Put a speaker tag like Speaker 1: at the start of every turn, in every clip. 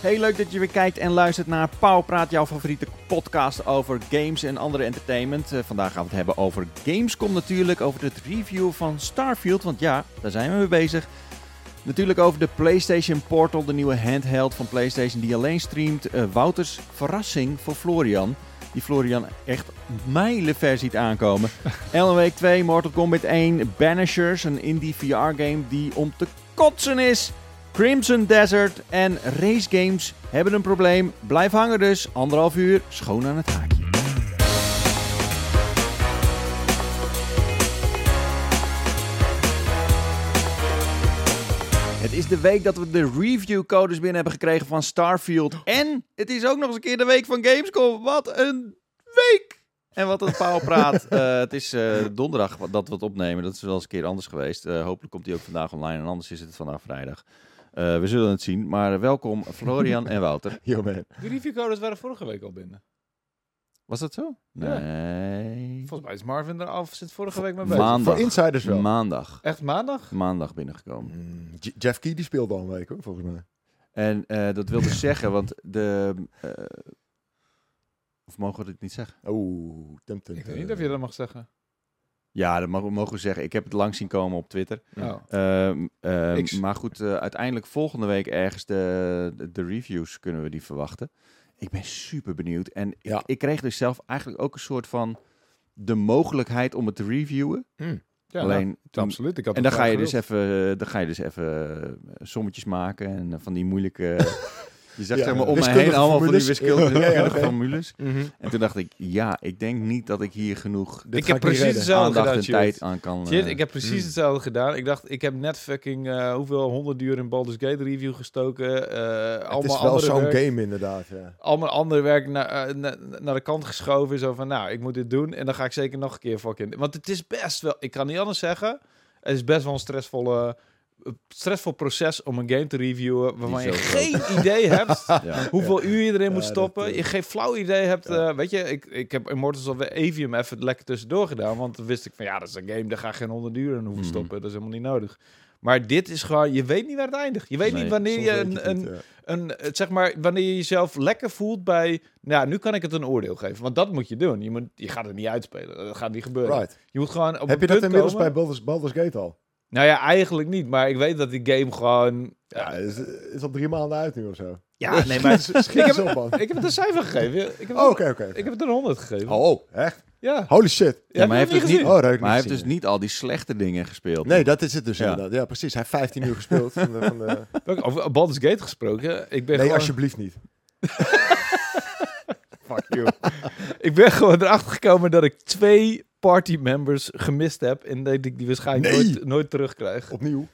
Speaker 1: Heel leuk dat je weer kijkt en luistert naar Pauw Praat, jouw favoriete podcast over games en andere entertainment. Eh, vandaag gaan we het hebben over Gamescom natuurlijk, over het review van Starfield, want ja, daar zijn we mee bezig. Natuurlijk over de PlayStation Portal, de nieuwe handheld van PlayStation die alleen streamt. Eh, Wouters verrassing voor Florian, die Florian echt mijlenver ziet aankomen. Alan Wake 2, Mortal Kombat 1, Banishers, een indie VR-game die om te kotsen is. Crimson Desert en race games hebben een probleem. Blijf hangen dus, anderhalf uur, schoon aan het haakje. Het is de week dat we de reviewcodes binnen hebben gekregen van Starfield. En het is ook nog eens een keer de week van Gamescom. Wat een week! En wat een pauwpraat. Eh het is eh, donderdag dat we het opnemen. Dat is wel eens een keer anders geweest. Eh, hopelijk komt die ook vandaag online. En anders is het vandaag vrijdag. Eh, we zullen het zien. Maar welkom Florian en Wouter.
Speaker 2: Yo man.
Speaker 3: De reviewcodes waren vorige week al binnen.
Speaker 1: Was dat zo?
Speaker 3: Ja.
Speaker 1: Nee.
Speaker 3: Volgens mij is Marvin er al sinds vorige week mee bezig.
Speaker 2: Voor
Speaker 1: Maandag.
Speaker 2: insiders wel.
Speaker 1: Maandag.
Speaker 3: Echt maandag?
Speaker 1: Maandag binnengekomen.
Speaker 2: Mm, J- Jeff Key die speelde al een week hoor, volgens mij.
Speaker 1: En eh, dat wil dus zeggen, want de... eh, of mogen we dit niet zeggen?
Speaker 2: Oeh, tem tem.
Speaker 3: Ik weet
Speaker 2: tem.
Speaker 3: niet of je dat mag zeggen.
Speaker 1: Ja, dat mogen mogen we zeggen. Ik heb het lang zien komen op Twitter.
Speaker 2: Ja.
Speaker 3: Oh.
Speaker 1: Ehm, ehm,
Speaker 3: Niks.
Speaker 1: maar goed, eh, uiteindelijk volgende week ergens de, de, de reviews kunnen we die verwachten. Ik ben super benieuwd. En ik,
Speaker 2: Ja.
Speaker 1: ik kreeg dus zelf eigenlijk ook een soort van de mogelijkheid om het te reviewen.
Speaker 2: Mm.
Speaker 3: Ja,
Speaker 1: Alleen,
Speaker 3: nou,
Speaker 1: toen-
Speaker 3: absoluut. Ik had
Speaker 1: en
Speaker 3: het
Speaker 1: dan ga, je
Speaker 3: graag
Speaker 1: dus
Speaker 3: gewild.
Speaker 1: even, eh, dan ga je dus even eh, sommetjes maken en eh, van die moeilijke... je zegt
Speaker 2: Ja,
Speaker 1: zeg maar om mij
Speaker 2: wiskundige
Speaker 1: heen allemaal van die
Speaker 2: formules.
Speaker 1: wiskundige
Speaker 2: Ja, ja,
Speaker 1: wiskundige
Speaker 2: oké.
Speaker 1: formules.
Speaker 3: Mhm.
Speaker 1: En toen dacht ik, ja, ik denk niet dat ik hier genoeg
Speaker 2: Dit
Speaker 3: Ik
Speaker 2: ga
Speaker 3: heb
Speaker 2: niet
Speaker 3: precies
Speaker 2: redden.
Speaker 3: hetzelfde
Speaker 1: aandacht
Speaker 3: gedaan,
Speaker 1: en
Speaker 3: Stuart.
Speaker 1: tijd aan kan...
Speaker 3: Shit,
Speaker 1: eh,
Speaker 3: ik heb precies
Speaker 2: mm.
Speaker 3: hetzelfde gedaan. Ik dacht, ik heb net fucking eh, hoeveel honderd uur in Baldur's Gate review gestoken. eh,
Speaker 2: Het
Speaker 3: allemaal
Speaker 2: is wel
Speaker 3: andere
Speaker 2: zo'n
Speaker 3: werk-
Speaker 2: game inderdaad, ja.
Speaker 3: Allemaal ander werk naar, eh, na- naar de kant geschoven. Zo van, nou, ik moet dit doen. En dan ga ik zeker nog een keer fucking... Want het is best wel... Ik kan niet anders zeggen. Het is best wel een stressvolle, eh, stressvol proces om een game te reviewen... waarvan je
Speaker 1: zo
Speaker 3: geen idee hebt
Speaker 1: ja.
Speaker 3: hoeveel uur je erin moet
Speaker 2: Ja, dat,
Speaker 3: stoppen.
Speaker 2: eh,
Speaker 3: je geen flauw idee hebt.
Speaker 2: ja.
Speaker 3: eh, weet je, ik, ik heb Immortals of Avium even lekker tussendoor gedaan. Want dan wist ik van ja, dat is een game. Daar ga ik geen honderd uur in hoeven
Speaker 1: Mhm.
Speaker 3: stoppen. Dat is helemaal niet nodig. Maar dit is gewoon, je weet niet waar het eindigt. Je weet
Speaker 1: Nee,
Speaker 3: niet wanneer
Speaker 2: Soms
Speaker 3: je,
Speaker 2: weet
Speaker 3: een,
Speaker 2: het
Speaker 3: eh, een,
Speaker 2: niet, ja.
Speaker 3: een, eh, zeg maar, wanneer je jezelf lekker voelt bij, nou, nu kan ik het een oordeel geven. Want dat moet je doen. Je, moet, je gaat het niet uitspelen. Dat gaat niet gebeuren.
Speaker 2: Right.
Speaker 3: Je moet gewoon
Speaker 2: Heb
Speaker 3: op
Speaker 2: je
Speaker 3: een
Speaker 2: dat
Speaker 3: punt
Speaker 2: inmiddels
Speaker 3: komen-
Speaker 2: bij Baldur's, Baldur's Gate al?
Speaker 3: Nou ja, eigenlijk niet. Maar ik weet dat die game gewoon...
Speaker 2: Ja, het is, het is al drie maanden uit nu of zo.
Speaker 3: ja nee, maar...
Speaker 2: Schiet
Speaker 3: heb-
Speaker 2: zo man.
Speaker 3: ik heb het een cijfer gegeven. Ik heb
Speaker 2: Oh,
Speaker 3: het-
Speaker 2: oké, oké.
Speaker 3: Ik heb het een 100 gegeven.
Speaker 2: Oh, echt?
Speaker 3: Ja.
Speaker 2: Holy shit.
Speaker 1: Ja, maar hij heeft dus niet-
Speaker 2: Oh, dat heb ik
Speaker 1: Maar hij heeft
Speaker 2: gezien,
Speaker 1: dus
Speaker 2: ja.
Speaker 1: niet al die slechte dingen gespeeld.
Speaker 2: Nee, dat is het dus
Speaker 1: Ja.
Speaker 2: inderdaad. Ja, precies. Hij heeft 15 uur gespeeld. van de- van de-
Speaker 3: niet... Over Baldur's Gate gesproken. Ik ben,
Speaker 2: Oh. Nee,
Speaker 3: gewoon,
Speaker 2: alsjeblieft niet.
Speaker 1: fuck you.
Speaker 3: ik ben gewoon erachter gekomen dat ik twee party members gemist heb. En dat ik die waarschijnlijk
Speaker 2: Nee.
Speaker 3: nooit, nooit terugkrijg.
Speaker 2: Opnieuw.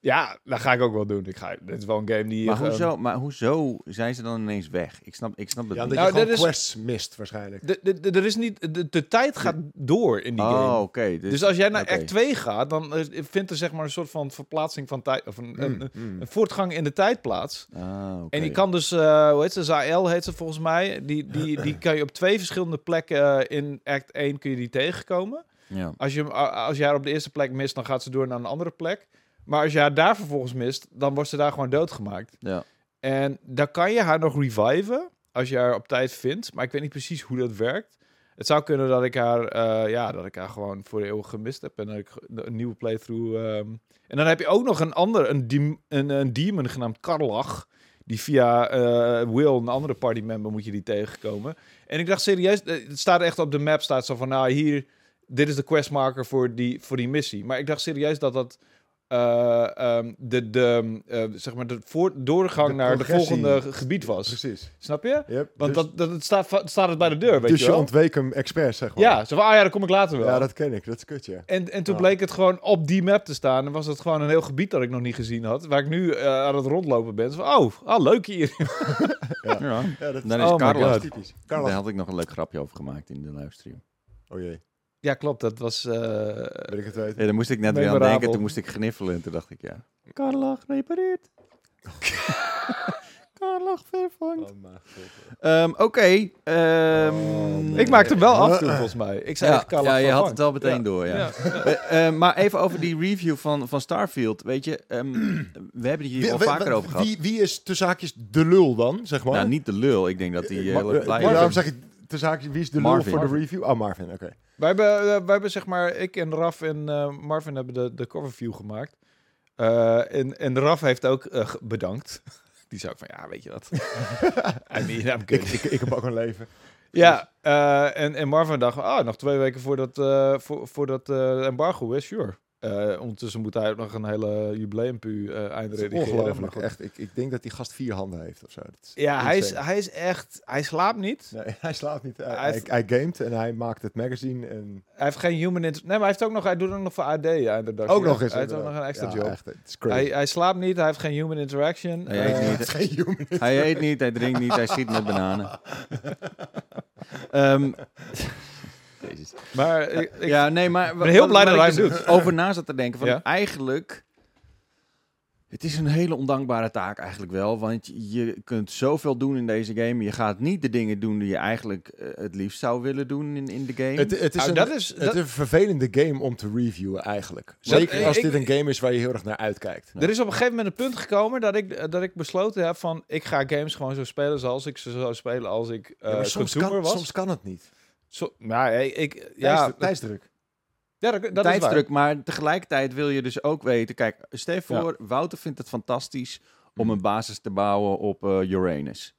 Speaker 3: Ja, dat ga ik ook wel doen. Ik ga, dit is wel een game die...
Speaker 1: Maar
Speaker 3: gewoon-
Speaker 1: hoezo, maar hoezo zijn ze dan ineens weg? Ik snap, ik snap het
Speaker 2: Ja,
Speaker 1: niet.
Speaker 2: omdat
Speaker 3: Nou,
Speaker 2: je gewoon
Speaker 3: dat is-
Speaker 2: quests mist waarschijnlijk.
Speaker 3: De, de, de- er is niet, de, de tijd gaat door in die
Speaker 1: Oh,
Speaker 3: game.
Speaker 1: oké. dus,
Speaker 3: Dus als jij naar
Speaker 1: oké.
Speaker 3: act 2 gaat, dan eh, vindt er zeg maar een soort van verplaatsing van tijd... Of een, een,
Speaker 2: Mm, mm.
Speaker 3: een voortgang in de tijd plaats.
Speaker 1: Ah, Hmm. oké.
Speaker 3: En die kan dus, eh, hoe heet ze, Zael heet ze volgens mij. Die, die, die kan je op twee verschillende plekken eh, in act 1 kun je die tegenkomen.
Speaker 1: Ja.
Speaker 3: Als je, hem- a- als je haar op de eerste plek mist, dan gaat ze door naar een andere plek. Maar als je haar daar vervolgens mist, dan wordt ze daar gewoon doodgemaakt.
Speaker 1: Ja.
Speaker 3: En dan kan je haar nog reviven, als je haar op tijd vindt. Maar ik weet niet precies hoe dat werkt. Het zou kunnen dat ik haar, eh, ja, dat ik haar gewoon voor de eeuwig gemist heb. En dat ik ge- een nieuwe playthrough... ehm. En dan heb je ook nog een ander, een, dem- een, een demon genaamd Karlach. Die via eh, Will, een andere partymember, moet je die tegenkomen. En ik dacht serieus, eh, het staat echt op de map, staat zo van, nou hier, dit is de questmarker voor die, voor die missie. Maar ik dacht serieus dat dat eh, ehm, de, de, eh, zeg maar de voor, doorgang
Speaker 2: De
Speaker 3: naar de
Speaker 2: progressie.
Speaker 3: volgende gebied was.
Speaker 2: Precies.
Speaker 3: Snap je?
Speaker 2: Yep.
Speaker 3: Want
Speaker 2: dus,
Speaker 3: dat, dat, het staat, va- staat het bij de deur, weet
Speaker 2: dus
Speaker 3: je
Speaker 2: je
Speaker 3: wel?
Speaker 2: ontweek hem expres, zeg maar.
Speaker 3: ja, zo van, ah ja, daar kom ik later wel.
Speaker 2: Ja, dat ken ik. Dat is kut, ja.
Speaker 3: En, en toen
Speaker 2: Ja.
Speaker 3: bleek het gewoon op die map te staan. En was het gewoon een heel gebied dat ik nog niet gezien had. Waar ik nu eh, aan het rondlopen ben. Zo van, oh, ah, leuk hier.
Speaker 1: Ja.
Speaker 2: ja dat
Speaker 1: Dan
Speaker 3: Oh
Speaker 1: is
Speaker 3: my
Speaker 1: Carla.
Speaker 3: God.
Speaker 2: typisch.
Speaker 1: Daar
Speaker 2: Carla.
Speaker 1: had ik nog een leuk grapje over gemaakt in de livestream.
Speaker 2: Oh jee,
Speaker 3: ja, klopt. Dat was... eh,
Speaker 2: wil ik het weten.
Speaker 1: Ja, daar moest ik net weer aan
Speaker 3: Memorabel.
Speaker 1: denken. Toen moest ik gniffelen en toen dacht ik, ja. Carla gerepareerd. aanlachvervang.
Speaker 2: Oh, mijn god.
Speaker 1: Ehm, Oké. ehm,
Speaker 2: man.
Speaker 3: Ik maakte hem wel af toen, volgens mij. Ik zei
Speaker 1: ja,
Speaker 3: echt
Speaker 1: ja, je had het
Speaker 3: al
Speaker 1: al meteen door, ja. Eh, eh, maar even over die review van, van Starfield. Weet je, ehm, we hebben het hier al
Speaker 2: Wie-
Speaker 1: vaker
Speaker 2: wie-
Speaker 1: over gehad.
Speaker 2: Wie, wie is tussen haakjes de lul dan, zeg maar?
Speaker 1: Nou, niet de lul. Ik denk dat die
Speaker 2: Ma-
Speaker 1: heel
Speaker 2: eh,
Speaker 1: blij
Speaker 2: Waarom
Speaker 1: is.
Speaker 2: zeg ik tussen haakjes, wie is de lul
Speaker 1: Marvin.
Speaker 2: voor de review? Oh, Marvin, oké.
Speaker 3: Wij hebben, eh, wij hebben zeg maar, ik en Raf en eh, Marvin hebben de, de coverview gemaakt. Eh, en, en Raf heeft ook eh, ge- bedankt. Die zei ook van, ja, weet je wat. I mean, I'm good.
Speaker 2: Ik, ik, ik heb ook een leven. Dus-
Speaker 3: Ja, eh, en, en Marvin dacht, ah, nog twee weken voordat, eh voor, voordat eh, embargo is, sure. Eh, ondertussen moet hij ook nog een hele jubileumpu eh
Speaker 2: Het
Speaker 3: eindredigeren.
Speaker 2: is
Speaker 3: maar
Speaker 2: ongelooflijk.
Speaker 3: goed.
Speaker 2: Echt, ik, ik denk dat die gast vier handen heeft of zo. Dat is
Speaker 3: Ja, hij is,
Speaker 2: insane.
Speaker 3: hij is echt, hij slaapt niet.
Speaker 2: Nee, hij slaat niet. Hij,
Speaker 3: Hij
Speaker 2: hij,
Speaker 3: heeft-
Speaker 2: hij gamet en hij maakt het magazine. En
Speaker 3: Hij heeft geen human inter- Nee, maar hij, heeft ook nog, hij doet ook nog voor AD eindredactie.
Speaker 2: ook nog eens.
Speaker 3: Hij heeft ook
Speaker 2: inderdaad.
Speaker 3: nog een extra
Speaker 2: Ja,
Speaker 3: job.
Speaker 2: echt, het is crazy.
Speaker 3: Hij, hij slaapt niet, hij heeft geen human interaction.
Speaker 1: Hij
Speaker 3: Eh,
Speaker 1: eet
Speaker 2: Eh,
Speaker 1: niet.
Speaker 2: het is geen human.
Speaker 1: Hij eet niet, hij drinkt niet, hij schiet met bananen. Ehm, Jezus.
Speaker 3: maar ik, ik-
Speaker 1: ja, nee, maar... wa-
Speaker 3: ben heel
Speaker 1: wat-
Speaker 3: blij
Speaker 1: waar
Speaker 3: dat
Speaker 1: ik
Speaker 3: hij het
Speaker 1: dus
Speaker 3: doet.
Speaker 1: over na zat te denken van
Speaker 3: Ja.
Speaker 1: eigenlijk... Het is een hele ondankbare taak eigenlijk wel, want je kunt zoveel doen in deze game. Je gaat niet de dingen doen die je eigenlijk eh, het liefst zou willen doen in, in de game.
Speaker 2: Het, het is
Speaker 3: Nou,
Speaker 2: een,
Speaker 3: dat is-
Speaker 2: het
Speaker 3: dat-
Speaker 2: is een vervelende game om te reviewen eigenlijk. Zeker
Speaker 3: eh,
Speaker 2: als
Speaker 3: ik-
Speaker 2: dit een game is waar je heel erg naar uitkijkt. Nou,
Speaker 3: er is op een gegeven moment een punt gekomen dat ik, dat ik besloten heb van... ik ga games gewoon zo spelen zoals ik ze zou spelen als ik eh
Speaker 2: Ja, maar soms,
Speaker 3: consumer
Speaker 2: kan,
Speaker 3: was.
Speaker 2: soms kan het niet.
Speaker 3: Zo, nou, hey, ik, ja,
Speaker 2: Tijds- tijdsdruk.
Speaker 3: ja, dat, dat is waar.
Speaker 1: tijdsdruk, maar tegelijkertijd wil je dus ook weten... Kijk, stel je voor, Wouter vindt het fantastisch
Speaker 3: Mm.
Speaker 1: om een basis te bouwen op eh, Uranus.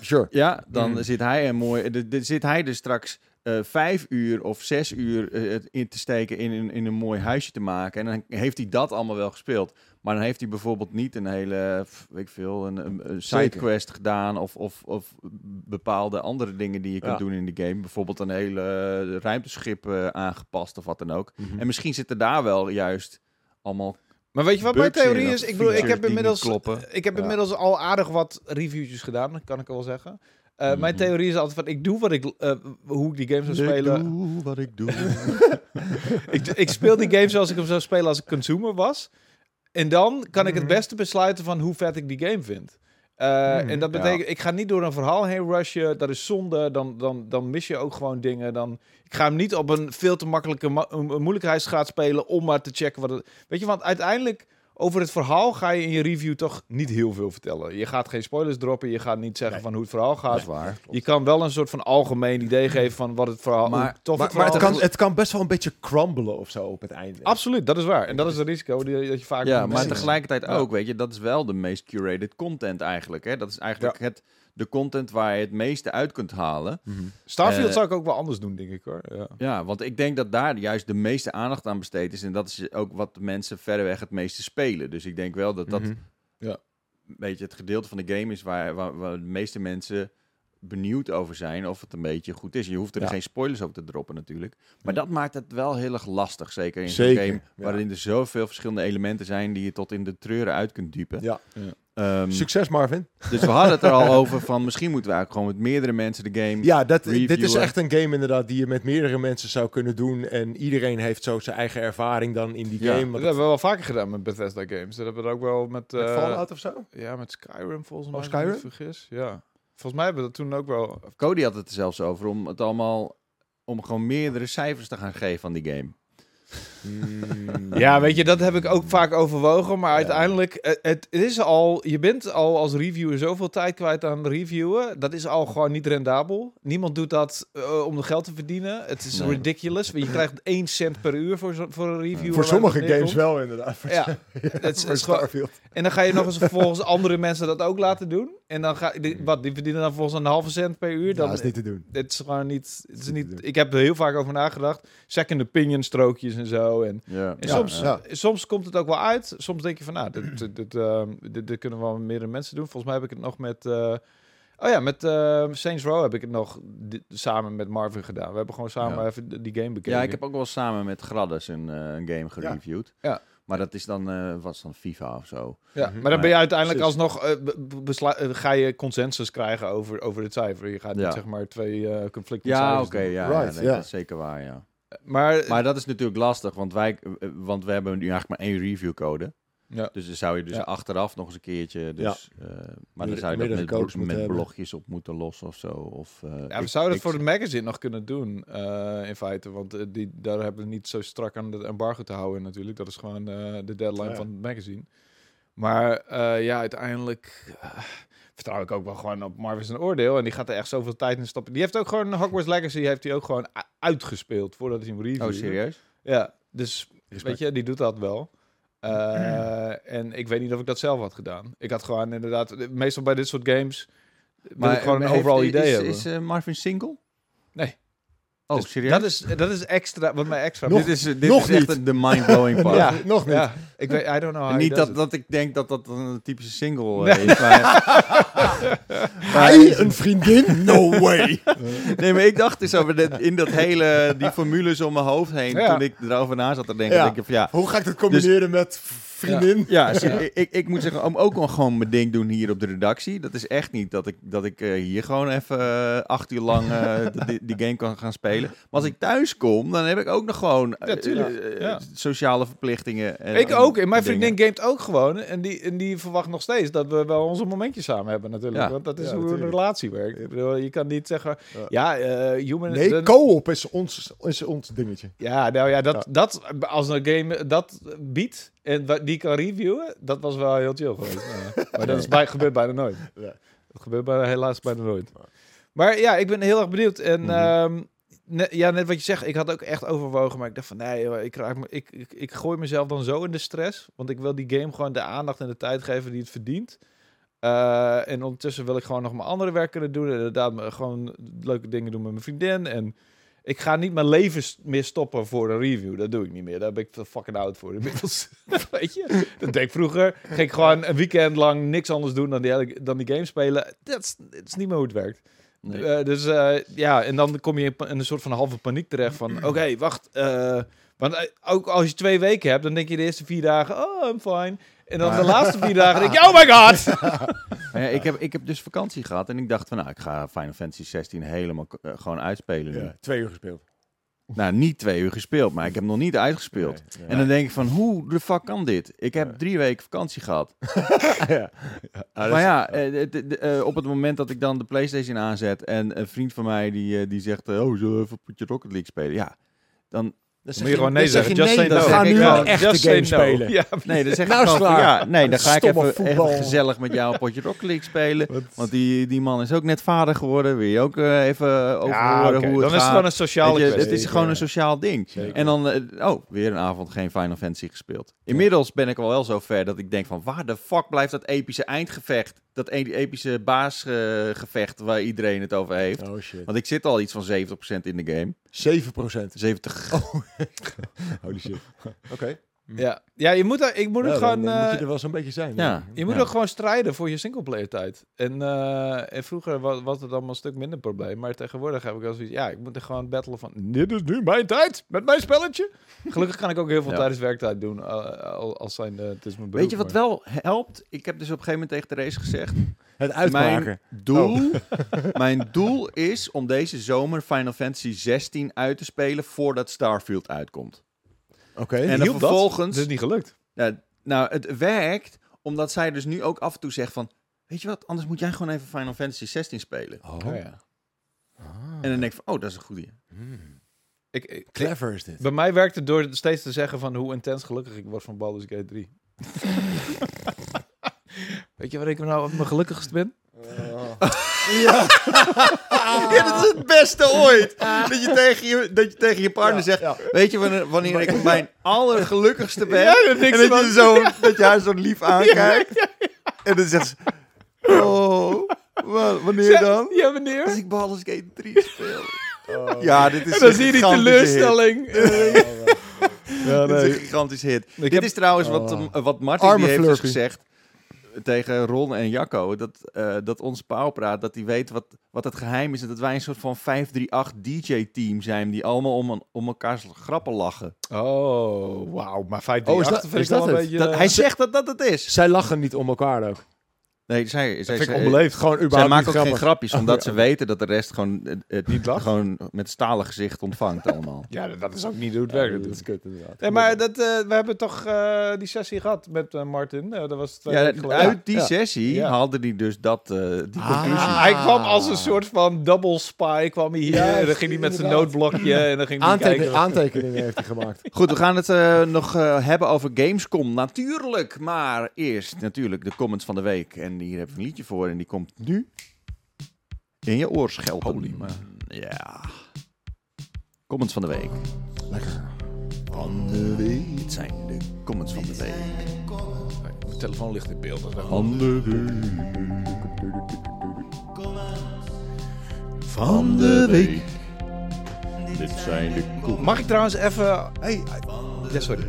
Speaker 2: Sure.
Speaker 1: Ja, dan
Speaker 3: Mm.
Speaker 1: zit hij er mooi. de- de- zit hij dus straks eh, vijf uur of zes uur eh, het in te steken in, een- in een mooi huisje te maken. En dan heeft hij dat allemaal wel gespeeld. Maar dan heeft hij bijvoorbeeld niet een hele, pff, weet ik veel, een, een, een
Speaker 2: Zeker.
Speaker 1: sidequest gedaan. Of, of, of bepaalde andere dingen die je kunt
Speaker 2: Ja.
Speaker 1: doen in de game. Bijvoorbeeld een hele eh, ruimteschip eh, aangepast of wat dan ook. En misschien zitten daar wel juist allemaal
Speaker 3: Maar Mm. weet je wat mijn
Speaker 1: bugs in
Speaker 3: theorie
Speaker 1: of
Speaker 3: is? Ik bedoel, ik
Speaker 1: features
Speaker 3: heb
Speaker 1: die
Speaker 3: inmiddels,
Speaker 1: niet kloppen.
Speaker 3: ik heb
Speaker 2: Ja.
Speaker 3: inmiddels al aardig wat reviewtjes gedaan, kan ik al wel zeggen. Eh, Mijn
Speaker 1: Mhm.
Speaker 3: theorie is altijd van, ik doe wat ik, eh, hoe ik die game zou spelen.
Speaker 2: doe wat ik doe.
Speaker 3: ik, ik speel die game zoals ik hem zou spelen als ik consumer was. En dan kan ik het
Speaker 2: Mhm.
Speaker 3: beste besluiten van hoe vet ik die game vind. Eh,
Speaker 2: Mhm.
Speaker 3: En dat betekent, ik ga niet door een verhaal heen rushen. Dat is zonde. Dan, dan, dan mis je ook gewoon dingen. Dan, ik ga hem niet op een veel te makkelijke ma- een- een moeilijkheidsgraad spelen om maar te checken wat het... Weet je, want uiteindelijk over het verhaal ga je in je review toch niet heel veel vertellen. Je gaat geen spoilers droppen. Je gaat niet zeggen
Speaker 2: Nee.
Speaker 3: van hoe het verhaal gaat.
Speaker 1: waar.
Speaker 3: Je kan wel een soort van algemeen idee geven van wat het verhaal...
Speaker 1: Maar-
Speaker 3: hoe tof
Speaker 2: maar
Speaker 3: het
Speaker 2: maar
Speaker 3: verhaal
Speaker 2: het,
Speaker 3: is.
Speaker 2: kan, het kan best wel een beetje crumblen of zo op het einde.
Speaker 3: Absoluut, dat is waar. En dat is het risico die, dat je vaak...
Speaker 1: Ja,
Speaker 3: moet
Speaker 1: maar
Speaker 3: nemen.
Speaker 2: mensen.
Speaker 1: tegelijkertijd
Speaker 3: Ja.
Speaker 1: ook, weet je, dat is wel de meest curated content eigenlijk. Hè? Dat is eigenlijk het, de content waar je het meeste uit kunt halen.
Speaker 2: Mhm.
Speaker 3: Starfield
Speaker 1: Eh,
Speaker 3: zou ik ook wel anders doen, denk ik hoor. Ja.
Speaker 1: Ja, want ik denk dat daar juist de meeste aandacht aan besteed is. En dat is ook wat de mensen verreweg het meeste spelen. Dus ik denk wel dat dat
Speaker 2: Mhm.
Speaker 1: een beetje het gedeelte van de game is waar, waar, waar de meeste mensen benieuwd over zijn of het een beetje goed is. Je hoeft er
Speaker 2: Ja.
Speaker 1: geen spoilers over te droppen natuurlijk. Maar dat maakt het wel heel erg lastig, zeker in zo'n
Speaker 2: Zeker,
Speaker 1: game...
Speaker 2: ja.
Speaker 1: waarin er zoveel verschillende elementen zijn die je tot in de treuren uit kunt diepen.
Speaker 2: Ja.
Speaker 3: Ja.
Speaker 1: Ehm,
Speaker 2: Succes, Marvin.
Speaker 1: Dus we hadden het er al over van misschien moeten we eigenlijk gewoon met meerdere mensen de game.
Speaker 2: Ja, dat, dit is
Speaker 1: reviewen.
Speaker 2: echt een game inderdaad die je met meerdere mensen zou kunnen doen. En iedereen heeft zo zijn eigen ervaring dan in die
Speaker 1: Ja.
Speaker 2: game.
Speaker 3: Dat
Speaker 2: Want
Speaker 3: hebben we wel vaker gedaan met Bethesda games. Dat hebben we ook wel met... eh,
Speaker 2: Fallout of zo?
Speaker 3: Ja, met Skyrim volgens
Speaker 2: Oh,
Speaker 3: mij. als ik
Speaker 2: Skyrim?
Speaker 3: me niet vergis. Ja. Volgens mij hebben we dat toen ook wel...
Speaker 1: Cody had het er zelfs over om het allemaal om gewoon meerdere cijfers te gaan geven aan die game.
Speaker 3: Ja, weet je, dat heb ik ook vaak overwogen. Maar
Speaker 2: Ja.
Speaker 3: uiteindelijk, eh, het, het is al... Je bent al als reviewer zoveel tijd kwijt aan reviewen. Dat is al gewoon niet rendabel. Niemand doet dat eh, om de geld te verdienen. Het is
Speaker 1: Nee.
Speaker 3: ridiculous. Je krijgt 1 cent per uur voor, zo- voor een review.
Speaker 2: Voor sommige games wel inderdaad. Voor,
Speaker 3: Ja, het is,
Speaker 2: voor
Speaker 3: het is gewoon,
Speaker 2: Starfield.
Speaker 3: En dan ga je nog eens vervolgens andere mensen dat ook laten doen. En dan ga die, wat, die verdienen dan volgens een halve cent per uur. Dan,
Speaker 2: dat is niet te doen.
Speaker 3: Het is gewoon niet, het
Speaker 2: niet
Speaker 3: is
Speaker 2: te
Speaker 3: niet.
Speaker 2: doen.
Speaker 3: Ik heb er heel vaak over nagedacht. Second opinion strookjes en zo. En,
Speaker 1: Ja,
Speaker 3: en
Speaker 2: Ja,
Speaker 3: soms,
Speaker 2: ja.
Speaker 3: soms komt het ook wel uit. Soms denk je van, nou, dit, dit, dit, ehm, dit, dit kunnen wel meerdere mensen doen. Volgens mij heb ik het nog met. eh, oh ja, met eh, Saints Row heb ik het nog di- samen met Marvin gedaan. We hebben gewoon samen
Speaker 1: Ja.
Speaker 3: even die die game bekeken.
Speaker 1: ja, ik heb ook wel samen met Graddes een, eh, een game gereviewd.
Speaker 3: Ja.
Speaker 1: Maar dat is dan, eh was dan FIFA of zo.
Speaker 3: Ja,
Speaker 2: Mhm.
Speaker 3: maar dan ben je uiteindelijk
Speaker 2: Precies.
Speaker 3: alsnog eh, be- be- beslu- eh, ga je consensus krijgen over, over het cijfer. Je gaat
Speaker 1: Ja.
Speaker 3: niet zeg maar twee eh conflicten
Speaker 1: Ja, oké,
Speaker 3: cijfers doen.
Speaker 1: ja,
Speaker 2: Right,
Speaker 1: ja, nee,
Speaker 2: ja.
Speaker 1: dat is zeker waar, ja.
Speaker 3: Maar,
Speaker 1: eh, Maar dat is natuurlijk lastig, want wij, eh, want we hebben nu eigenlijk maar één reviewcode.
Speaker 3: Ja.
Speaker 1: Dus dan zou je dus
Speaker 3: Ja.
Speaker 1: achteraf nog eens een keertje. Dus, eh, maar dan
Speaker 2: Midden-
Speaker 1: zou je dat met,
Speaker 2: middencoach
Speaker 1: blo-
Speaker 2: moeten
Speaker 1: met
Speaker 2: hebben.
Speaker 1: blogjes op moeten lossen of zo. Of, eh,
Speaker 3: Ja, we
Speaker 1: ik-
Speaker 3: zouden
Speaker 1: ik-
Speaker 3: het voor het magazine nog kunnen doen, eh, in feite. Want eh, die, daar hebben we niet zo strak aan de embargo te houden natuurlijk. Dat is gewoon eh, de deadline
Speaker 1: Oh
Speaker 2: Ja.
Speaker 3: van het magazine. Maar eh, ja, uiteindelijk eh, vertrouw ik ook wel gewoon op Marvin's een oordeel. En die gaat er echt zoveel tijd in stoppen. Die heeft ook gewoon Hogwarts Legacy heeft hij ook gewoon u- uitgespeeld voordat hij hem review.
Speaker 1: Oh, serieus?
Speaker 3: Ja, dus
Speaker 2: Respect.
Speaker 3: Weet je, die doet dat wel. Eh, En ik weet niet of ik dat zelf had gedaan. Ik had gewoon inderdaad, meestal bij dit soort games, wil ik gewoon
Speaker 1: eh,
Speaker 3: een
Speaker 1: heeft-
Speaker 3: overal idee
Speaker 1: is,
Speaker 3: hebben.
Speaker 1: Is eh, Marvin single?
Speaker 3: Nee.
Speaker 1: Oh,
Speaker 3: Dus
Speaker 1: serieus?
Speaker 3: Dat is, dat is extra, wat mij extra...
Speaker 2: Nog-
Speaker 1: dit is, dit
Speaker 2: nog
Speaker 1: is echt
Speaker 2: niet.
Speaker 1: een- de mind-blowing part.
Speaker 3: Ja.
Speaker 2: nog niet.
Speaker 3: ja, ik weet, I don't know how
Speaker 1: En
Speaker 3: he
Speaker 1: niet
Speaker 3: does
Speaker 1: Ah, dat,
Speaker 3: it.
Speaker 1: dat ik denk dat dat een typische single eh, is. Maar,
Speaker 2: Hij, een vriendin? No way.
Speaker 1: nee, maar ik dacht dus over dit- in dat hele, die formules om mijn hoofd heen,
Speaker 3: Ja.
Speaker 1: toen ik erover na zat te denken,
Speaker 2: Ja.
Speaker 1: denk ik van ja,
Speaker 2: Hoe ga ik dat combineren met vriendin?
Speaker 1: Ja, zie- Ik, ik, ik moet zeggen, om ook wel gewoon mijn ding doen hier op de redactie. Dat is echt niet dat ik, dat ik eh, hier gewoon even eh, acht uur lang eh, dat die, die game kan gaan spelen. Maar als ik thuis kom, dan heb ik ook nog gewoon eh,
Speaker 3: Ja, tuurlijk.
Speaker 1: eh,
Speaker 3: Ja.
Speaker 1: sociale verplichtingen. En,
Speaker 3: Ik
Speaker 1: en
Speaker 3: ook, en mijn
Speaker 1: dingen.
Speaker 3: vriendin gamet ook gewoon. En die, en die verwacht nog steeds dat we wel onze momentjes samen hebben natuurlijk.
Speaker 1: Ja.
Speaker 3: Want dat is
Speaker 2: Ja,
Speaker 3: hoe
Speaker 2: natuurlijk.
Speaker 3: een relatie werkt. Ik bedoel, je kan niet zeggen,
Speaker 2: Ja.
Speaker 3: ja, eh, human...
Speaker 2: Nee,
Speaker 3: dan-
Speaker 2: co-op is ons, is ons dingetje.
Speaker 3: Ja, nou ja, dat,
Speaker 2: Ja.
Speaker 3: dat als een game dat biedt en wa- die kan reviewen, dat was wel heel chill geweest. Ja. Maar dat is bij, gebeurt bijna nooit.
Speaker 2: Ja.
Speaker 3: Dat gebeurt bijna, helaas bijna nooit.
Speaker 2: Ja.
Speaker 3: Maar ja, ik ben heel erg benieuwd. En
Speaker 1: Mhm.
Speaker 3: ehm, ne- ja, net wat je zegt, ik had ook echt overwogen, maar ik dacht van nee, joh, ik, raak me, ik, ik, ik gooi mezelf dan zo in de stress, want ik wil die game gewoon de aandacht en de tijd geven die het verdient. Eh, en ondertussen wil ik gewoon nog mijn andere werk kunnen doen. En inderdaad, me- gewoon leuke dingen doen met mijn vriendin. En ik ga niet mijn leven s- meer stoppen voor een review. Dat doe ik niet meer. Daar ben ik te fucking oud voor inmiddels. Weet je? Dat deed ik vroeger. Ging ik gewoon een weekend lang niks anders doen dan die, hele- dan die game spelen. Dat is, dat is niet meer hoe het werkt.
Speaker 1: Nee.
Speaker 3: Eh, dus eh, ja, en dan kom je in, pa- in een soort van halve paniek terecht van... Oké, wacht. eh, want eh, ook als je twee weken hebt, dan denk je de eerste vier dagen... Oh, I'm fine. En dan de laatste vier dagen denk je... Oh my god!
Speaker 1: Maar ja, ik, heb, ik heb dus vakantie gehad en ik dacht van nou, ik ga Final Fantasy 16 helemaal k- eh, gewoon uitspelen nu.
Speaker 2: Ja, twee uur gespeeld.
Speaker 1: Nou, niet twee uur gespeeld, maar ik heb nog niet uitgespeeld.
Speaker 2: Nee,
Speaker 1: En dan denk ik van, hoe de fuck kan dit? Ik heb
Speaker 2: Nee.
Speaker 1: drie weken vakantie gehad.
Speaker 2: ja. Ja. Ah, dat
Speaker 1: maar
Speaker 2: is-
Speaker 1: ja, eh, d- d- eh, op het moment dat ik dan de PlayStation aanzet en een vriend van mij die, eh, die zegt: eh, Oh, zullen we even een potje Rocket League spelen? Ja, dan.
Speaker 2: dan
Speaker 3: Moet je gewoon nee
Speaker 2: dan
Speaker 3: zeggen.
Speaker 2: je
Speaker 3: Just say
Speaker 2: nee,
Speaker 3: no.
Speaker 2: dan
Speaker 1: Zeg
Speaker 2: Ga
Speaker 1: ik
Speaker 2: nu
Speaker 1: wel.
Speaker 2: een echte
Speaker 3: Just
Speaker 2: game
Speaker 3: say no.
Speaker 2: spelen.
Speaker 3: Ja,
Speaker 1: Nee, dan zeg
Speaker 2: Nou
Speaker 1: ik
Speaker 2: is
Speaker 1: dan van,
Speaker 2: klaar.
Speaker 1: Ja, nee, dan ga ik
Speaker 2: Stomme
Speaker 1: even, even
Speaker 2: voetbal.
Speaker 1: gezellig met jou een potje Rocket League spelen. Want die, die man is ook net vader geworden. Wil je ook eh, even over
Speaker 3: Ja,
Speaker 1: horen
Speaker 3: oké.
Speaker 1: hoe het
Speaker 3: dan is het
Speaker 1: gaat?
Speaker 3: gewoon een sociale
Speaker 1: Weet je,
Speaker 3: kwestie.
Speaker 1: het is
Speaker 2: Zeker.
Speaker 1: gewoon een sociaal ding.
Speaker 2: Zeker.
Speaker 1: En dan, eh, oh, weer een avond geen Final Fantasy gespeeld. Inmiddels ben ik al wel zo ver dat ik denk van... waar de fuck blijft dat epische eindgevecht? Dat e- epische baasgevecht waar iedereen het over heeft.
Speaker 2: Oh shit.
Speaker 1: Want ik zit al iets van 70% in de game.
Speaker 2: 7 procent.
Speaker 1: 70.
Speaker 2: Holy shit. Oké.
Speaker 3: Ja, ja je moet, daar- ik moet
Speaker 2: Ja,
Speaker 3: ook
Speaker 2: dan-
Speaker 3: gewoon...
Speaker 2: dan
Speaker 3: eh,
Speaker 2: moet je er wel zo'n beetje zijn.
Speaker 1: Ja.
Speaker 3: Je moet ook gewoon strijden voor je singleplayer tijd. En, eh, en vroeger was, was het allemaal een stuk minder probleem. Maar tegenwoordig heb ik wel zoiets... Ja, ik moet er gewoon battelen van... Dit is nu mijn tijd met mijn spelletje. Gelukkig kan ik ook heel veel
Speaker 1: Ja.
Speaker 3: tijdens werktijd doen. eh, al- als zijn, eh, het is mijn beroep,
Speaker 1: Weet je wat
Speaker 3: maar-
Speaker 1: wel helpt? Ik Oh. heb dus op een gegeven moment tegen Therese gezegd...
Speaker 2: Het uitmaken.
Speaker 1: Mijn doel, mijn doel is om deze zomer Final Fantasy 16 uit te spelen... voordat Starfield uitkomt.
Speaker 2: Oké.
Speaker 1: En dan
Speaker 3: Hielp dat?
Speaker 1: vervolgens...
Speaker 3: Het is niet gelukt.
Speaker 1: Nou, nou, het werkt omdat zij dus nu ook af en toe zegt van... Weet je wat, anders moet jij gewoon even Final Fantasy 16 spelen.
Speaker 2: Oh.
Speaker 3: Oh, ja.
Speaker 2: Ah.
Speaker 1: En dan denk ik van, oh, dat is een goede.
Speaker 2: Hmm.
Speaker 3: ik, ik-
Speaker 2: Clever is dit.
Speaker 3: bij mij werkt het door steeds te zeggen van... hoe intens gelukkig ik word van Baldur's Gate 3. Weet je waar ik nou op mijn gelukkigst ben?
Speaker 2: Ja.
Speaker 1: Ja, dat is het beste ooit. Dat je tegen je, dat je, tegen je partner
Speaker 2: Ja,
Speaker 1: zegt...
Speaker 2: ja.
Speaker 1: Weet je wanneer, wanneer ik op mijn allergelukkigste ben? en dat
Speaker 3: van.
Speaker 1: je, zo, dat je haar zo lief aankijkt. En dan zegt ze... Oh, wa- wanneer dan?
Speaker 3: Ja, meneer.
Speaker 1: Als ik Baldur's Gate 3 speel.
Speaker 2: Oh.
Speaker 1: Ja, dit is
Speaker 3: En dan zie je die
Speaker 1: gigantische hit.
Speaker 3: teleurstelling. ja,
Speaker 1: Dit is een gigantische hit. Dit
Speaker 3: heb-
Speaker 1: is trouwens wat,
Speaker 2: Oh.
Speaker 1: eh, wat Martin
Speaker 2: Arme
Speaker 1: die heeft dus
Speaker 2: Flurpy.
Speaker 1: gezegd eh, tegen Ron en Jacco. Dat, eh dat onze pauwpraat, dat die weet wat, wat het geheim is. En dat wij een soort van 538 DJ-team zijn. Die allemaal om, een- om elkaars grappen lachen.
Speaker 3: Oh, wauw. Maar 5
Speaker 2: Oh, is dat-
Speaker 3: vind
Speaker 2: is
Speaker 3: ik wel
Speaker 2: dat
Speaker 3: een
Speaker 2: het?
Speaker 3: beetje...
Speaker 1: Dat, hij zegt dat dat het is.
Speaker 2: Zij lachen niet om elkaar ook.
Speaker 1: Nee, zij, zij,
Speaker 3: vind ik
Speaker 1: zij-
Speaker 3: onbeleefd.
Speaker 2: Gewoon
Speaker 1: zij
Speaker 2: überhaupt
Speaker 1: maakt ook
Speaker 2: niet
Speaker 1: geen
Speaker 2: grappig.
Speaker 1: grapjes, omdat
Speaker 2: Oh,
Speaker 1: ze weten dat de rest gewoon, eh, het
Speaker 3: Niet lacht?
Speaker 1: gewoon met stalen gezicht ontvangt allemaal.
Speaker 3: Ja, dat- dat is ook niet hoe het werkt.
Speaker 2: dat is
Speaker 3: natuurlijk.
Speaker 2: kut inderdaad.
Speaker 3: Nee, maar dat, eh, we hebben toch eh, die sessie gehad met eh, Martin. Eh, dat was twee
Speaker 1: Ja,
Speaker 3: weken geleden.
Speaker 1: uit die
Speaker 2: Ja.
Speaker 1: sessie
Speaker 3: Ja.
Speaker 1: haalde hij dus dat, eh, die
Speaker 2: Ah.
Speaker 1: conclusie.
Speaker 3: Ah, Hij kwam als een soort van double spy. Kwam hij hier
Speaker 2: Ja,
Speaker 3: en dan ging hij met zijn
Speaker 2: inderdaad.
Speaker 3: noodblokje en dan ging hij
Speaker 2: Aantekening-
Speaker 3: kijken.
Speaker 2: aantekeningen heeft hij gemaakt.
Speaker 1: Goed, we gaan het eh, nog eh, hebben over Gamescom natuurlijk. Maar eerst natuurlijk de comments van de week. En hier heb ik een liedje voor en die komt nu in je oor schelpen.
Speaker 3: Holy man.
Speaker 1: Ja. Comments van de week.
Speaker 2: Lekker.
Speaker 1: Van de week. Dit zijn de comments van de week.
Speaker 3: Mijn Ah. telefoon ligt in beeld. dat is echt-
Speaker 1: Van de week. Van de week. Dit zijn de comments.
Speaker 3: Mag ik trouwens even... Hey, ja, sorry.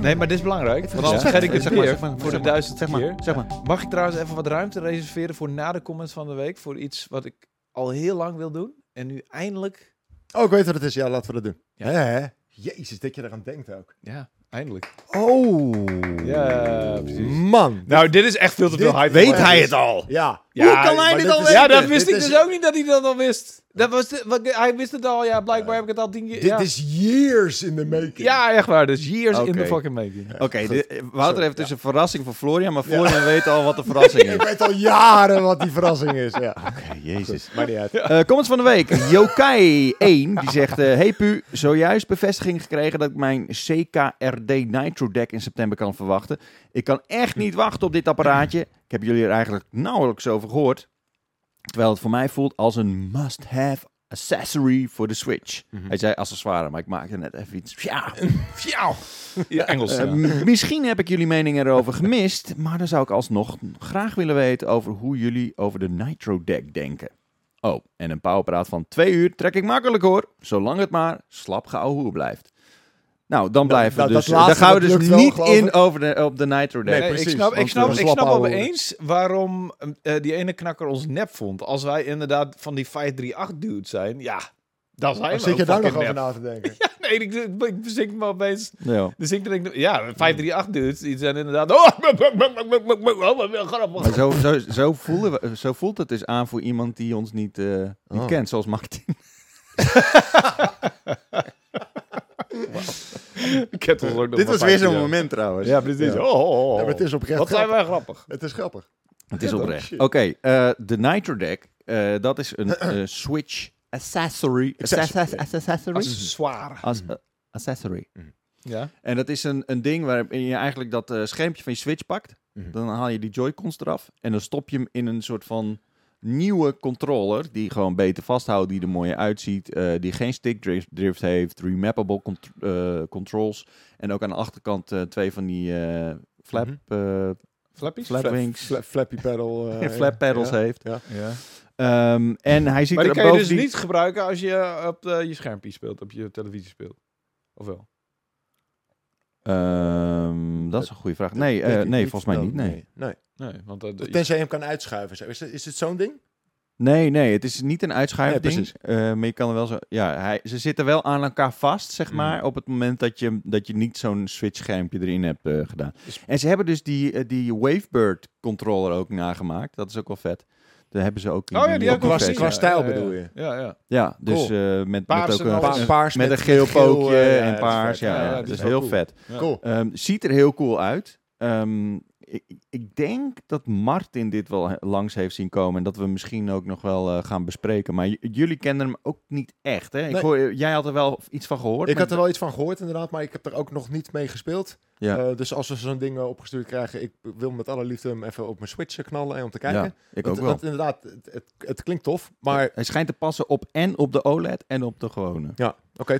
Speaker 3: Nee, maar dit is belangrijk. Want anders vergeet ik het
Speaker 1: Zeg
Speaker 3: weer
Speaker 1: maar, zeg maar,
Speaker 3: voor de
Speaker 1: zeg maar,
Speaker 3: duizend
Speaker 1: Zeg maar,
Speaker 3: keer.
Speaker 1: zeg maar.
Speaker 3: Mag ik trouwens even wat ruimte reserveren voor na de comments van de week? Voor iets wat ik al heel lang wil doen. En nu eindelijk...
Speaker 2: Oh, ik weet wat het is. Ja, laten we dat doen.
Speaker 3: Ja.
Speaker 2: Hè, hè? Jezus, dat je eraan denkt ook.
Speaker 3: Ja, eindelijk.
Speaker 2: Oh.
Speaker 3: Ja, precies.
Speaker 2: Man.
Speaker 3: Nou, dit is echt veel te
Speaker 2: Dit
Speaker 3: veel hype.
Speaker 2: weet hij
Speaker 3: het.
Speaker 2: het
Speaker 1: al?
Speaker 2: Ja.
Speaker 3: Ja,
Speaker 1: Hoe kan hij
Speaker 2: maar
Speaker 1: dit
Speaker 2: dit
Speaker 1: al
Speaker 2: is-
Speaker 1: weten?
Speaker 3: Ja, dat
Speaker 2: Dit
Speaker 3: wist ik
Speaker 2: is-
Speaker 3: dus ook niet dat hij dat al wist. Dat was de- wat, hij wist het al, ja, blijkbaar heb ik het al tien keer.
Speaker 2: Dit
Speaker 3: ja.
Speaker 2: is years in the making.
Speaker 3: ja, echt waar. Dus years in
Speaker 1: Oké.
Speaker 3: the fucking making.
Speaker 1: Oké, de- Wouter
Speaker 2: Sorry,
Speaker 1: heeft dus een verrassing voor Florian, maar Florian weet al wat de verrassing is.
Speaker 2: Ik weet al jaren wat die verrassing is. Ja.
Speaker 1: Oké, jezus.
Speaker 2: Maar niet uit.
Speaker 1: Eh, comments van de week. Yokai1, die zegt... eh, hey Pu, zojuist bevestiging gekregen dat ik mijn CKRD Nitro Deck in september kan verwachten. Ik kan echt niet wachten op dit apparaatje. Ik heb jullie er eigenlijk nauwelijks over gehoord. Terwijl het voor mij voelt als een must-have accessory voor de Switch.
Speaker 2: Mhm.
Speaker 1: Hij zei accessoire, maar ik maakte net even iets... Ja,
Speaker 3: Fjauw. Ja, Engels.
Speaker 1: Eh,
Speaker 3: ja.
Speaker 1: m- misschien heb ik jullie mening erover gemist, maar dan zou ik alsnog graag willen weten over hoe jullie over de Nitro Deck denken. Oh, en een powerpraat van twee uur trek ik makkelijk hoor, zolang het maar slap geouwehoer blijft. Nou, dan blijven
Speaker 2: dat-
Speaker 1: we
Speaker 2: dat
Speaker 1: dus.
Speaker 2: laatste,
Speaker 1: daar gaan we
Speaker 2: dat
Speaker 1: dus
Speaker 2: lukt wel,
Speaker 1: niet
Speaker 2: geloof
Speaker 1: in
Speaker 2: ik.
Speaker 1: over de, op de Nitro Deck.
Speaker 3: Nee,
Speaker 2: precies,
Speaker 3: ik snap, ik
Speaker 2: want
Speaker 3: snap,
Speaker 2: we
Speaker 3: ik
Speaker 2: slappen
Speaker 3: snap al
Speaker 2: ouwe.
Speaker 3: eens waarom eh, die ene knakker ons nep vond. Als wij inderdaad van die 538 dudes zijn, ja, dan zijn
Speaker 2: Of
Speaker 3: we
Speaker 2: zit je
Speaker 3: ook
Speaker 2: daar nog
Speaker 3: fucking
Speaker 2: over
Speaker 3: nep.
Speaker 2: na te denken?
Speaker 3: Nee, ik, ik, ik verzink me opeens.
Speaker 1: Ja.
Speaker 3: Dus ik denk, ja, 538 dudes, die zijn inderdaad... Oh, buk, buk, buk, buk, buk, buk, oh, wat grappig.
Speaker 1: Maar zo, zo, zo, voelen we, zo voelt het dus aan voor iemand die ons niet, eh, niet
Speaker 2: Oh.
Speaker 1: kent, zoals Martin.
Speaker 3: Ik heb ons ook nog
Speaker 1: Dit
Speaker 3: maar
Speaker 1: was weer
Speaker 3: 538.
Speaker 1: zo'n moment trouwens.
Speaker 3: Ja, precies.
Speaker 2: Ja.
Speaker 3: Oh, oh, oh.
Speaker 2: Ja, maar het is oprecht
Speaker 3: Wat zijn
Speaker 2: grappig.
Speaker 3: wij grappig.
Speaker 2: Het is grappig.
Speaker 1: Het is
Speaker 2: Ja, dan.
Speaker 1: oprecht.
Speaker 2: Shit.
Speaker 1: Oké, eh, de Nitro Deck, eh, dat is een eh, Switch accessory.
Speaker 2: Accessory.
Speaker 1: Access- accessory?
Speaker 3: Zwaar.
Speaker 1: As- eh, accessory.
Speaker 3: Ja.
Speaker 1: En dat is een, een ding waarin je eigenlijk dat eh, schermpje van je Switch pakt.
Speaker 2: Mhm.
Speaker 1: Dan haal je die Joy-Cons eraf en dan stop je hem in een soort van nieuwe controller die gewoon beter vasthoudt, die er mooier uitziet, eh, die geen stick drift, drift heeft, remappable cont- eh, controls en ook aan de achterkant eh, twee van die eh, flap,
Speaker 2: Mhm.
Speaker 1: eh,
Speaker 3: Flappies?
Speaker 1: flap wings,
Speaker 2: Fla- flappy pedal. eh,
Speaker 1: flap pedals
Speaker 2: ja.
Speaker 1: heeft.
Speaker 3: Ja.
Speaker 1: Ehm, en hij ziet
Speaker 3: Maar die
Speaker 1: er
Speaker 3: kan je
Speaker 1: boven
Speaker 3: dus niet gebruiken als je op eh, je schermpje speelt, op je televisie speelt. Of wel?
Speaker 1: Ehm, dat is een goede vraag. Nee, eh,
Speaker 2: Denk ik
Speaker 1: nee volgens mij
Speaker 2: No,
Speaker 1: niet. Nee.
Speaker 2: nee.
Speaker 3: Nee, want eh, Oh, dat...
Speaker 2: Tenzij je hem kan uitschuiven. zo. Is, het- is het zo'n ding?
Speaker 1: nee, nee, het is niet een uitschuifding.
Speaker 2: Nee, precies.
Speaker 1: Eh, maar je kan er wel zo. Ja, hij, ze zitten wel aan elkaar vast, zeg maar. Op het moment dat je, dat je niet zo'n switchschermpje erin hebt eh, gedaan.
Speaker 3: Dus-
Speaker 1: En ze hebben dus die, eh, die Wavebird controller ook nagemaakt. Dat is ook wel vet. Daar hebben ze ook. in
Speaker 3: Oh ja, die heb
Speaker 1: nieuwe
Speaker 3: ik wel
Speaker 2: qua-
Speaker 3: gezien,
Speaker 1: versie.
Speaker 2: qua
Speaker 3: ja,
Speaker 2: stijl
Speaker 3: ja, ja.
Speaker 2: bedoel je?
Speaker 3: Ja, ja.
Speaker 1: Ja, dus
Speaker 2: Cool.
Speaker 1: eh, met, met
Speaker 3: Paars
Speaker 1: ook
Speaker 3: en
Speaker 1: een,
Speaker 3: alles.
Speaker 1: een-
Speaker 2: paars
Speaker 1: met een geel pookje
Speaker 2: eh,
Speaker 1: en paars.
Speaker 3: vet.
Speaker 1: Ja,
Speaker 3: Ja,
Speaker 1: ja,
Speaker 3: ja,
Speaker 1: dat
Speaker 3: die
Speaker 1: is
Speaker 3: is
Speaker 1: heel
Speaker 2: cool.
Speaker 1: vet.
Speaker 3: Ja.
Speaker 2: Cool.
Speaker 1: Ehm, ziet er heel cool uit. Ehm, ik, ik- ik denk dat Martin dit wel he- langs heeft zien komen. En dat we hem misschien ook nog wel eh, gaan bespreken. Maar j- jullie kennen hem ook niet echt. Hè? Ik
Speaker 2: Nee.
Speaker 1: hoor, eh, jij had er wel iets van gehoord.
Speaker 2: Ik
Speaker 1: maar-
Speaker 2: had er wel iets van gehoord inderdaad, maar ik heb er ook nog niet mee gespeeld.
Speaker 1: Ja.
Speaker 2: Eh, dus als we zo'n ding eh, opgestuurd krijgen, ik wil met alle liefde hem even op mijn Switch eh, knallen en om te kijken.
Speaker 1: Ja, ik ook
Speaker 2: Want-
Speaker 1: wel.
Speaker 2: want inderdaad, het, het, het klinkt tof, maar oké,
Speaker 1: Hij schijnt te passen op en op de OLED en op de gewone.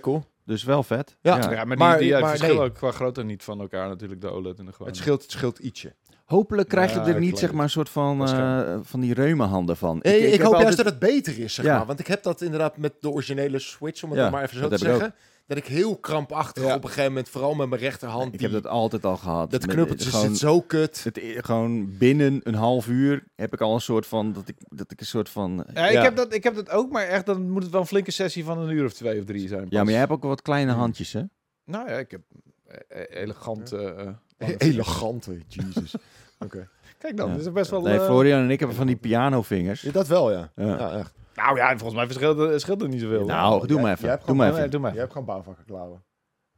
Speaker 2: cool.
Speaker 1: Dus wel vet.
Speaker 2: Ja.
Speaker 3: Ja, maar,
Speaker 2: Maar-
Speaker 3: die, die eh,
Speaker 2: maar
Speaker 3: verschillen
Speaker 2: nee.
Speaker 3: ook qua grootte niet van elkaar natuurlijk, de OLED en de gewone.
Speaker 2: Het scheelt, het scheelt ietsje.
Speaker 1: Hopelijk krijg je
Speaker 3: Ja,
Speaker 1: er niet
Speaker 3: klein.
Speaker 1: zeg maar, een soort van, eh, van die reumahanden van.
Speaker 2: Ik, ik,
Speaker 1: heb
Speaker 2: hoop juist
Speaker 1: altijd-
Speaker 2: dat het beter is, zeg
Speaker 1: Ja.
Speaker 2: maar. Want ik heb dat inderdaad met de originele Switch, om het
Speaker 1: Ja,
Speaker 2: maar even zo
Speaker 1: dat
Speaker 2: te
Speaker 1: heb ik
Speaker 2: zeggen. Dat ik heel krampachtig
Speaker 3: Ja.
Speaker 2: op een gegeven moment, vooral met mijn rechterhand,
Speaker 1: Ik
Speaker 2: die-
Speaker 1: heb dat altijd al gehad.
Speaker 2: dat
Speaker 1: Met-
Speaker 2: knuppeltje
Speaker 1: gewoon-
Speaker 2: zit zo kut.
Speaker 1: Het, e-, gewoon binnen een half uur heb ik al een soort van dat ik dat ik een soort van
Speaker 3: Ja, ik,
Speaker 2: Ja.
Speaker 3: Heb dat, ik heb dat ook, maar echt, dan moet het wel een flinke sessie van een uur of twee of drie zijn.
Speaker 1: ja, maar jij hebt ook wel wat kleine handjes hè?
Speaker 3: Nou ja, ik heb eh, eh, elegant... eh, eh, lange vingers.
Speaker 2: Elegante, Jesus. Oké.
Speaker 3: Kijk dan,
Speaker 1: Ja.
Speaker 3: dat is best wel...
Speaker 1: Nee,
Speaker 3: eh,
Speaker 1: Florian en ik hebben van die pianovingers.
Speaker 2: Ja, dat wel, ja.
Speaker 1: Ja.
Speaker 2: echt.
Speaker 3: Nou ja, volgens mij verschilt het, scheelt het niet zoveel.
Speaker 1: Nou, doe
Speaker 2: Jij-
Speaker 1: maar
Speaker 2: jij
Speaker 1: even.
Speaker 2: hebt
Speaker 1: Doe
Speaker 2: gewoon-
Speaker 1: maar
Speaker 3: Nee,
Speaker 1: even.
Speaker 3: doe maar.
Speaker 2: Je hebt gewoon bouwvakkenklauwen.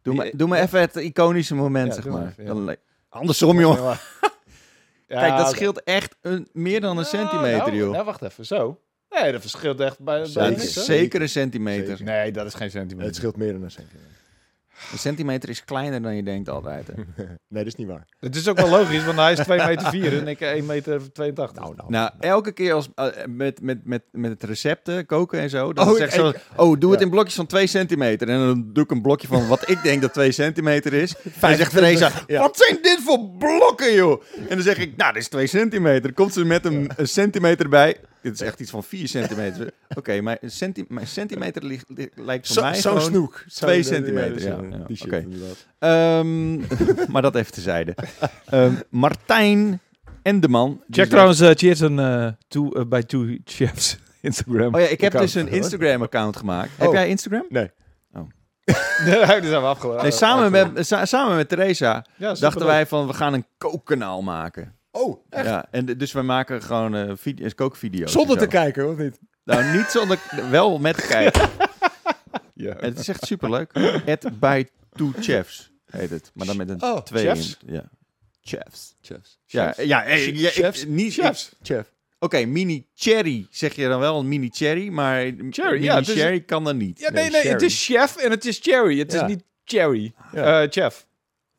Speaker 1: Doe maar,
Speaker 3: eh, Die-
Speaker 1: doe maar even het iconische moment,
Speaker 3: Ja,
Speaker 1: zeg
Speaker 3: doe maar
Speaker 1: maar.
Speaker 3: even, ja.
Speaker 1: Dan le- Andersom,
Speaker 2: nou.
Speaker 1: jongen.
Speaker 3: Ja,
Speaker 1: Kijk, dat
Speaker 3: oké.
Speaker 1: scheelt echt een, meer dan een
Speaker 3: Nou,
Speaker 1: centimeter,
Speaker 3: nou,
Speaker 1: joh.
Speaker 3: nou, wacht even, zo. Nee, dat verschilt echt bij... bij
Speaker 1: Dat
Speaker 2: Zeker.
Speaker 1: is
Speaker 3: niks, hè?
Speaker 1: zeker een centimeter.
Speaker 2: Zeker.
Speaker 3: Nee, dat is geen centimeter.
Speaker 2: Het scheelt meer dan een centimeter.
Speaker 1: Een centimeter is kleiner dan je denkt altijd. hè.
Speaker 2: Nee, dat is niet waar.
Speaker 3: Het is ook wel logisch, want hij is 2 meter 4 en ik 1 meter 82.
Speaker 1: Nou, elke keer als, eh, met, met, met, met recepten, koken en zo. Dan
Speaker 2: Oh,
Speaker 1: zegt
Speaker 2: ik-
Speaker 1: ze, oh, doe het
Speaker 2: ja.
Speaker 1: in blokjes van 2 centimeter. En dan doe ik een blokje van wat ik denk dat 2 centimeter is. Hij zegt Teresa,
Speaker 2: ja.
Speaker 1: wat zijn dit voor blokken, joh? En dan zeg ik, nou, dit is 2 centimeter. Dan komt ze met een, een centimeter bij. Dit is echt iets van 4 centimeter. Oké, maar een centi- mijn centimeter ligt, ligt- lijkt voor
Speaker 2: Zo-
Speaker 1: mij
Speaker 2: Zo'n
Speaker 1: gewoon...
Speaker 2: snoek.
Speaker 1: twee
Speaker 2: Zo'n-
Speaker 1: centimeter,
Speaker 2: zo'n-
Speaker 1: ja, ja,
Speaker 2: Die shit
Speaker 1: oké.
Speaker 2: inderdaad.
Speaker 1: Ehm, maar dat even tezijde. Ehm Martijn Endeman. die
Speaker 3: Check
Speaker 1: zegt-
Speaker 3: trouwens uh, Cheers en two, eh, bij Two Chefs Instagram.
Speaker 1: Oh ja, ik heb
Speaker 2: Account,
Speaker 1: dus een
Speaker 2: hoor.
Speaker 1: Instagram-account gemaakt.
Speaker 2: Oh.
Speaker 1: Heb jij Instagram?
Speaker 3: Nee, die zijn we afgelopen.
Speaker 2: Eh,
Speaker 1: Nee, samen met, sa- samen met Theresa
Speaker 3: Ja,
Speaker 1: dachten wij van we gaan een kookkanaal maken.
Speaker 2: Oh, echt?
Speaker 1: Ja, en d- dus wij maken gewoon eh, vide- kookvideo's.
Speaker 2: Zonder
Speaker 1: en
Speaker 2: te
Speaker 1: zo.
Speaker 2: kijken, of niet?
Speaker 1: Nou, niet zonder, wel met kijken.
Speaker 3: Ja.
Speaker 1: Het is echt superleuk. Het by two chefs heet het, maar dan met een
Speaker 2: Oh,
Speaker 1: twee.
Speaker 3: chefs?
Speaker 1: in- ja. Chefs.
Speaker 2: Chefs.
Speaker 1: Ja, ja, eh, ja, ik-
Speaker 2: Chefs?
Speaker 1: niet ik-
Speaker 3: Chefs.
Speaker 2: Chef.
Speaker 1: Oké, mini cherry zeg je dan wel, een mini cherry, maar mini
Speaker 3: Cherry, ja, het
Speaker 2: dus
Speaker 3: is-
Speaker 1: cherry kan dan niet.
Speaker 3: Ja, nee, nee, het is chef en het is cherry. Het
Speaker 2: Ja.
Speaker 3: is niet cherry.
Speaker 2: Ja.
Speaker 3: Eh, chef.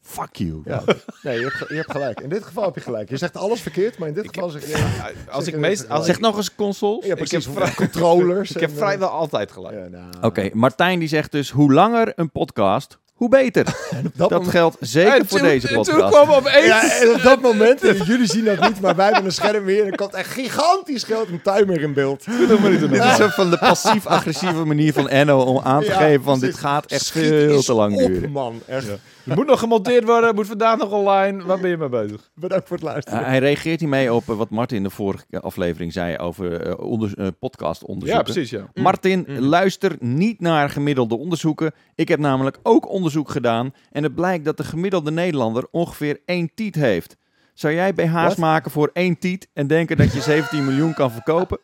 Speaker 1: Fuck you.
Speaker 2: Ja. Nee, je hebt, ge- je hebt gelijk. In dit geval heb je gelijk. Je zegt alles verkeerd, maar in dit geval zeg je...
Speaker 3: Als ik
Speaker 2: even
Speaker 3: meest...
Speaker 2: gelijk.
Speaker 3: Als
Speaker 1: Zeg
Speaker 3: ik,
Speaker 1: nog eens consoles.
Speaker 2: Ja, precies.
Speaker 3: heb
Speaker 2: hoeveel
Speaker 3: vrij-
Speaker 2: controllers.
Speaker 3: ik heb
Speaker 2: en, eh,
Speaker 3: vrijwel altijd gelijk.
Speaker 2: ja, nou.
Speaker 1: Oké, Martijn die zegt dus hoe langer een podcast, hoe beter.
Speaker 2: Dat,
Speaker 1: Dat
Speaker 2: moment,
Speaker 1: geldt zeker
Speaker 3: En
Speaker 1: voor
Speaker 3: Oh. toen-
Speaker 1: deze
Speaker 3: En toen
Speaker 1: podcast.
Speaker 3: kwam opeens...
Speaker 2: ja, en op dat moment, eh, jullie zien dat niet, maar wij hebben een scherm weer. Er komt echt gigantisch geld een timer in beeld.
Speaker 1: Dit is zo van de passief-agressieve manier van Enno om aan te
Speaker 2: Ja,
Speaker 1: geven van dit
Speaker 2: precies.
Speaker 1: gaat echt
Speaker 2: Schiet
Speaker 1: veel
Speaker 2: eens
Speaker 1: te lang
Speaker 2: op,
Speaker 1: duren.
Speaker 2: man. Echt.
Speaker 3: Het moet nog gemonteerd worden, moet vandaag nog online. Waar ben je mee bezig?
Speaker 2: Bedankt voor het luisteren.
Speaker 1: Hij reageert hiermee op eh, wat Martin in de vorige aflevering zei over eh, onder, eh, podcastonderzoeken.
Speaker 3: Ja, precies, ja.
Speaker 2: Mm.
Speaker 1: Martin, luister niet naar gemiddelde onderzoeken. Ik heb namelijk ook onderzoek gedaan en het blijkt dat de gemiddelde Nederlander ongeveer één tiet heeft. Zou jij BH's
Speaker 2: Wat?
Speaker 1: maken voor één tiet en denken dat je 17 miljoen kan verkopen?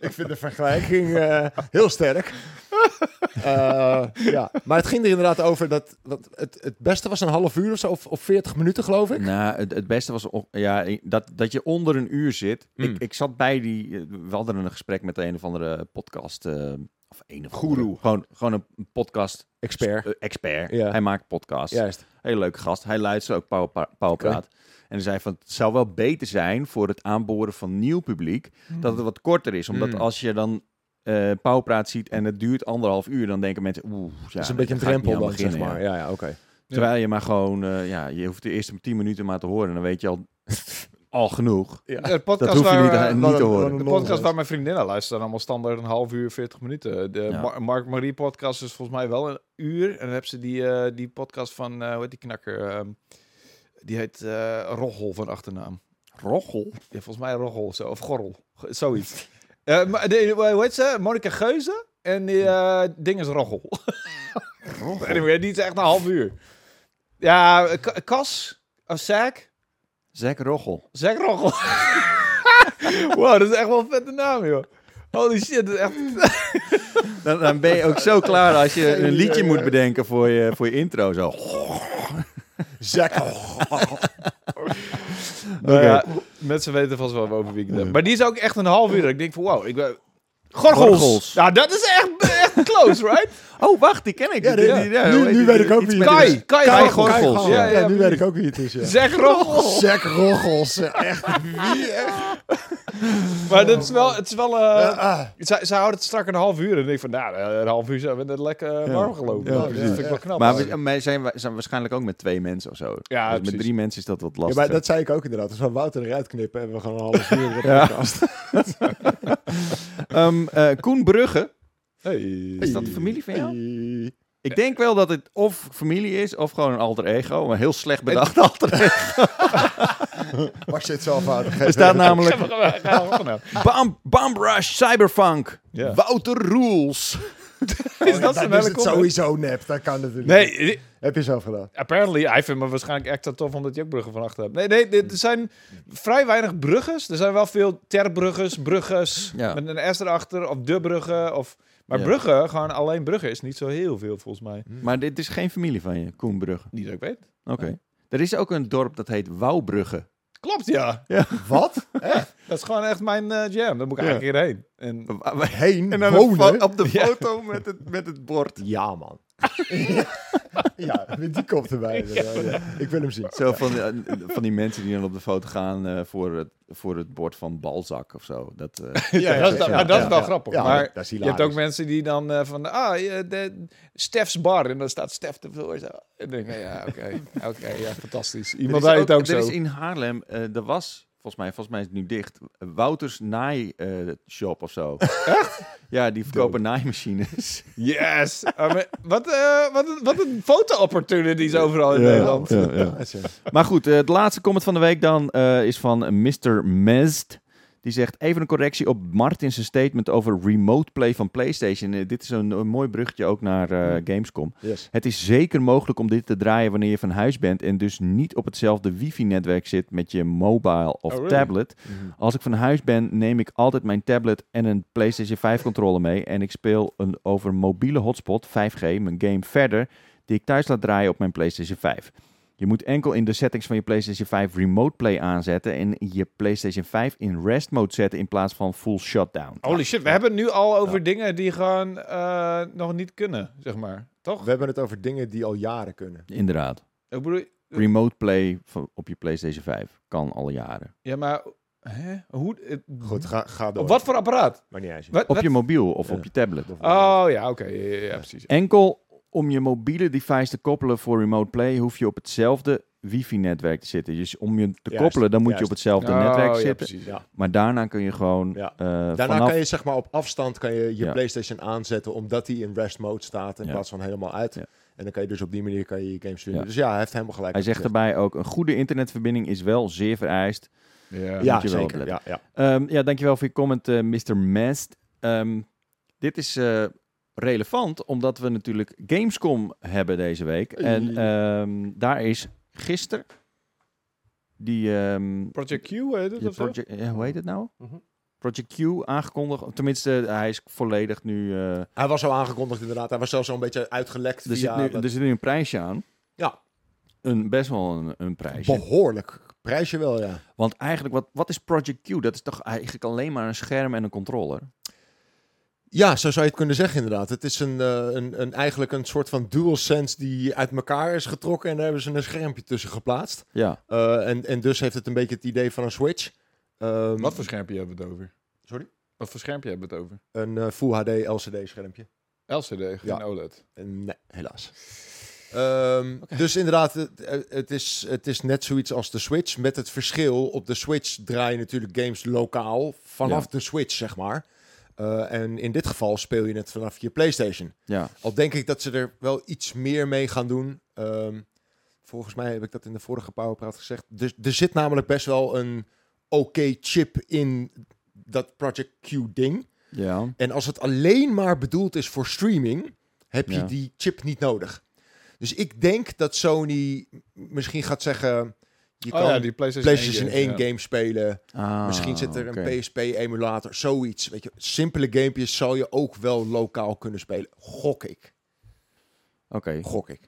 Speaker 2: Ik vind de vergelijking eh, heel sterk. Eh, ja. Maar het ging er inderdaad over dat, dat het, het beste was een half uur of zo, of, of 40 minuten, geloof ik.
Speaker 1: Nou, het, het beste was on- ja, dat, dat je onder een uur zit.
Speaker 2: Mm.
Speaker 1: Ik, ik zat bij die. eh, We hadden een gesprek met een of andere podcast. eh, of een of andere-
Speaker 2: Goeroe.
Speaker 1: Gewoon, gewoon een podcast.
Speaker 2: Expert.
Speaker 1: eh, expert.
Speaker 2: Ja.
Speaker 1: Hij maakt podcasts.
Speaker 2: Juist.
Speaker 1: Hele leuke gast. Hij luistert ook Power, Pa- Powerpraat. En hij zei van, het zou wel beter zijn voor het aanboren van nieuw publiek... dat
Speaker 2: Mhm.
Speaker 1: het wat korter is. Omdat
Speaker 3: Mm.
Speaker 1: als je dan eh Powerpraat ziet en het duurt anderhalf uur... dan denken mensen, oeh... Ja,
Speaker 2: dat is een beetje een
Speaker 1: daar ga ik niet
Speaker 2: drempel
Speaker 1: aan
Speaker 2: dan,
Speaker 1: beginnen,
Speaker 2: zeg
Speaker 1: ja.
Speaker 2: maar. Ja, ja, oké.
Speaker 1: Terwijl je maar gewoon, eh, ja, je hoeft de eerste 10 minuten maar te horen. en Dan weet je al, al genoeg.
Speaker 2: Ja.
Speaker 3: De podcast
Speaker 1: Dat hoef je
Speaker 3: waar,
Speaker 1: niet,
Speaker 3: eh,
Speaker 1: eh, niet
Speaker 2: dan-
Speaker 1: te
Speaker 2: dan-
Speaker 1: horen.
Speaker 3: De podcast waar mijn vriendinnen luisteren, allemaal standaard een half uur, 40 minuten. De
Speaker 1: Ja.
Speaker 3: Mar- Mark Marie podcast is volgens mij wel een uur. En dan hebben ze die, eh, die podcast van, eh hoe heet die knakker? ehm, die heet eh Rochel van achternaam.
Speaker 1: Rochel?
Speaker 3: Ja, volgens mij Rochel of zo, of Gorrel, G- zoiets. Eh, maar de- hoe heet ze? Monika Geuze en die eh, ding is Rochel. anyway, die is echt een half uur. Ja, eh, Ka- Kas of Zack?
Speaker 1: Zack Rochel.
Speaker 3: Zeg Rochel. wow, dat is echt wel een vette naam, joh. Holy shit, dat is echt...
Speaker 1: Dan, dan ben je ook zo klaar als je een liedje
Speaker 2: idee,
Speaker 1: moet
Speaker 2: hè?
Speaker 1: bedenken voor je, voor je intro. Zo.
Speaker 2: Zack.
Speaker 3: Nou ja, mensen weten vast wel over wie ik het heb. Maar die is ook echt een half uur. Ik denk van, wow, ik ben... Gorgels.
Speaker 1: Gorgels.
Speaker 3: Nou, dat is echt, echt close, right?
Speaker 1: Oh, wacht, die ken ik.
Speaker 2: Ja,
Speaker 1: Die-
Speaker 2: die-
Speaker 1: die- ja,
Speaker 2: nu-
Speaker 1: hoe heet
Speaker 2: nu
Speaker 1: die?
Speaker 2: weet ik ook
Speaker 1: Iets
Speaker 2: wie
Speaker 1: met
Speaker 2: het
Speaker 1: een-
Speaker 3: Kai, Kai,
Speaker 1: Kai
Speaker 3: Gorgels.
Speaker 1: Gorgels.
Speaker 2: Gorgels.
Speaker 1: ja.
Speaker 2: Ja,
Speaker 3: ja,
Speaker 2: nu
Speaker 3: precies.
Speaker 2: weet ik ook wie het is, ja.
Speaker 3: Zeg Rochel.
Speaker 2: Zack Roggels. Eh, Echt.
Speaker 3: Maar dat is wel... Het is wel
Speaker 2: Ah,
Speaker 3: eh,
Speaker 2: ah.
Speaker 3: ze, ze houden het strak een half uur. En ik denk van, nou, eh, een half uur zijn we net lekker
Speaker 2: Ja.
Speaker 3: warm gelopen.
Speaker 2: Ja,
Speaker 3: Nou, dat
Speaker 2: precies.
Speaker 3: vind ik wel knap.
Speaker 1: Maar we maar zijn, wa- zijn waarschijnlijk ook met twee mensen of zo.
Speaker 3: Ja,
Speaker 1: dus met
Speaker 3: precies.
Speaker 1: drie mensen is dat wat
Speaker 2: Ja,
Speaker 1: lastig.
Speaker 2: maar dat zei ik ook inderdaad. Als we Wouter eruit knippen, hebben we gewoon een half uur op de
Speaker 1: Ja.
Speaker 2: podcast.
Speaker 1: Ehm, eh, Koen Brugge,
Speaker 3: Hey.
Speaker 1: is dat familie van jou?
Speaker 2: Hey.
Speaker 1: Ik denk wel dat het of familie is of gewoon een alter ego. Maar heel slecht bedacht alter ego.
Speaker 2: Pak je het zelf aan.
Speaker 1: Er staat namelijk
Speaker 3: Ga maar- ga maar vanuit.
Speaker 1: Bam, Bamrush, Cyberfunk,
Speaker 3: Ja.
Speaker 1: Wouter Rules.
Speaker 3: Is dat zijn hele
Speaker 2: is het
Speaker 3: combo?
Speaker 2: sowieso nep. Dat kan natuurlijk
Speaker 3: Nee,
Speaker 2: Heb je zelf gedaan?
Speaker 3: Apparently, hij vindt me waarschijnlijk extra tof omdat je ook bruggen van achter hebt. Nee, nee, dit- er zijn vrij weinig brugges. Er zijn wel veel terbruggers, brugges
Speaker 1: Ja.
Speaker 3: met een S erachter of de bruggen. Of, maar
Speaker 1: Ja. Hm.
Speaker 3: bruggen, gewoon alleen bruggen is niet zo heel veel volgens mij.
Speaker 1: Maar dit is geen familie van je, Koenbrugge.
Speaker 3: Niet dat ik weet.
Speaker 1: Oké. Er is ook een dorp dat heet Wouwbrugge.
Speaker 3: Klopt, ja.
Speaker 2: Wat?
Speaker 3: Dat is gewoon echt mijn eh, jam. Daar moet ik
Speaker 2: Ja.
Speaker 3: eigenlijk hierheen. En
Speaker 2: Heen
Speaker 1: En dan een
Speaker 2: wonen?
Speaker 1: fo- op de
Speaker 3: Ja.
Speaker 1: foto met, het, met het bord.
Speaker 2: Ja, man. ja, met die kop erbij. inderdaad, ja. Ik wil hem zien.
Speaker 1: Zo van, eh, van die mensen die dan op de foto gaan eh, voor, het, voor het bord van Balzak of zo. Dat, eh,
Speaker 3: Ja, dat is,
Speaker 1: ja,
Speaker 3: maar dat
Speaker 1: ja,
Speaker 3: is wel
Speaker 2: ja.
Speaker 3: grappig.
Speaker 2: Ja,
Speaker 3: maar
Speaker 2: dat is
Speaker 3: je hebt ook
Speaker 2: hilarisch.
Speaker 3: mensen die dan eh, van, ah, je- de, Stef's bar. En dan staat Stef de Vloer zo. En dan denk ik, ja, oké, oké, ja, fantastisch. Iemand
Speaker 1: er is
Speaker 3: zei het ook
Speaker 1: Er
Speaker 3: zo.
Speaker 1: is in Haarlem, eh er was, volgens mij, volgens mij is het nu dicht, Wouters Naai eh, Shop of zo. Echt? Ja, die verkopen naaimachines.
Speaker 3: Yes! Ah, maar wat, eh, wat, een- wat een foto-opportunities overal in Nederland.
Speaker 2: Ja, zo.
Speaker 1: Maar goed, eh, het laatste comment van de week dan eh, is van Mr. Mest. Die zegt even een correctie op Martin's statement over remote play van PlayStation. Eh, dit is een, een mooi bruggetje ook naar eh, Gamescom.
Speaker 2: Yes.
Speaker 1: Het is zeker mogelijk om dit te draaien wanneer je van huis bent en dus niet op hetzelfde wifi-netwerk zit met je mobile of
Speaker 3: Oh, really?
Speaker 1: tablet. Als ik van huis ben, neem ik altijd mijn tablet en een PlayStation 5 controller mee en ik speel een over mobiele hotspot 5G mijn game verder die ik thuis laat draaien op mijn PlayStation 5. Je moet enkel in de settings van je PlayStation 5 Remote Play aanzetten en je PlayStation 5 in rest mode zetten in plaats van full shutdown.
Speaker 3: Holy shit, we hebben het nu al over dingen die gewoon eh, nog niet kunnen, zeg maar. Toch?
Speaker 2: We hebben het over dingen die al jaren kunnen.
Speaker 3: Oh.
Speaker 1: Inderdaad.
Speaker 3: Ik bedoel,
Speaker 1: Remote Play van- op je PlayStation 5 kan al jaren.
Speaker 3: ja, maar hè? hoe... eh,
Speaker 2: Goed, ga, ga door.
Speaker 3: Op wat voor apparaat?
Speaker 2: Maar niet eens.
Speaker 3: Wat,
Speaker 1: Op
Speaker 3: wat-
Speaker 1: je mobiel of
Speaker 2: Ja.
Speaker 1: op je tablet.
Speaker 3: Oh, ja, oké, ja, ja, ja, precies.
Speaker 1: Enkel om je mobiele device te koppelen voor remote play, hoef je op hetzelfde wifi-netwerk te zitten. Dus om je te
Speaker 2: Juist,
Speaker 1: koppelen, dan moet je
Speaker 2: juist.
Speaker 1: op hetzelfde
Speaker 3: Oh,
Speaker 1: netwerk
Speaker 3: ja,
Speaker 1: zitten.
Speaker 3: precies.
Speaker 2: Ja.
Speaker 1: Maar daarna kun je gewoon
Speaker 2: Ja.
Speaker 1: eh,
Speaker 2: Daarna
Speaker 1: vanaf...
Speaker 2: kan je zeg maar op afstand kan je, je
Speaker 1: Ja.
Speaker 2: PlayStation aanzetten omdat die in rest mode staat in
Speaker 1: Ja.
Speaker 2: plaats van helemaal uit.
Speaker 1: Ja.
Speaker 2: En dan kan je dus op die manier kan je je games streamen.
Speaker 1: Ja.
Speaker 2: Dus ja, hij heeft helemaal gelijk.
Speaker 1: Hij zegt erbij ook, een goede internetverbinding is wel zeer vereist.
Speaker 3: Ja.
Speaker 2: ja,
Speaker 1: eh, moet je wel
Speaker 2: zeker.
Speaker 1: opletten.
Speaker 2: Ja, ja.
Speaker 1: Ehm, ja, dankjewel voor je comment, eh, Mr. Mast. Ehm, dit is eh, relevant, omdat we natuurlijk Gamescom hebben deze week. En ehm, daar is gisteren die... ehm,
Speaker 3: Project Q heet het
Speaker 1: Ja,
Speaker 3: of zo?
Speaker 1: Project, eh, hoe heet het nou?
Speaker 2: Mhm.
Speaker 1: Project Q aangekondigd. Tenminste, eh, hij is volledig nu. eh,
Speaker 2: Hij was al aangekondigd inderdaad. Hij was zelfs al een beetje uitgelekt
Speaker 1: er, zit
Speaker 2: via
Speaker 1: nu
Speaker 2: dat
Speaker 1: er zit nu een prijsje aan.
Speaker 2: Ja.
Speaker 1: Een, best wel een, een prijsje.
Speaker 2: behoorlijk prijsje wel, ja.
Speaker 1: Want eigenlijk, wat, wat is Project Q? Dat is toch eigenlijk alleen maar een scherm en een controller?
Speaker 2: Ja, zo zou je het kunnen zeggen inderdaad. Het is een, eh, een, een, eigenlijk een soort van DualSense die uit elkaar is getrokken en daar hebben ze een schermpje tussen geplaatst.
Speaker 1: Ja.
Speaker 2: Eh, en, en dus heeft het een beetje het idee van een Switch. Ehm,
Speaker 3: Wat voor schermpje hebben we het over?
Speaker 2: Sorry?
Speaker 3: Wat voor schermpje hebben we het over?
Speaker 2: Een eh, Full HD LCD schermpje.
Speaker 3: LCD, geen
Speaker 2: Ja.
Speaker 3: OLED.
Speaker 2: Eh, Nee, helaas. Ehm, Dus inderdaad, het, eh, het, is, het is net zoiets als de Switch. Met het verschil, op de Switch draai je natuurlijk games lokaal vanaf
Speaker 1: Ja.
Speaker 2: de Switch, zeg maar. Eh, en in dit geval speel je het vanaf je PlayStation.
Speaker 1: ja.
Speaker 2: Al denk ik dat ze er wel iets meer mee gaan doen. Ehm, volgens mij heb ik dat in de vorige Powerpraat gezegd. Er, er zit namelijk best wel een oké chip in dat Project Q-ding.
Speaker 1: Ja.
Speaker 2: En als het alleen maar bedoeld is voor streaming, heb je
Speaker 1: Ja.
Speaker 2: die chip niet nodig. Dus ik denk dat Sony m- misschien gaat zeggen... Je
Speaker 3: Oh
Speaker 2: kan
Speaker 3: ja, die PlayStation,
Speaker 2: PlayStation 1
Speaker 3: games, ja.
Speaker 2: game spelen.
Speaker 1: Ah,
Speaker 2: misschien zit er
Speaker 1: oké.
Speaker 2: een PSP-emulator, zoiets. Weet je, simpele gamepjes zou je ook wel lokaal kunnen spelen. Gok ik,
Speaker 1: Oké.
Speaker 2: gok ik.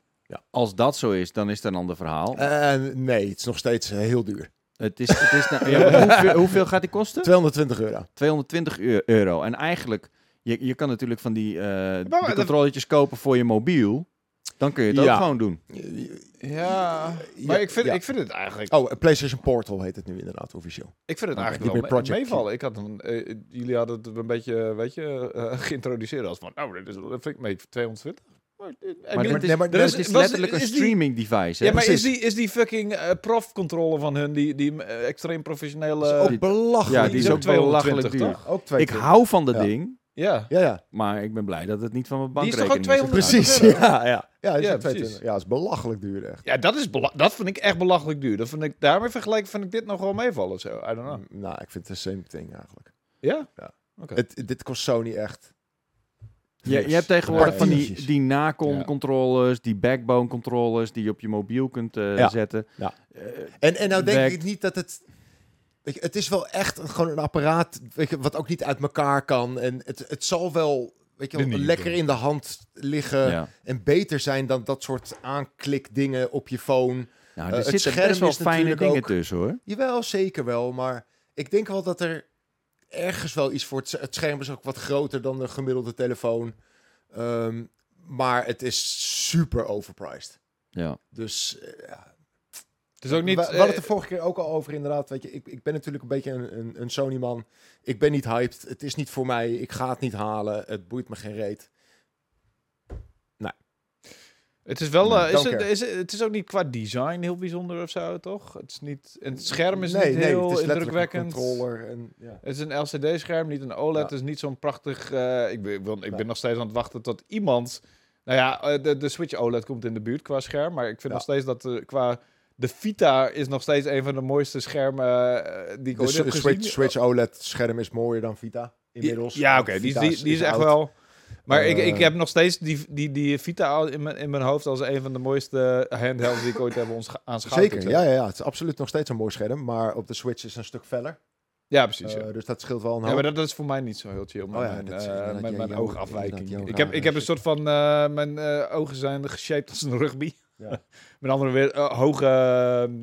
Speaker 1: Als dat zo is, dan is het een ander verhaal.
Speaker 2: Eh, nee, het is nog steeds eh, heel duur.
Speaker 1: het is, het is nou, ja, maar hoeveel, hoeveel gaat die kosten?
Speaker 2: 220 euro.
Speaker 1: 220 eu- euro. En eigenlijk, je, je kan natuurlijk van die, eh die
Speaker 3: dat-
Speaker 1: controletjes kopen voor je mobiel. Dan kun je het
Speaker 2: Ja.
Speaker 1: ook gewoon doen.
Speaker 3: Ja,
Speaker 2: Ja,
Speaker 3: maar ik vind,
Speaker 2: ja.
Speaker 3: ik vind het eigenlijk,
Speaker 2: Oh, eh, PlayStation Portal heet het nu inderdaad officieel.
Speaker 3: ik vind het
Speaker 2: Oké,
Speaker 3: eigenlijk
Speaker 2: niet meer
Speaker 3: wel me-
Speaker 2: Project
Speaker 3: meevallen. Ik had een, eh, jullie hadden het een beetje, weet je, eh, geïntroduceerd als van, nou, dit is, dat vind ik mee 220. Maar, dit- I
Speaker 1: Maar
Speaker 3: mean-
Speaker 1: het is,
Speaker 2: nee, maar
Speaker 1: dat
Speaker 3: er is-
Speaker 1: is dus
Speaker 3: was-
Speaker 1: letterlijk een
Speaker 3: is die-
Speaker 1: streaming device. Hè?
Speaker 3: ja, maar is
Speaker 2: precies.
Speaker 3: die, is die fucking eh, profcontrole van hun, die, die eh, extreem professionele...
Speaker 2: Dat is
Speaker 1: die-
Speaker 2: ook belachelijk.
Speaker 1: Ja, die is
Speaker 3: Die
Speaker 1: ook
Speaker 3: is ook
Speaker 1: belachelijk
Speaker 3: 220,
Speaker 1: duur.
Speaker 3: toch?
Speaker 2: ook twee
Speaker 1: Ik hou van dat
Speaker 2: Ja.
Speaker 1: ding,
Speaker 3: ja.
Speaker 2: Ja, ja.
Speaker 1: maar ik ben blij dat het niet van mijn
Speaker 3: Die is toch
Speaker 1: bankrekening
Speaker 3: ook 200
Speaker 2: Precies.
Speaker 3: euro?
Speaker 2: Ja, ja. Ja, is
Speaker 3: Ja,
Speaker 2: ook 220.
Speaker 3: precies.
Speaker 2: ja, is belachelijk duur echt.
Speaker 3: Ja, dat, is bela- dat vind ik echt belachelijk duur. Dat vind ik, daarmee vergelijk vind ik dit nog wel meevallen. Zo. I don't know.
Speaker 2: Mm, Nou, ik vind het de same thing eigenlijk.
Speaker 3: Ja?
Speaker 2: Ja.
Speaker 3: Oké.
Speaker 2: Het, dit kost Sony echt
Speaker 1: Je,
Speaker 2: Yes.
Speaker 1: je hebt tegenwoordig van die,
Speaker 2: Partieltjes.
Speaker 1: die
Speaker 3: Ja.
Speaker 1: Nacon-controllers, die backbone-controllers die je op je mobiel kunt eh,
Speaker 2: Ja.
Speaker 1: zetten.
Speaker 2: Ja.
Speaker 1: Eh,
Speaker 2: En, en nou denk
Speaker 1: Werkt.
Speaker 2: ik niet dat het... Weet je, het is wel echt een- gewoon een apparaat weet je, wat ook niet uit elkaar kan. En het, het zal wel weet je,
Speaker 3: De
Speaker 2: wel
Speaker 3: nieuwe.
Speaker 2: lekker in de hand liggen
Speaker 1: ja.
Speaker 2: en beter zijn dan dat soort aanklikdingen op je phone.
Speaker 1: Nou,
Speaker 2: Eh,
Speaker 1: er
Speaker 2: het
Speaker 1: zitten
Speaker 2: scherm
Speaker 1: best wel
Speaker 2: is
Speaker 1: fijne
Speaker 2: natuurlijk
Speaker 1: dingen
Speaker 2: ook- Oh.
Speaker 1: tussen hoor.
Speaker 2: Jawel, zeker wel, maar ik denk wel dat er ergens wel iets voor... Het, het scherm is ook wat groter dan de gemiddelde telefoon. Ehm, maar het is super overpriced.
Speaker 1: Ja.
Speaker 2: Dus eh, ja,
Speaker 3: Het is ook niet...
Speaker 2: we, we hadden het
Speaker 3: eh,
Speaker 2: de vorige keer ook al over, inderdaad. Weet je, ik, ik ben natuurlijk een beetje een, een, een Sony-man. Ik ben niet hyped. Het is niet voor mij. Ik ga het niet halen. Het boeit me geen reet.
Speaker 3: Het is wel,
Speaker 2: Nee,
Speaker 3: eh, is
Speaker 2: don't
Speaker 3: het,
Speaker 2: care.
Speaker 3: is, het het is ook niet qua design heel bijzonder of zo, toch? Het is niet, en het scherm is niet heel
Speaker 2: het is letterlijk een
Speaker 3: indrukwekkend.
Speaker 2: controller. En, ja.
Speaker 3: Het is een LCD-scherm, niet een OLED.
Speaker 2: Ja.
Speaker 3: Het is niet zo'n prachtig... eh, ik ben, ik ben- ik ben
Speaker 2: Nee.
Speaker 3: nog steeds aan het wachten tot iemand... Nou ja, eh, de, de Switch OLED komt in de buurt qua scherm. Maar ik vind
Speaker 2: Ja.
Speaker 3: nog steeds dat eh, qua... De Vita is nog steeds een van de mooiste schermen eh, die ik
Speaker 2: De
Speaker 3: ooit heb
Speaker 2: Switch,
Speaker 3: gezien.
Speaker 2: Switch, OLED-scherm is mooier dan Vita, inmiddels.
Speaker 3: Ja, oké,
Speaker 2: Want
Speaker 3: die, is-
Speaker 2: Vita
Speaker 3: die, die is echt
Speaker 2: oud.
Speaker 3: wel. Maar ik,
Speaker 2: Eh,
Speaker 3: ik heb nog steeds die, die, die Vita al in mijn, in mijn hoofd als een van de mooiste handhelds die ik ooit heb ons aanschouwd.
Speaker 2: Zeker, ja, ja, ja. Het is absoluut nog steeds een mooi scherm. Maar op de Switch is het een stuk feller.
Speaker 3: Ja, precies. ja.
Speaker 2: Eh, dus dat scheelt wel een hoop.
Speaker 3: Ja, maar dat, dat is voor mij niet zo heel chill. Maar
Speaker 2: Oh ja,
Speaker 3: mijn,
Speaker 2: dat is
Speaker 3: eh,
Speaker 2: inderdaad
Speaker 3: mijn,
Speaker 2: je-
Speaker 3: mijn
Speaker 2: jouw-
Speaker 3: oogafwijking.
Speaker 2: inderdaad, jouw
Speaker 3: Ik heb,
Speaker 2: rare
Speaker 3: ik heb een
Speaker 2: shit.
Speaker 3: soort van... eh, mijn eh, ogen zijn geshaped als een rugby.
Speaker 2: Ja.
Speaker 3: Met andere weer eh, hoge eh,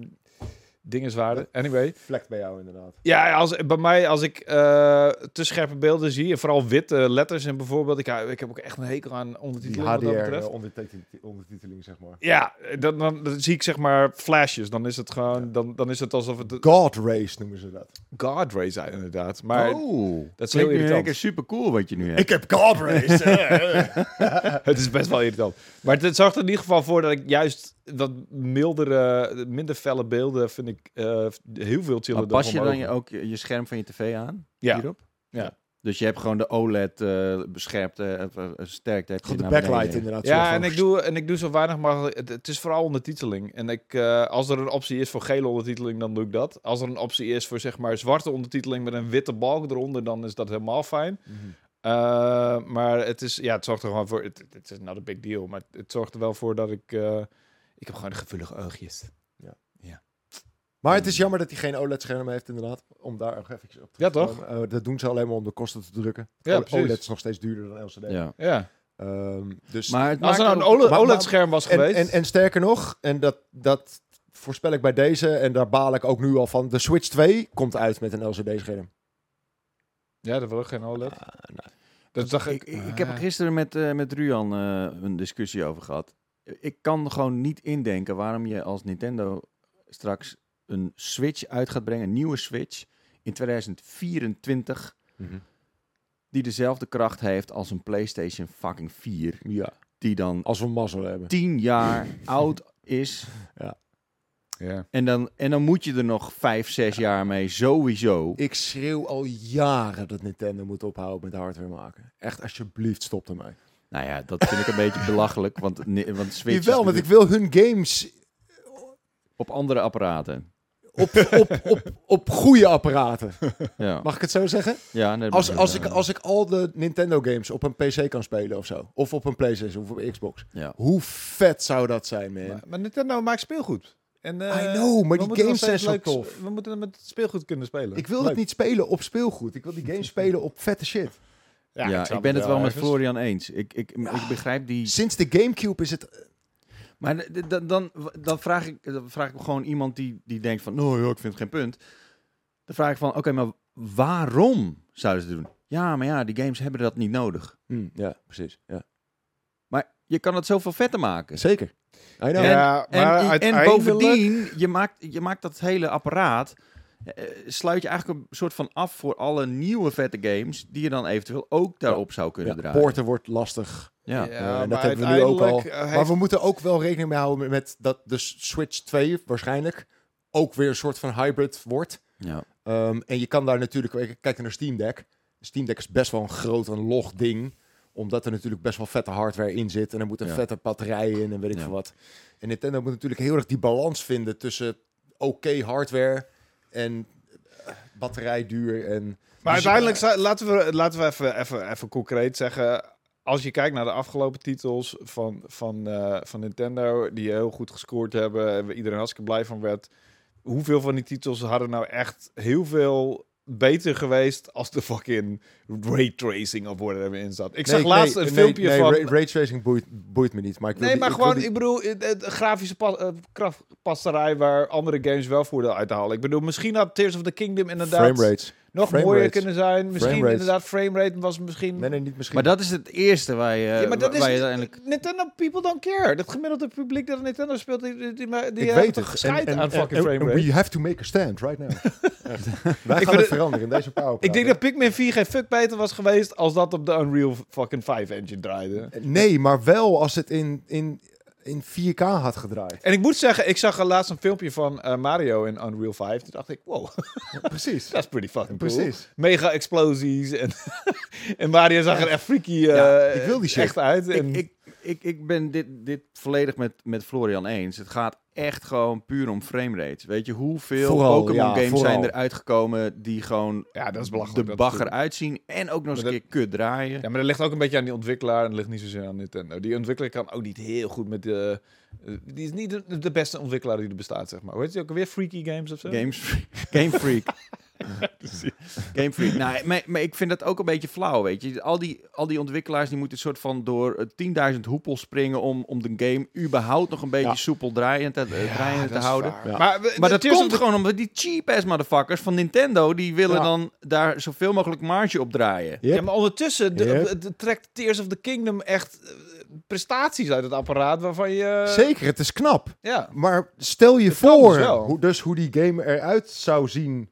Speaker 3: dingenswaarden. Anyway.
Speaker 2: Vlekt bij jou, inderdaad.
Speaker 3: Ja, ja, als, bij mij, als ik eh, te scherpe beelden zie... en vooral witte letters en bijvoorbeeld... Ik, hou- ik heb ook echt een hekel aan
Speaker 2: Die
Speaker 3: ondertiteling wat dat betreft.
Speaker 2: HDR-ondertiteling, eh, zeg maar.
Speaker 3: Ja, dan, dan, dan zie ik zeg maar flashes. Dan is het gewoon... Dan, dan is het alsof het...
Speaker 2: God Race noemen ze dat.
Speaker 3: God rays zijn inderdaad. Maar
Speaker 1: oh,
Speaker 3: dat is heel
Speaker 1: klinkt nu
Speaker 3: irritant.
Speaker 1: lekker super cool wat je nu hebt.
Speaker 2: Ik heb God Race! eh.
Speaker 3: Het is best wel irritant. Maar het zorgt er in ieder geval voor dat ik juist wat mildere, minder felle beelden vind ik eh, heel veel chiller
Speaker 1: Maar pas
Speaker 3: van
Speaker 1: je
Speaker 3: mijn
Speaker 1: dan je
Speaker 3: ogen.
Speaker 1: ook je je scherm van je tv aan?
Speaker 3: Ja.
Speaker 1: Hierop?
Speaker 3: Ja.
Speaker 1: Dus je hebt gewoon de OLED eh bescherpt, eh, eh, sterkte. nou, Heb je
Speaker 2: Goed, de
Speaker 1: naar
Speaker 2: backlight
Speaker 1: beneden.
Speaker 2: inderdaad. soort
Speaker 3: Ja,
Speaker 2: van
Speaker 3: en ik, doe, en ik doe zo weinig mogelijk. Het, het is vooral ondertiteling. En ik, eh, als er een optie is voor gele ondertiteling, dan doe ik dat. Als er een optie is voor zeg maar zwarte ondertiteling met een witte balk eronder, dan is dat helemaal fijn.
Speaker 2: Mhm.
Speaker 3: Eh, maar het is, ja, het zorgt er gewoon voor. Het, het is not a big deal, maar het zorgt er wel voor dat ik. eh, ik heb gewoon gevoelige oogjes.
Speaker 2: Maar het is jammer dat hij geen OLED-scherm heeft, inderdaad. Om daar nog even op te
Speaker 3: Ja, toch?
Speaker 2: komen. Eh, dat doen ze alleen maar om de kosten te drukken.
Speaker 3: Ja,
Speaker 2: O- E
Speaker 3: precies.
Speaker 2: OLED is nog steeds duurder dan LCD.
Speaker 1: Ja.
Speaker 3: Ja.
Speaker 2: Ehm, dus
Speaker 1: Maar het
Speaker 3: Als er nou
Speaker 1: maakt
Speaker 3: een
Speaker 1: ook-
Speaker 3: OLED-
Speaker 2: maar-
Speaker 3: OLED-scherm was
Speaker 2: en,
Speaker 3: geweest.
Speaker 2: en, en sterker nog, en dat, dat voorspel ik bij deze, en daar baal ik ook nu al van. De Switch 2 komt uit met een LCD-scherm.
Speaker 3: Ja, dat wil ook geen OLED. Dat dacht ik. Ah.
Speaker 1: Ik, ik, ik heb
Speaker 2: Ah.
Speaker 1: er gisteren met, eh, met Ruan eh, een discussie over gehad. Ik kan gewoon niet indenken waarom je als Nintendo straks een Switch uit gaat brengen, een nieuwe Switch, in 2024,
Speaker 3: Mhm.
Speaker 1: die dezelfde kracht heeft als een PlayStation fucking 4,
Speaker 2: Ja.
Speaker 1: die dan
Speaker 2: Als we mazzel hebben.
Speaker 1: 10 jaar oud is.
Speaker 3: Ja.
Speaker 1: En dan, en dan moet je er nog 5, 6 jaar mee, sowieso.
Speaker 2: Ik schreeuw al jaren dat Nintendo moet ophouden met hardware maken. Echt, alsjeblieft, stop ermee.
Speaker 1: Nou ja, dat vind ik een beetje belachelijk, want, ni- want Switch is
Speaker 2: Jawel, want ik
Speaker 1: natuurlijk
Speaker 2: wil hun games
Speaker 1: op andere apparaten.
Speaker 2: op, op, op, op goede apparaten.
Speaker 1: Ja,
Speaker 2: Mag ik het zo zeggen?
Speaker 1: ja nee, dat
Speaker 2: Als,
Speaker 1: mag
Speaker 2: als,
Speaker 1: wel.
Speaker 2: ik, als ik al de Nintendo games op een PC kan spelen of zo. Of op een PlayStation of op een Xbox.
Speaker 1: Ja.
Speaker 2: Hoe vet zou dat zijn, man.
Speaker 3: Maar, maar Nintendo maakt speelgoed. En, eh,
Speaker 2: I know, maar
Speaker 3: we
Speaker 2: die
Speaker 3: moeten
Speaker 2: games
Speaker 3: nog steeds
Speaker 2: zijn zo
Speaker 3: leuk-
Speaker 2: tof.
Speaker 3: We moeten met speelgoed kunnen spelen.
Speaker 2: ik wil
Speaker 3: Leuk.
Speaker 2: dat niet spelen op speelgoed. Ik wil die games spelen op vette shit.
Speaker 1: Ja, ik,
Speaker 3: snap
Speaker 1: ben het wel met
Speaker 3: ergens.
Speaker 1: Florian eens. Ik, ik, ik begrijp die.
Speaker 2: Sinds de Gamecube is het... eh,
Speaker 1: Maar d- d- dan, dan, dan, vraag ik, dan vraag ik gewoon iemand die, die denkt van, nou ja, ik vind het geen punt. Dan vraag ik van, oké, maar waarom zouden ze het doen? Ja, maar ja, die games hebben dat niet nodig.
Speaker 2: Hmm, ja, precies. Ja.
Speaker 1: Maar je kan het zoveel vetter maken.
Speaker 2: Zeker. I know.
Speaker 1: En-
Speaker 3: Ja,
Speaker 1: En,
Speaker 3: maar
Speaker 1: en
Speaker 3: uiteindelijk-
Speaker 1: bovendien, je maakt, je maakt dat hele apparaat, eh, sluit je eigenlijk een soort van af voor alle nieuwe vette games die je dan eventueel ook daarop zou kunnen
Speaker 2: Ja,
Speaker 1: draaien.
Speaker 2: porten wordt lastig.
Speaker 1: Ja.
Speaker 2: Eh, en dat
Speaker 3: maar
Speaker 2: hebben we nu ook al.
Speaker 3: uiteindelijk, eh,
Speaker 2: Maar
Speaker 3: heeft-
Speaker 2: we moeten ook wel rekening mee houden met dat de Switch 2 waarschijnlijk ook weer een soort van hybrid wordt.
Speaker 1: Ja.
Speaker 2: Ehm, en je kan daar natuurlijk kijken naar Steam Deck. Steam Deck is best wel een groot en log ding. Omdat er natuurlijk best wel vette hardware in zit. En er moet een
Speaker 1: Ja.
Speaker 2: vette batterij in en weet ik
Speaker 1: Ja.
Speaker 2: veel wat. En Nintendo moet natuurlijk heel erg die balans vinden tussen oké hardware en eh, batterijduur. En
Speaker 3: Maar
Speaker 2: Dus,
Speaker 3: uiteindelijk, zou- laten we, laten we even, even, even concreet zeggen. als je kijkt naar de afgelopen titels van, van, eh, van Nintendo, die heel goed gescoord hebben en waar iedereen hartstikke blij van werd. Hoeveel van die titels hadden nou echt heel veel beter geweest als de fucking raytracing of whatever in zat? Ik zag laatst een filmpje
Speaker 2: nee,
Speaker 3: van...
Speaker 2: Nee, ra- raytracing boeit, boeit me niet. Maar ik wil
Speaker 3: Nee,
Speaker 2: die-
Speaker 3: maar
Speaker 2: ik wil
Speaker 3: gewoon,
Speaker 2: die-
Speaker 3: ik bedoel, eh, eh, de grafische pa eh, kracht- pasterij waar andere games wel voordeel uit halen. Ik bedoel, misschien had Tears of the Kingdom inderdaad
Speaker 2: Frame rates.
Speaker 3: nog
Speaker 2: Frame
Speaker 3: mooier
Speaker 2: rates.
Speaker 3: kunnen zijn. Misschien
Speaker 2: Frame rates.
Speaker 3: inderdaad, framerate was misschien...
Speaker 2: Nee, nee, niet misschien.
Speaker 1: Maar dat is het eerste waar je,
Speaker 3: Ja, maar dat
Speaker 1: waar
Speaker 3: is
Speaker 1: je uiteindelijk...
Speaker 3: Nintendo people don't care. Dat gemiddelde publiek dat Nintendo speelt, die, die, die, die
Speaker 2: ik
Speaker 3: hebben
Speaker 2: weet het.
Speaker 3: toch gescheid aan fucking
Speaker 2: en-
Speaker 3: frame
Speaker 2: en
Speaker 3: rate.
Speaker 2: we have to make a stand right now. Echt. Wij gaan
Speaker 3: vind
Speaker 2: het
Speaker 3: het-
Speaker 2: veranderen in deze power.
Speaker 3: Ik denk dat Pikmin 4 geen fuck beter was geweest als dat op de Unreal fucking 5 engine draaide.
Speaker 2: Nee, maar wel als het in, in, in 4K had gedraaid.
Speaker 3: En ik moet zeggen, ik zag er laatst een filmpje van eh, Mario in Unreal 5. Toen dacht ik, wow,
Speaker 2: Precies.
Speaker 3: that's pretty fucking cool.
Speaker 2: Precies.
Speaker 3: Mega explosies en, en Mario zag er echt freaky eh,
Speaker 2: Ja, ik wil die shit.
Speaker 3: echt uit. En,
Speaker 1: Ik, ik, ik, ik ben dit, dit volledig met, met Florian eens. Het gaat echt gewoon puur om framerates. Weet je, hoeveel
Speaker 2: Vooral, ja,
Speaker 1: Pokémon games
Speaker 2: vooral.
Speaker 1: zijn er uitgekomen die gewoon
Speaker 3: ja, dat is belachelijk.
Speaker 1: de
Speaker 3: dat
Speaker 1: bagger
Speaker 3: natuurlijk.
Speaker 1: uitzien en ook nog eens
Speaker 3: Maar
Speaker 1: een keer kut draaien.
Speaker 3: Ja, maar dat ligt ook een beetje aan die ontwikkelaar en dat ligt niet zozeer aan Nintendo. Die ontwikkelaar kan ook niet heel goed met de... eh, Die is niet de, de beste ontwikkelaar die er bestaat, zeg maar. Weet je ook alweer Freaky Games of zo?
Speaker 1: Games Freak. Game Freak. Game Freak. Nou, maar, maar ik vind dat ook een beetje flauw, weet je. Al die, al die ontwikkelaars die moeten soort van door eh, 10.000 hoepels springen om, om de game überhaupt nog een beetje
Speaker 2: Ja.
Speaker 1: soepel draaiend te, eh, draaiende te houden.
Speaker 2: Ja.
Speaker 3: Maar, we-
Speaker 1: Maar dat
Speaker 3: Tears of
Speaker 1: komt
Speaker 3: the-
Speaker 1: gewoon omdat die cheap-ass motherfuckers van Nintendo... die willen
Speaker 2: Ja.
Speaker 1: dan daar zoveel mogelijk marge op draaien.
Speaker 2: Yep.
Speaker 3: Ja, maar ondertussen de,
Speaker 2: Yep.
Speaker 3: de- de- trekt Tears of the Kingdom echt eh, prestaties uit het apparaat waarvan je... eh,
Speaker 2: Eh, Zeker, het is knap.
Speaker 3: Ja.
Speaker 2: Maar stel je
Speaker 3: kan
Speaker 2: voor
Speaker 3: dus wel.
Speaker 2: hoe, dus hoe die game eruit zou zien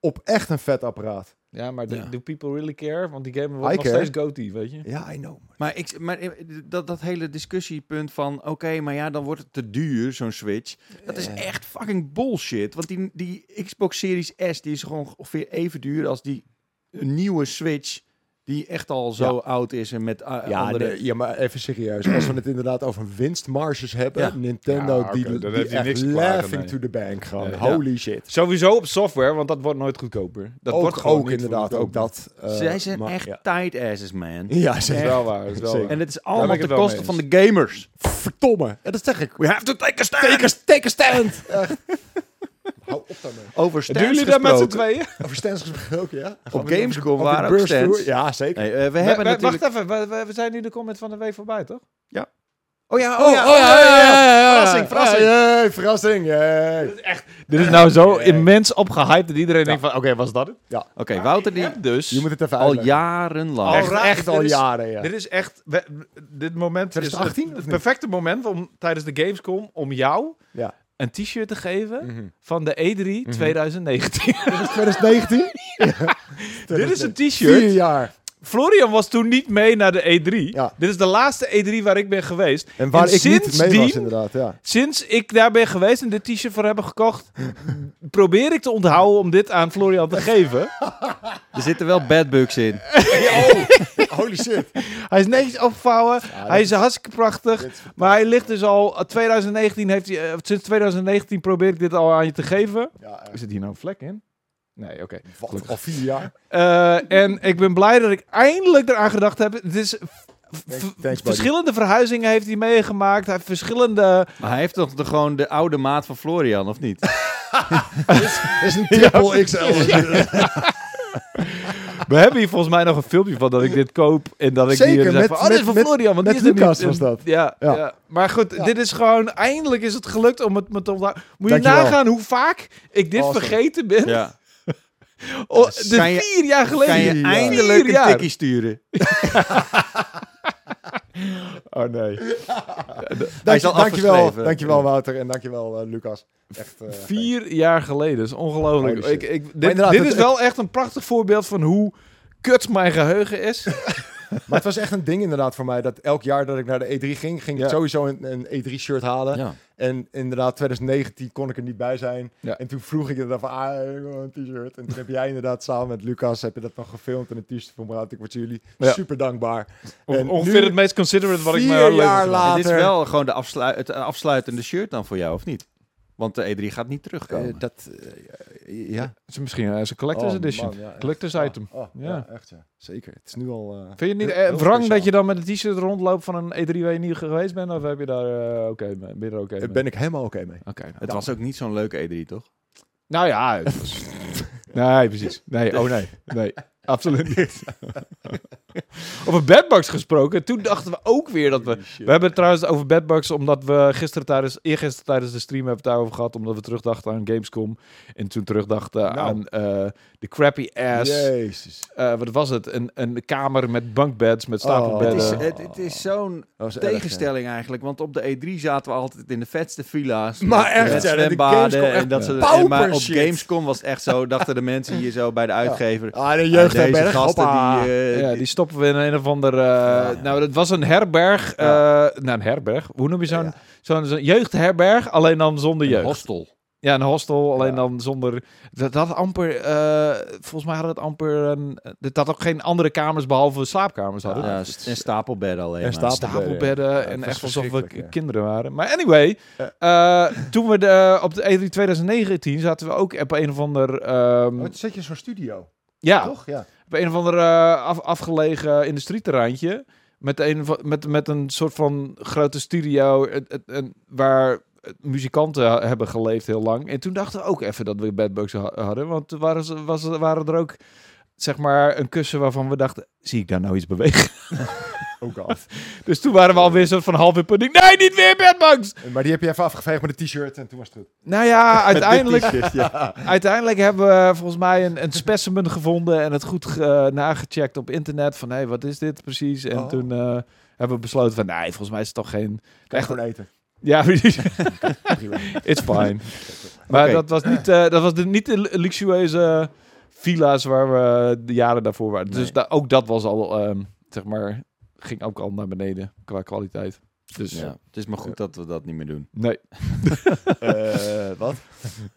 Speaker 2: op echt een vet apparaat.
Speaker 3: Ja, maar
Speaker 1: Ja.
Speaker 3: do, do people really care? Want die game wordt
Speaker 2: I
Speaker 3: nog
Speaker 2: care.
Speaker 3: steeds goatee, weet je?
Speaker 2: Ja, I know.
Speaker 1: Maar, ik, maar eh, dat, dat hele discussiepunt van... oké, maar ja, dan wordt het te duur, zo'n Switch. Dat is echt fucking bullshit. Want die, die Xbox Series S die is gewoon ongeveer even duur... als die nieuwe Switch die echt al zo
Speaker 2: Ja.
Speaker 1: oud is... en met eh,
Speaker 2: Ja,
Speaker 1: andere...
Speaker 2: nee, ja, maar even serieus. Als we het inderdaad over winstmarges hebben.
Speaker 1: Ja.
Speaker 2: Nintendo,
Speaker 3: Ja, oké,
Speaker 2: die,
Speaker 3: dan
Speaker 2: die
Speaker 3: heeft hij
Speaker 2: echt
Speaker 3: niks te klagen,
Speaker 2: laughing
Speaker 3: nee.
Speaker 2: to the bank gewoon.
Speaker 3: Nee.
Speaker 2: Holy shit.
Speaker 3: Sowieso op software, want dat wordt nooit goedkoper. Dat
Speaker 2: ook
Speaker 3: wordt gewoon
Speaker 2: ook
Speaker 3: niet
Speaker 2: inderdaad, ook
Speaker 3: goedkoper.
Speaker 2: dat. eh,
Speaker 1: Zij zijn
Speaker 2: maar-
Speaker 1: echt
Speaker 2: Ja,
Speaker 1: tight asses, man.
Speaker 2: ja
Speaker 3: Dat
Speaker 2: zeker.
Speaker 3: is wel waar, dat is wel
Speaker 2: Zeker.
Speaker 3: waar.
Speaker 1: En het is
Speaker 3: ben
Speaker 1: allemaal de
Speaker 3: ik het wel
Speaker 1: kosten
Speaker 3: mee
Speaker 1: van
Speaker 3: eens.
Speaker 1: de gamers.
Speaker 2: Verdomme. Ja, dat zeg ik.
Speaker 1: We have to take a stand!
Speaker 2: Take a, take a stand. Hou op daarmee.
Speaker 1: Over
Speaker 3: Doen
Speaker 1: stands
Speaker 3: jullie dat met z'n
Speaker 1: gesproken.
Speaker 3: tweeën?
Speaker 2: Over stands gesproken, ja?
Speaker 1: Op Gamescom
Speaker 2: Over
Speaker 1: waren ook
Speaker 2: beurs
Speaker 1: stands.
Speaker 2: toe. Ja, zeker.
Speaker 1: Nee, eh, we hebben
Speaker 3: Wa- wa-
Speaker 1: natuurlijk...
Speaker 3: Wacht even, we, we- we zijn nu de comment van de week voorbij, toch?
Speaker 1: Oh ja,
Speaker 2: Oh, oh, ja, ja, ja, ja, ja.
Speaker 1: Verrassing, verrassing.
Speaker 2: Ah, jee, verrassing, jee.
Speaker 3: Dit is nou zo
Speaker 2: Nee.
Speaker 3: immens opgehyped dat iedereen denkt van, oké, was dat het?
Speaker 1: Oké, Wouter die
Speaker 3: heb dus...
Speaker 2: Je moet het even
Speaker 1: al
Speaker 2: uitleggen.
Speaker 1: jarenlang...
Speaker 3: Al
Speaker 2: Echt,
Speaker 3: raar,
Speaker 2: echt
Speaker 3: dit
Speaker 2: al
Speaker 3: is-
Speaker 2: jaren, ja.
Speaker 3: Dit is echt... we- dit moment is
Speaker 2: 2018
Speaker 3: het,
Speaker 2: of
Speaker 3: het
Speaker 2: niet?
Speaker 3: perfecte moment om tijdens de Gamescom om jou
Speaker 2: Ja.
Speaker 3: een t-shirt te geven
Speaker 2: Mhm.
Speaker 3: van de E E3 2019.
Speaker 2: Dit is 2019.
Speaker 3: dit is een
Speaker 2: Vier
Speaker 3: t-shirt.
Speaker 2: jaar.
Speaker 3: Florian was toen niet mee naar de E3.
Speaker 2: Ja.
Speaker 3: Dit is de laatste E3 waar ik ben geweest.
Speaker 2: En waar
Speaker 3: En
Speaker 2: ik niet mee was,
Speaker 3: sindsdien-
Speaker 2: inderdaad. Ja.
Speaker 3: Sinds ik daar ben geweest en dit t-shirt voor hebben gekocht, probeer ik te onthouden om dit aan Florian te geven.
Speaker 1: Er zitten wel bad bugs in.
Speaker 2: Holy shit.
Speaker 3: Hij is netjes opgevouwen. hij is hartstikke prachtig.
Speaker 2: dit is-
Speaker 3: Maar hij ligt dus al. 2019 heeft hij. eh, sinds 2019 probeer ik dit al aan je te geven.
Speaker 2: Ja, eh,
Speaker 3: Is het hier nou een vlek in? Nee, oké.
Speaker 2: wat, al vier jaar.
Speaker 3: Eh, en ik ben blij dat ik eindelijk eraan gedacht heb. Het is. v- v-
Speaker 2: thanks, buddy.
Speaker 3: verschillende verhuizingen heeft hij meegemaakt. Hij heeft verschillende.
Speaker 1: Maar hij heeft toch de, gewoon de oude maat van Florian, of niet?
Speaker 2: Dit is een triple XL.
Speaker 3: We hebben hier volgens mij nog een filmpje van dat ik dit koop. En dat ik
Speaker 2: Zeker,
Speaker 3: hier zeg
Speaker 2: met-
Speaker 3: van, oh, dit is
Speaker 2: met-
Speaker 3: van
Speaker 2: met-
Speaker 3: Florian. Want
Speaker 2: met
Speaker 3: die is er niet.
Speaker 2: Lucas was dat.
Speaker 3: Ja,
Speaker 2: Ja.
Speaker 3: ja. Maar goed,
Speaker 2: Ja.
Speaker 3: dit is gewoon... Eindelijk is het gelukt om het me te onthouden. Moet je
Speaker 2: Dankjewel.
Speaker 3: nagaan hoe vaak ik dit
Speaker 2: Awesome.
Speaker 3: vergeten ben.
Speaker 1: Ja.
Speaker 3: Oh,
Speaker 1: Dus
Speaker 3: de
Speaker 1: kan je-
Speaker 3: vier jaar geleden.
Speaker 1: Kan je
Speaker 2: Vier
Speaker 1: eindelijk
Speaker 3: Vier
Speaker 1: een
Speaker 3: jaar.
Speaker 1: tikkie sturen?
Speaker 3: Oh nee.
Speaker 1: Hij is al
Speaker 2: dankjewel,
Speaker 1: afgeschreven.
Speaker 2: dankjewel Wouter en dankjewel eh, Lucas. Echt, eh,
Speaker 3: Vier jaar geleden. Dat is ongelooflijk.
Speaker 2: Holy shit.
Speaker 3: Ik, ik,
Speaker 2: Maar
Speaker 3: dit
Speaker 2: inderdaad,
Speaker 3: dit
Speaker 2: het-
Speaker 3: is wel echt een prachtig voorbeeld van hoe kut mijn geheugen is.
Speaker 2: Maar het was echt een ding inderdaad voor mij. Dat elk jaar dat ik naar de E3 ging, ging ik
Speaker 3: Ja.
Speaker 2: sowieso een, een E3-shirt halen.
Speaker 1: Ja.
Speaker 2: En inderdaad, 2019 kon ik er niet bij zijn.
Speaker 3: Ja.
Speaker 2: En toen vroeg ik inderdaad van, ah, ik wil een t-shirt. En toen heb jij inderdaad samen met Lucas, heb je dat nog gefilmd en een t-shirt voor me gehad. Ik word jullie
Speaker 3: Ja. Eh,
Speaker 2: super dankbaar. En
Speaker 3: On- ongeveer
Speaker 2: nu,
Speaker 3: het meest considerate wat ik
Speaker 2: vier
Speaker 3: me
Speaker 2: jaar
Speaker 1: En dit is
Speaker 2: Later.
Speaker 1: eh, wel gewoon de afslui- het afsluitende shirt dan voor jou, of niet? Want de E3 gaat niet terugkomen.
Speaker 2: Eh, dat, eh, ja.
Speaker 3: Het is misschien eh, is een collector's
Speaker 2: Oh,
Speaker 3: edition.
Speaker 2: man, ja, echt.
Speaker 3: Collector's item.
Speaker 2: Oh, oh,
Speaker 3: Ja.
Speaker 2: ja. echt ja. Zeker. Het is nu al... eh,
Speaker 3: Vind je het niet
Speaker 2: heel-
Speaker 3: eh,
Speaker 2: heel
Speaker 3: wrang
Speaker 2: speciaal.
Speaker 3: dat je dan met een t-shirt rondloopt van een E3 waar je niet geweest bent? Of heb je daar eh, oké mee? Ben je er oké
Speaker 2: Eh,
Speaker 3: mee?
Speaker 2: ben ik helemaal oké mee.
Speaker 3: Oké, nou,
Speaker 1: het was ook niet zo'n leuke E3, toch?
Speaker 3: Nou ja. het was- nee, precies. Nee, oh nee. Nee, absoluut niet. over bedbugs gesproken. Toen dachten we ook weer dat we... We hebben het trouwens over bedbugs omdat we gisteren tijdens... Eergisteren tijdens de stream hebben we het daarover gehad. Omdat we terugdachten aan Gamescom. En toen terugdachten
Speaker 2: Nou.
Speaker 3: aan eh, de crappy ass...
Speaker 2: Jezus.
Speaker 3: eh, wat was het? Een, een kamer met bankbeds, met
Speaker 2: Oh.
Speaker 1: Het
Speaker 3: stapelbedden.
Speaker 1: is,
Speaker 2: eh,
Speaker 1: het, het is zo'n
Speaker 2: Dat was erg,
Speaker 1: tegenstelling eigenlijk. Want op de E3 zaten we altijd in de vetste villa's.
Speaker 2: Maar
Speaker 1: met,
Speaker 2: echt,
Speaker 1: met
Speaker 2: ja, de
Speaker 1: zwembaden.
Speaker 2: Gamescom, echt
Speaker 1: en dat ze,
Speaker 2: pauper
Speaker 1: en maar op
Speaker 2: shit.
Speaker 1: Gamescom was het echt zo. Dachten de mensen hier zo bij de uitgever.
Speaker 2: ja. Ah, de
Speaker 1: ah, deze
Speaker 2: jeugdherberg.
Speaker 1: gasten
Speaker 2: hoppa.
Speaker 1: die, eh,
Speaker 3: ja,
Speaker 1: die-
Speaker 3: die stoppen we in een of ander... eh, Nou, dat was een herberg. eh nou, een herberg. Hoe noem je zo'n
Speaker 2: Ja.
Speaker 3: zo'n zo'n jeugdherberg? Alleen dan zonder jeugd.
Speaker 1: hostel.
Speaker 3: ja, een hostel. Alleen
Speaker 2: Ja.
Speaker 3: dan zonder... Dat had amper... eh, volgens mij had het amper... Een, dat had ook geen andere kamers behalve slaapkamers hadden.
Speaker 1: Ja, st- en stapelbedden alleen
Speaker 2: En
Speaker 1: maar.
Speaker 2: stapel-
Speaker 3: Stapelbedden
Speaker 2: Ja,
Speaker 3: en
Speaker 2: dat
Speaker 3: echt
Speaker 2: was
Speaker 3: alsof we
Speaker 2: verschrikkelijk,
Speaker 3: k-
Speaker 2: ja.
Speaker 3: kinderen waren. Maar anyway, eh, toen we de, op de E E3 2019 zaten we ook op een of ander... ehm,
Speaker 2: Wat Oh, zet je zo'n studio,
Speaker 3: ja,
Speaker 2: toch? Ja.
Speaker 3: op een of ander eh, af, afgelegen industrieterreintje. Met een, va- met, met een soort van grote studio het- het- en waar eh, muzikanten ha- hebben geleefd heel lang. En toen dachten we ook even dat we bedbugs ha- hadden. Want toen waren, ze, was, waren er ook, zeg maar, een kussen waarvan we dachten... Zie ik daar nou iets bewegen?
Speaker 2: Ook al.
Speaker 3: Dus toen waren we alweer een soort van half in paniek. Nee, niet weer bedbugs!
Speaker 2: Maar die heb je even afgeveegd met een t-shirt en toen was het goed.
Speaker 3: Nou ja, uiteindelijk...
Speaker 2: ja.
Speaker 3: Uiteindelijk hebben we volgens mij een, een specimen gevonden en het goed eh, nagecheckt op internet. Van hé, hey, wat is dit precies? En
Speaker 2: Oh.
Speaker 3: toen eh, hebben we besloten van nee, volgens mij is het toch geen.
Speaker 2: Kan je
Speaker 3: Echt-
Speaker 2: gewoon eten.
Speaker 3: Ja, precies.
Speaker 2: Prima.
Speaker 3: it's fine. Maar
Speaker 1: Oké.
Speaker 3: dat was niet, eh, dat was de, niet de lu- luxueuze villa's waar we de jaren daarvoor waren. Dus
Speaker 1: Nee.
Speaker 3: da- ook dat was al, ehm, zeg maar, ging ook al naar beneden qua kwaliteit. Dus
Speaker 1: Ja, het is maar goed dat we dat niet meer doen.
Speaker 3: nee.
Speaker 2: Eh, wat?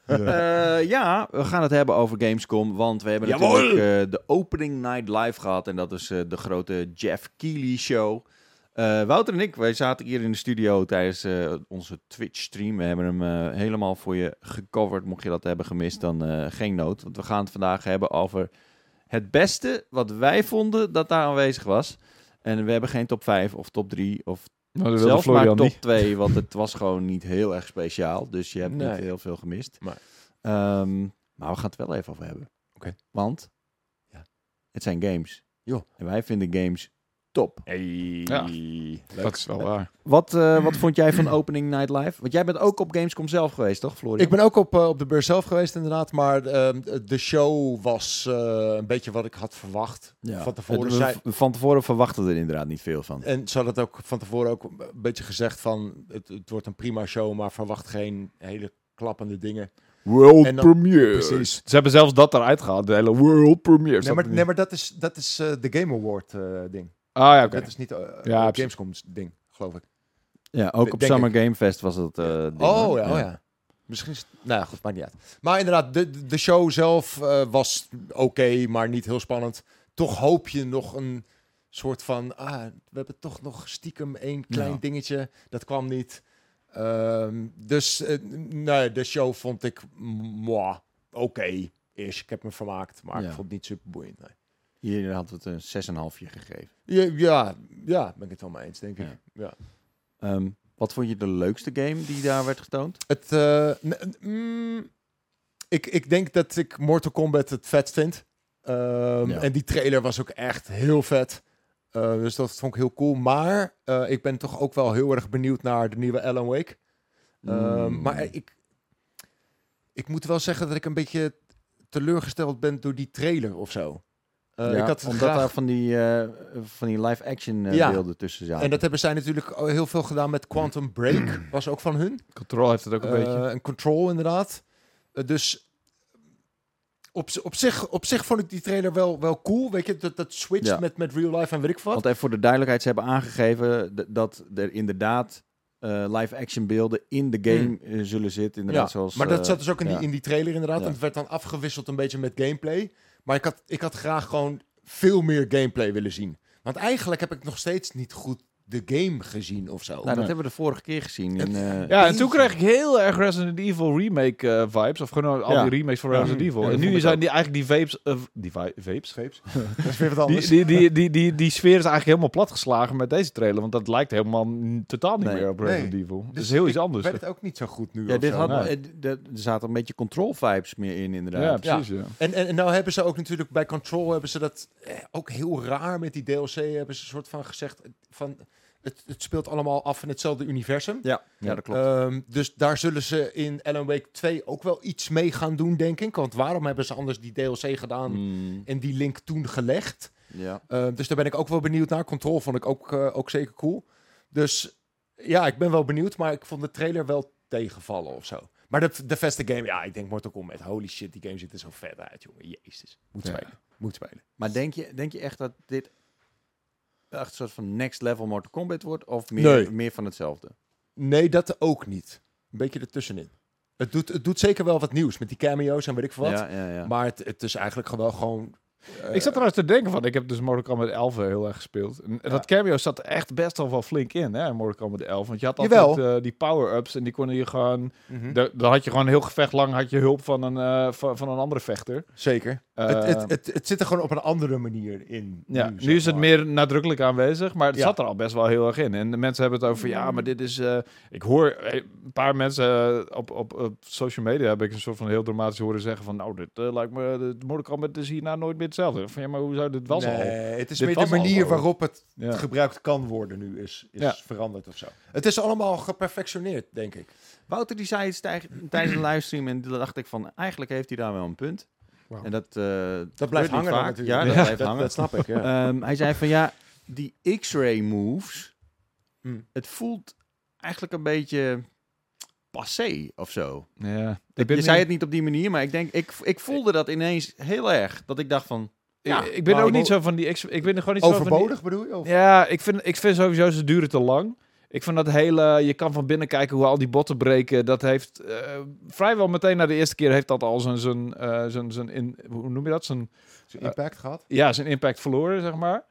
Speaker 1: Eh, ja, we gaan het hebben over Gamescom. Want we hebben
Speaker 2: Jawohl!
Speaker 1: natuurlijk eh, de opening night live gehad. En dat is eh, de grote Jeff Keighley show. Eh, Wouter en ik, wij zaten hier in de studio tijdens eh, onze Twitch stream. We hebben hem eh, helemaal voor je gecoverd. Mocht je dat hebben gemist, dan eh, geen nood. Want we gaan het vandaag hebben over het beste wat wij vonden dat daar aanwezig was. En we hebben geen top 5 of top 3 of
Speaker 3: Nou, dat wilde
Speaker 1: Zelfs maar
Speaker 3: Florian
Speaker 1: top
Speaker 3: niet.
Speaker 1: 2, want het was gewoon niet heel erg speciaal. Dus je hebt niet
Speaker 2: Nee.
Speaker 1: heel veel gemist.
Speaker 2: Nee.
Speaker 1: Ehm, maar we gaan het wel even over hebben.
Speaker 2: Oké.
Speaker 1: Want
Speaker 2: Ja.
Speaker 1: het zijn games.
Speaker 2: Joh.
Speaker 1: En wij vinden games top.
Speaker 3: Ja. Dat is wel waar.
Speaker 1: Wat, eh, wat vond jij van Opening Night Live? Want jij bent ook op Gamescom zelf geweest, toch, Florian?
Speaker 2: Ik ben ook op, eh, op de beurs zelf geweest inderdaad, maar ehm, de show was eh, een beetje wat ik had verwacht.
Speaker 1: Ja.
Speaker 2: Van tevoren
Speaker 1: Het-
Speaker 2: zei- Eh,
Speaker 1: Van tevoren verwachten we er inderdaad niet veel van.
Speaker 2: En ze hadden het ook van tevoren ook een beetje gezegd van, het, het wordt een prima show, maar verwacht geen hele klappende dingen.
Speaker 3: World
Speaker 2: En dan-
Speaker 3: premiere.
Speaker 2: precies.
Speaker 3: Ze hebben zelfs dat eruit gehaald, de hele world premiere.
Speaker 2: Nee,
Speaker 3: Zat
Speaker 2: maar,
Speaker 3: er niet-
Speaker 2: nee, maar dat is, dat is eh, de Game Award eh, ding.
Speaker 3: Ah ja, oké.
Speaker 2: Dat is niet eh
Speaker 3: Ja, precies.
Speaker 2: Gamescom's ding, geloof ik.
Speaker 1: Ja, ook op
Speaker 2: Denk
Speaker 1: Summer Game Fest was dat eh, ding, hoor.
Speaker 2: oh, ja, oh ja. Misschien is het- Nou ja, goed, maakt niet uit. Maar inderdaad, de, de show zelf eh, was oké, maar niet heel spannend. Toch hoop je nog een soort van... Ah, we hebben toch nog stiekem één klein
Speaker 1: Ja.
Speaker 2: dingetje. Dat kwam niet. Ehm, dus eh, nee, de show vond ik moi, oké. Eerst, ik heb me vermaakt, maar
Speaker 1: Ja.
Speaker 2: ik vond het niet super boeiend. Nee.
Speaker 1: Hier had het een 6,5 gegeven.
Speaker 2: Ja, ja, ja, ben ik het wel mee eens, denk ik.
Speaker 1: Ja.
Speaker 2: Ja.
Speaker 1: Ehm, wat vond je de leukste game die daar werd getoond?
Speaker 2: Het, eh, n- n- mm, ik, ik denk dat ik Mortal Kombat het vet vind. Ehm,
Speaker 1: Ja.
Speaker 2: En die trailer was ook echt heel vet. Eh, dus dat vond ik heel cool. Maar eh, ik ben toch ook wel heel erg benieuwd naar de nieuwe Alan Wake. Ehm,
Speaker 1: Mm.
Speaker 2: Maar ik, ik moet wel zeggen dat ik een beetje teleurgesteld ben door die trailer of zo. Eh,
Speaker 1: ja,
Speaker 2: ik had het
Speaker 1: omdat
Speaker 2: graag-
Speaker 1: daar van die, eh, van die live-action eh,
Speaker 2: Ja.
Speaker 1: beelden tussen zaten.
Speaker 2: En dat hebben zij natuurlijk heel veel gedaan met Quantum Break. Was ook van hun.
Speaker 3: Control heeft het ook een
Speaker 2: Eh,
Speaker 3: beetje.
Speaker 2: Een control, inderdaad. Eh, dus op, z- op, zich, op zich vond ik die trailer wel, wel cool. Weet je, dat, dat switcht
Speaker 1: Ja.
Speaker 2: met, met real life en weet ik wat.
Speaker 1: Want even voor de duidelijkheid, ze hebben aangegeven d- dat er inderdaad eh, live-action beelden in de game eh, zullen zitten. Inderdaad,
Speaker 2: Hmm. Ja,
Speaker 1: zoals,
Speaker 2: maar dat
Speaker 1: eh,
Speaker 2: zat dus ook in,
Speaker 1: ja.
Speaker 2: die, in die trailer, inderdaad.
Speaker 1: Ja.
Speaker 2: En het werd dan afgewisseld een beetje met gameplay. Maar ik had, ik had graag gewoon veel meer gameplay willen zien. Want eigenlijk heb ik nog steeds niet goed de game gezien of zo.
Speaker 1: Nou, dat hebben we de vorige keer gezien. In, eh,
Speaker 3: Ja, en
Speaker 2: Jeetje.
Speaker 3: toen kreeg ik heel erg Resident Evil remake eh, vibes. Of gewoon al
Speaker 1: Ja.
Speaker 3: die remakes van
Speaker 2: Ja.
Speaker 3: Resident Evil.
Speaker 1: Ja, dat
Speaker 3: en
Speaker 1: vond
Speaker 3: nu
Speaker 1: ik
Speaker 3: zijn die, eigenlijk die vapes... eh, die vi- vapes?
Speaker 2: dat is weer wat
Speaker 3: Die,
Speaker 2: anders.
Speaker 3: die, die, die, die, die sfeer is eigenlijk helemaal platgeslagen met deze trailer. Want dat lijkt helemaal n- totaal niet
Speaker 1: Nee.
Speaker 3: meer op
Speaker 2: Nee.
Speaker 3: Resident Evil. Dus,
Speaker 2: Dus
Speaker 3: is heel
Speaker 2: ik
Speaker 3: iets anders.
Speaker 2: Ik weet het ook niet zo goed nu.
Speaker 1: ja,
Speaker 2: of
Speaker 1: dit
Speaker 2: zo.
Speaker 1: had,
Speaker 3: nou.
Speaker 1: eh, d- dat- er zaten een beetje control vibes meer in,
Speaker 3: Ja,
Speaker 1: inderdaad.
Speaker 3: precies. Ja.
Speaker 2: En, en, en nou hebben ze ook natuurlijk bij Control hebben ze dat eh, ook heel raar met die DLC. Hebben ze een soort van gezegd eh, van het, het speelt allemaal af in hetzelfde universum.
Speaker 1: Ja, ja, dat klopt.
Speaker 2: Ehm, dus daar zullen ze in Alan Wake 2 ook wel iets mee gaan doen, denk ik. Want waarom hebben ze anders die DLC gedaan
Speaker 1: Mm,
Speaker 2: en die link toen gelegd?
Speaker 1: ja.
Speaker 2: Ehm, dus daar ben ik ook wel benieuwd naar. Control vond ik ook, eh, ook zeker cool. Dus ja, ik ben wel benieuwd, maar ik vond de trailer wel tegenvallen of zo. Maar de, de beste game, ja, ik denk Mortal Kombat. Holy shit, die game ziet er zo vet uit, jongen. Jezus, moet
Speaker 3: Ja.
Speaker 2: spelen, moet spelen.
Speaker 1: Maar denk je, denk je echt dat dit echt een soort van next level Mortal Kombat wordt? Of meer,
Speaker 2: Nee.
Speaker 1: meer van hetzelfde?
Speaker 2: Nee, dat ook niet. Een beetje ertussenin. Het doet, het doet zeker wel wat nieuws met die cameo's en weet ik veel wat.
Speaker 1: Ja, ja, ja.
Speaker 2: Maar het, het is eigenlijk gewoon gewoon... eh,
Speaker 3: Ik zat trouwens te denken van, ik heb dus Mortal Kombat 11 heel erg gespeeld. En dat cameo zat echt best al wel flink in, hè, in Mortal Kombat 11. Want je had altijd
Speaker 2: Jawel.
Speaker 3: eh, die power-ups en die konden je gewoon...
Speaker 2: mhm,
Speaker 3: da- Dan had je gewoon een heel gevecht lang had je hulp van een, eh, van, van een andere vechter.
Speaker 2: Zeker.
Speaker 3: Eh,
Speaker 2: het, het, het, het zit er gewoon op een andere manier in.
Speaker 3: ja,
Speaker 2: zeg
Speaker 3: nu is het
Speaker 2: maar.
Speaker 3: meer nadrukkelijk aanwezig, maar het
Speaker 2: Ja.
Speaker 3: zat er al best wel heel erg in. En de mensen hebben het over, ja, maar dit is... eh, ik hoor eh, een paar mensen eh, op, op, op social media heb ik een soort van heel dramatisch horen zeggen van... Nou, dit eh, lijkt me... dit Mortal Kombat is hierna nooit meer hetzelfde. Van, ja, maar hoe zou dit was
Speaker 2: nee,
Speaker 3: al?
Speaker 2: Het is
Speaker 3: Dit
Speaker 2: meer de
Speaker 3: was al
Speaker 2: manier
Speaker 3: gewoon.
Speaker 2: waarop het
Speaker 3: Ja.
Speaker 2: gebruikt kan worden nu is, is
Speaker 3: Ja.
Speaker 2: veranderd of zo. Het is allemaal geperfectioneerd, denk ik.
Speaker 1: Wouter die zei het tij- tijdens de livestream en toen dacht ik van, eigenlijk heeft hij daar wel een punt.
Speaker 3: Wauw.
Speaker 1: En dat, eh,
Speaker 2: Dat
Speaker 1: gebeurt
Speaker 2: blijft
Speaker 1: niet
Speaker 2: hangen dan
Speaker 1: vaak.
Speaker 2: natuurlijk.
Speaker 1: Ja, dat blijft hangen.
Speaker 2: Dat snap ik, ja.
Speaker 1: Ehm, hij zei van ja, die X-ray moves,
Speaker 2: Hmm.
Speaker 1: het voelt eigenlijk een beetje passé of zo.
Speaker 3: Ja. Ik
Speaker 1: Je
Speaker 3: ben
Speaker 1: zei
Speaker 3: niet-
Speaker 1: het niet op die manier, maar ik denk, ik, ik voelde dat ineens heel erg. Dat ik dacht van, Ja,
Speaker 3: ik, ik ben
Speaker 2: maar
Speaker 3: ook
Speaker 2: wel-
Speaker 3: niet zo van die... ex- Ik ben er gewoon niet zo van
Speaker 2: Overbodig bedoel je? Of?
Speaker 3: die- Ja, ik vind, ik vind sowieso ze duren te lang. Ik vind dat hele... Je kan van binnen kijken hoe al die botten breken. Dat heeft... eh, vrijwel meteen na de eerste keer heeft dat al zijn... zijn, eh, zijn, zijn in, hoe noem je dat? Zijn,
Speaker 2: Zo'n Impact gehad? Hmm.
Speaker 3: ja, zijn impact verloren, zeg maar.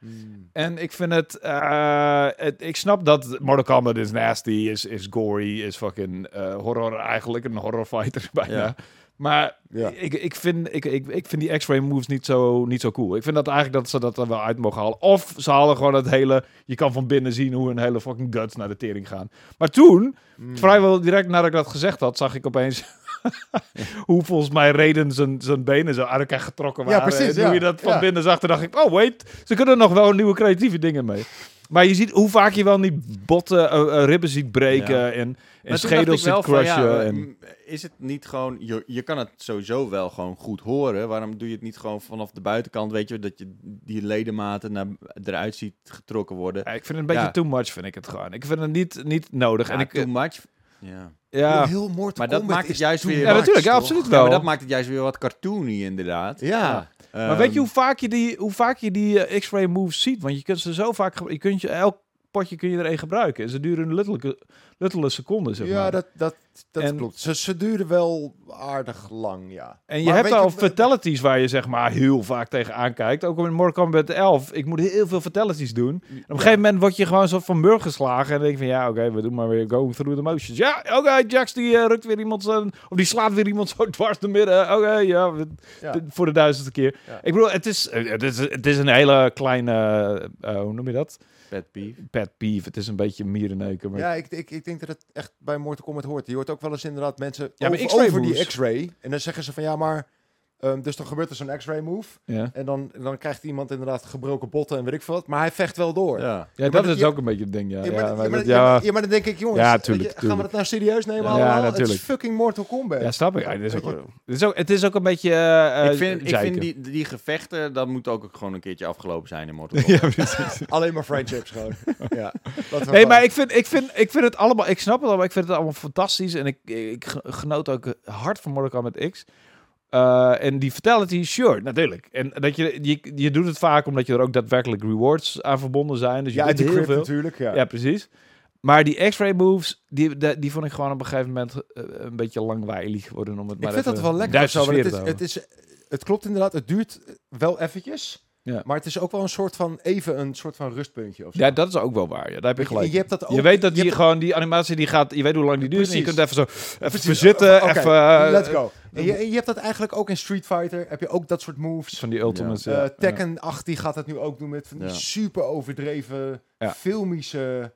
Speaker 3: En ik vind het, eh, het- Ik snap dat Mortal Kombat is nasty, is, is gory, is fucking eh, horror eigenlijk. Een horrorfighter bijna.
Speaker 1: Ja.
Speaker 3: Maar
Speaker 2: Ja.
Speaker 3: ik, ik, vind, ik, ik, ik vind die X-ray moves niet zo, niet zo cool. Ik vind dat eigenlijk dat ze dat er wel uit mogen halen. Of ze halen gewoon het hele... Je kan van binnen zien hoe hun hele fucking guts naar de tering gaan. Maar toen,
Speaker 2: Hmm.
Speaker 3: vrijwel direct nadat ik dat gezegd had, zag ik opeens... hoe volgens mij Reden zijn, zijn benen zo uit elkaar getrokken
Speaker 2: Ja,
Speaker 3: waren.
Speaker 2: precies,
Speaker 3: En hoe
Speaker 2: ja.
Speaker 3: je dat van
Speaker 2: Ja.
Speaker 3: binnen zag, toen dacht ik... Oh, wait, ze kunnen nog wel nieuwe creatieve dingen mee. Maar je ziet hoe vaak je wel niet botten, eh, eh, ribben ziet breken
Speaker 1: Ja.
Speaker 3: en, en
Speaker 1: Maar toen dacht
Speaker 3: schedels
Speaker 1: ik
Speaker 3: ziet
Speaker 1: wel van, ja,
Speaker 3: crushen.
Speaker 1: eh,
Speaker 3: en...
Speaker 1: m, Is het niet gewoon, je, je kan het sowieso wel gewoon goed horen. Waarom doe je het niet gewoon vanaf de buitenkant, weet je, dat je die ledematen naar, eruit ziet getrokken worden.
Speaker 3: Ja, ik vind het een beetje
Speaker 1: Ja.
Speaker 3: too much, vind ik het gewoon. Ik vind het niet, niet nodig.
Speaker 1: Ja,
Speaker 3: en ik, eh,
Speaker 1: too much. Ja.
Speaker 3: ja.
Speaker 2: Heel Mortal
Speaker 1: Maar dat
Speaker 2: Kombat
Speaker 1: maakt het
Speaker 2: is
Speaker 1: juist
Speaker 2: too
Speaker 1: weer-
Speaker 2: much,
Speaker 3: Ja, natuurlijk, ja,
Speaker 2: toch?
Speaker 3: absoluut
Speaker 1: Ja,
Speaker 3: wel.
Speaker 1: maar dat maakt het juist weer wat cartoony inderdaad. Ehm,
Speaker 2: Ja.
Speaker 3: maar weet je hoe vaak je die, hoe vaak je die eh, X-ray moves ziet? Want je kunt ze zo vaak... gebru- Je kunt je, elk potje kun je er één gebruiken. En ze duren een luttelijke, luttelijke seconde, zeg
Speaker 2: Ja,
Speaker 3: maar.
Speaker 2: dat, dat, dat
Speaker 3: En-
Speaker 2: klopt. Ze, ze duren wel aardig lang, ja.
Speaker 3: En je
Speaker 2: Maar
Speaker 3: hebt
Speaker 2: weet
Speaker 3: al
Speaker 2: je-
Speaker 3: fatalities waar je zeg maar heel vaak tegenaan kijkt. Ook in Mortal Kombat 11. Ik moet heel veel fatalities doen. En op een gegeven moment word je gewoon zo van mur geslagen. En dan denk je van ja, oké, we doen maar weer going through the motions. Ja, oké, Jax die eh, rukt weer iemand zijn... Of die slaat weer iemand zo dwars door midden. Oké, ja, we-
Speaker 2: Ja.
Speaker 3: d- voor de duizendste keer.
Speaker 2: Ja.
Speaker 3: Ik bedoel, het is, eh, het, is, het is een hele kleine... eh, eh, hoe noem je dat?
Speaker 1: Pet peeve.
Speaker 3: Pet peeve. Het is een beetje mierenneuken. Maar...
Speaker 2: Ja, ik, ik, ik denk dat het echt bij Mortal Kombat hoort. Je hoort ook wel eens inderdaad mensen
Speaker 3: Ja, maar
Speaker 2: over,
Speaker 3: X-ray
Speaker 2: over die
Speaker 3: moves.
Speaker 2: X-ray. En dan zeggen ze van ja, maar... ehm, dus dan gebeurt er zo'n X-ray move.
Speaker 3: ja.
Speaker 2: En dan, dan krijgt iemand inderdaad gebroken botten en weet ik veel wat. Maar hij vecht wel door.
Speaker 1: Ja.
Speaker 3: Ja,
Speaker 2: maar
Speaker 3: dat
Speaker 2: dat-
Speaker 3: is
Speaker 2: ja-
Speaker 3: ook een beetje het ding, ja.
Speaker 2: Ja, maar,
Speaker 3: Ja,
Speaker 2: dat-
Speaker 3: maar
Speaker 2: ja, maar
Speaker 3: dat-
Speaker 2: dat- ja, maar-
Speaker 3: ja,
Speaker 2: ja, maar dan denk ik, jongens,
Speaker 3: Ja,
Speaker 2: weet je,
Speaker 3: tuurlijk,
Speaker 2: gaan we
Speaker 3: tuurlijk.
Speaker 2: dat nou serieus nemen
Speaker 3: Ja,
Speaker 2: allemaal? Het
Speaker 3: natuurlijk.
Speaker 2: is fucking Mortal Kombat.
Speaker 3: ja, snap ik. Ja, dit is ook,
Speaker 2: Weet je-
Speaker 3: wel- dit is ook, het is ook een beetje... eh, eh,
Speaker 1: ik vind, ik
Speaker 3: zeiken.
Speaker 1: vind die, die gevechten, dat moet ook gewoon een keertje afgelopen zijn in Mortal Kombat.
Speaker 3: ja, precies.
Speaker 2: Alleen maar friendships gewoon. ja, laten we
Speaker 3: Nee,
Speaker 2: gewoon-
Speaker 3: maar ik vind, ik, vind, ik vind het allemaal... Ik snap het allemaal. Ik vind het allemaal fantastisch. En ik, ik g- genoot ook hard van Mortal Kombat X. Eh, en die fatality, sure, natuurlijk. En dat je, je, je doet het vaak omdat je er ook daadwerkelijk rewards aan verbonden zijn. Dus je
Speaker 2: ja, uit
Speaker 3: doet
Speaker 2: die
Speaker 3: heel
Speaker 2: crypt
Speaker 3: veel.
Speaker 2: natuurlijk, ja.
Speaker 3: Ja, precies. Maar die X-ray moves, die, die, die vond ik gewoon op een gegeven moment eh, een beetje langwijlig worden. Om het maar
Speaker 2: Ik vind
Speaker 3: even
Speaker 2: dat wel lekker of
Speaker 3: Duitse
Speaker 2: zo, maar
Speaker 3: sfeer
Speaker 2: het, is,
Speaker 3: te
Speaker 2: het, is, het klopt inderdaad, het duurt eh, wel eventjes.
Speaker 3: houden. Ja.
Speaker 2: Maar het is ook wel een soort van, even een soort van rustpuntje of zo.
Speaker 3: Ja, dat is ook wel waar. Ja, daar
Speaker 2: Weet
Speaker 3: heb je
Speaker 2: je, en
Speaker 3: gelijk.
Speaker 2: je hebt dat ook.
Speaker 3: Je weet dat
Speaker 2: je
Speaker 3: die
Speaker 2: hebt-
Speaker 3: gewoon die animatie die gaat. Je weet hoe lang die duurt. En je
Speaker 2: Precies.
Speaker 3: kunt even zo even
Speaker 2: Precies.
Speaker 3: verzitten.
Speaker 2: Oké,
Speaker 3: even eh,
Speaker 2: let's go. En je, en je hebt dat eigenlijk ook in Street Fighter. Heb je ook dat soort moves.
Speaker 3: van die ultimates.
Speaker 2: Eh,
Speaker 3: ja.
Speaker 2: Tekken 8 die gaat dat nu ook doen met van die
Speaker 1: Ja.
Speaker 2: super overdreven,
Speaker 3: Ja.
Speaker 2: filmische...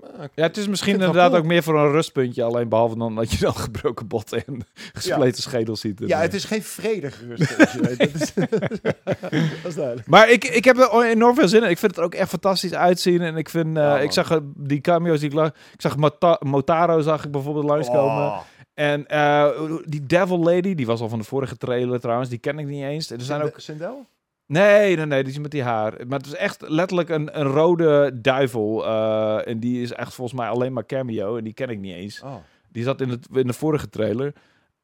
Speaker 2: Nou,
Speaker 3: Ja, het is misschien
Speaker 2: Ik vind het wel
Speaker 3: inderdaad
Speaker 2: cool.
Speaker 3: ook meer voor een rustpuntje. Alleen behalve dan dat je dan gebroken botten en gespleten schedel ziet.
Speaker 2: Ja, het is geen vredig rust. als je weet. Dat is, dat is duidelijk.
Speaker 3: Maar ik, ik heb er enorm veel zin in. Ik vind het er ook echt fantastisch uitzien. En ik vind, eh,
Speaker 2: Ja, man.
Speaker 3: ik zag eh, die cameo's die ik la- Ik zag Mata- Motaro zag ik bijvoorbeeld langskomen.
Speaker 2: Oh.
Speaker 3: En eh, die Devil Lady, die was al van de vorige trailer trouwens. Die ken ik niet eens. En Er zijn ook...
Speaker 2: Sindel?
Speaker 3: Nee, nee, nee, die is met die haar. Maar het is echt letterlijk een, een rode duivel. eh, en die is echt volgens mij alleen maar cameo. En die ken ik niet eens.
Speaker 2: Oh.
Speaker 3: Die zat in, het, in de vorige trailer.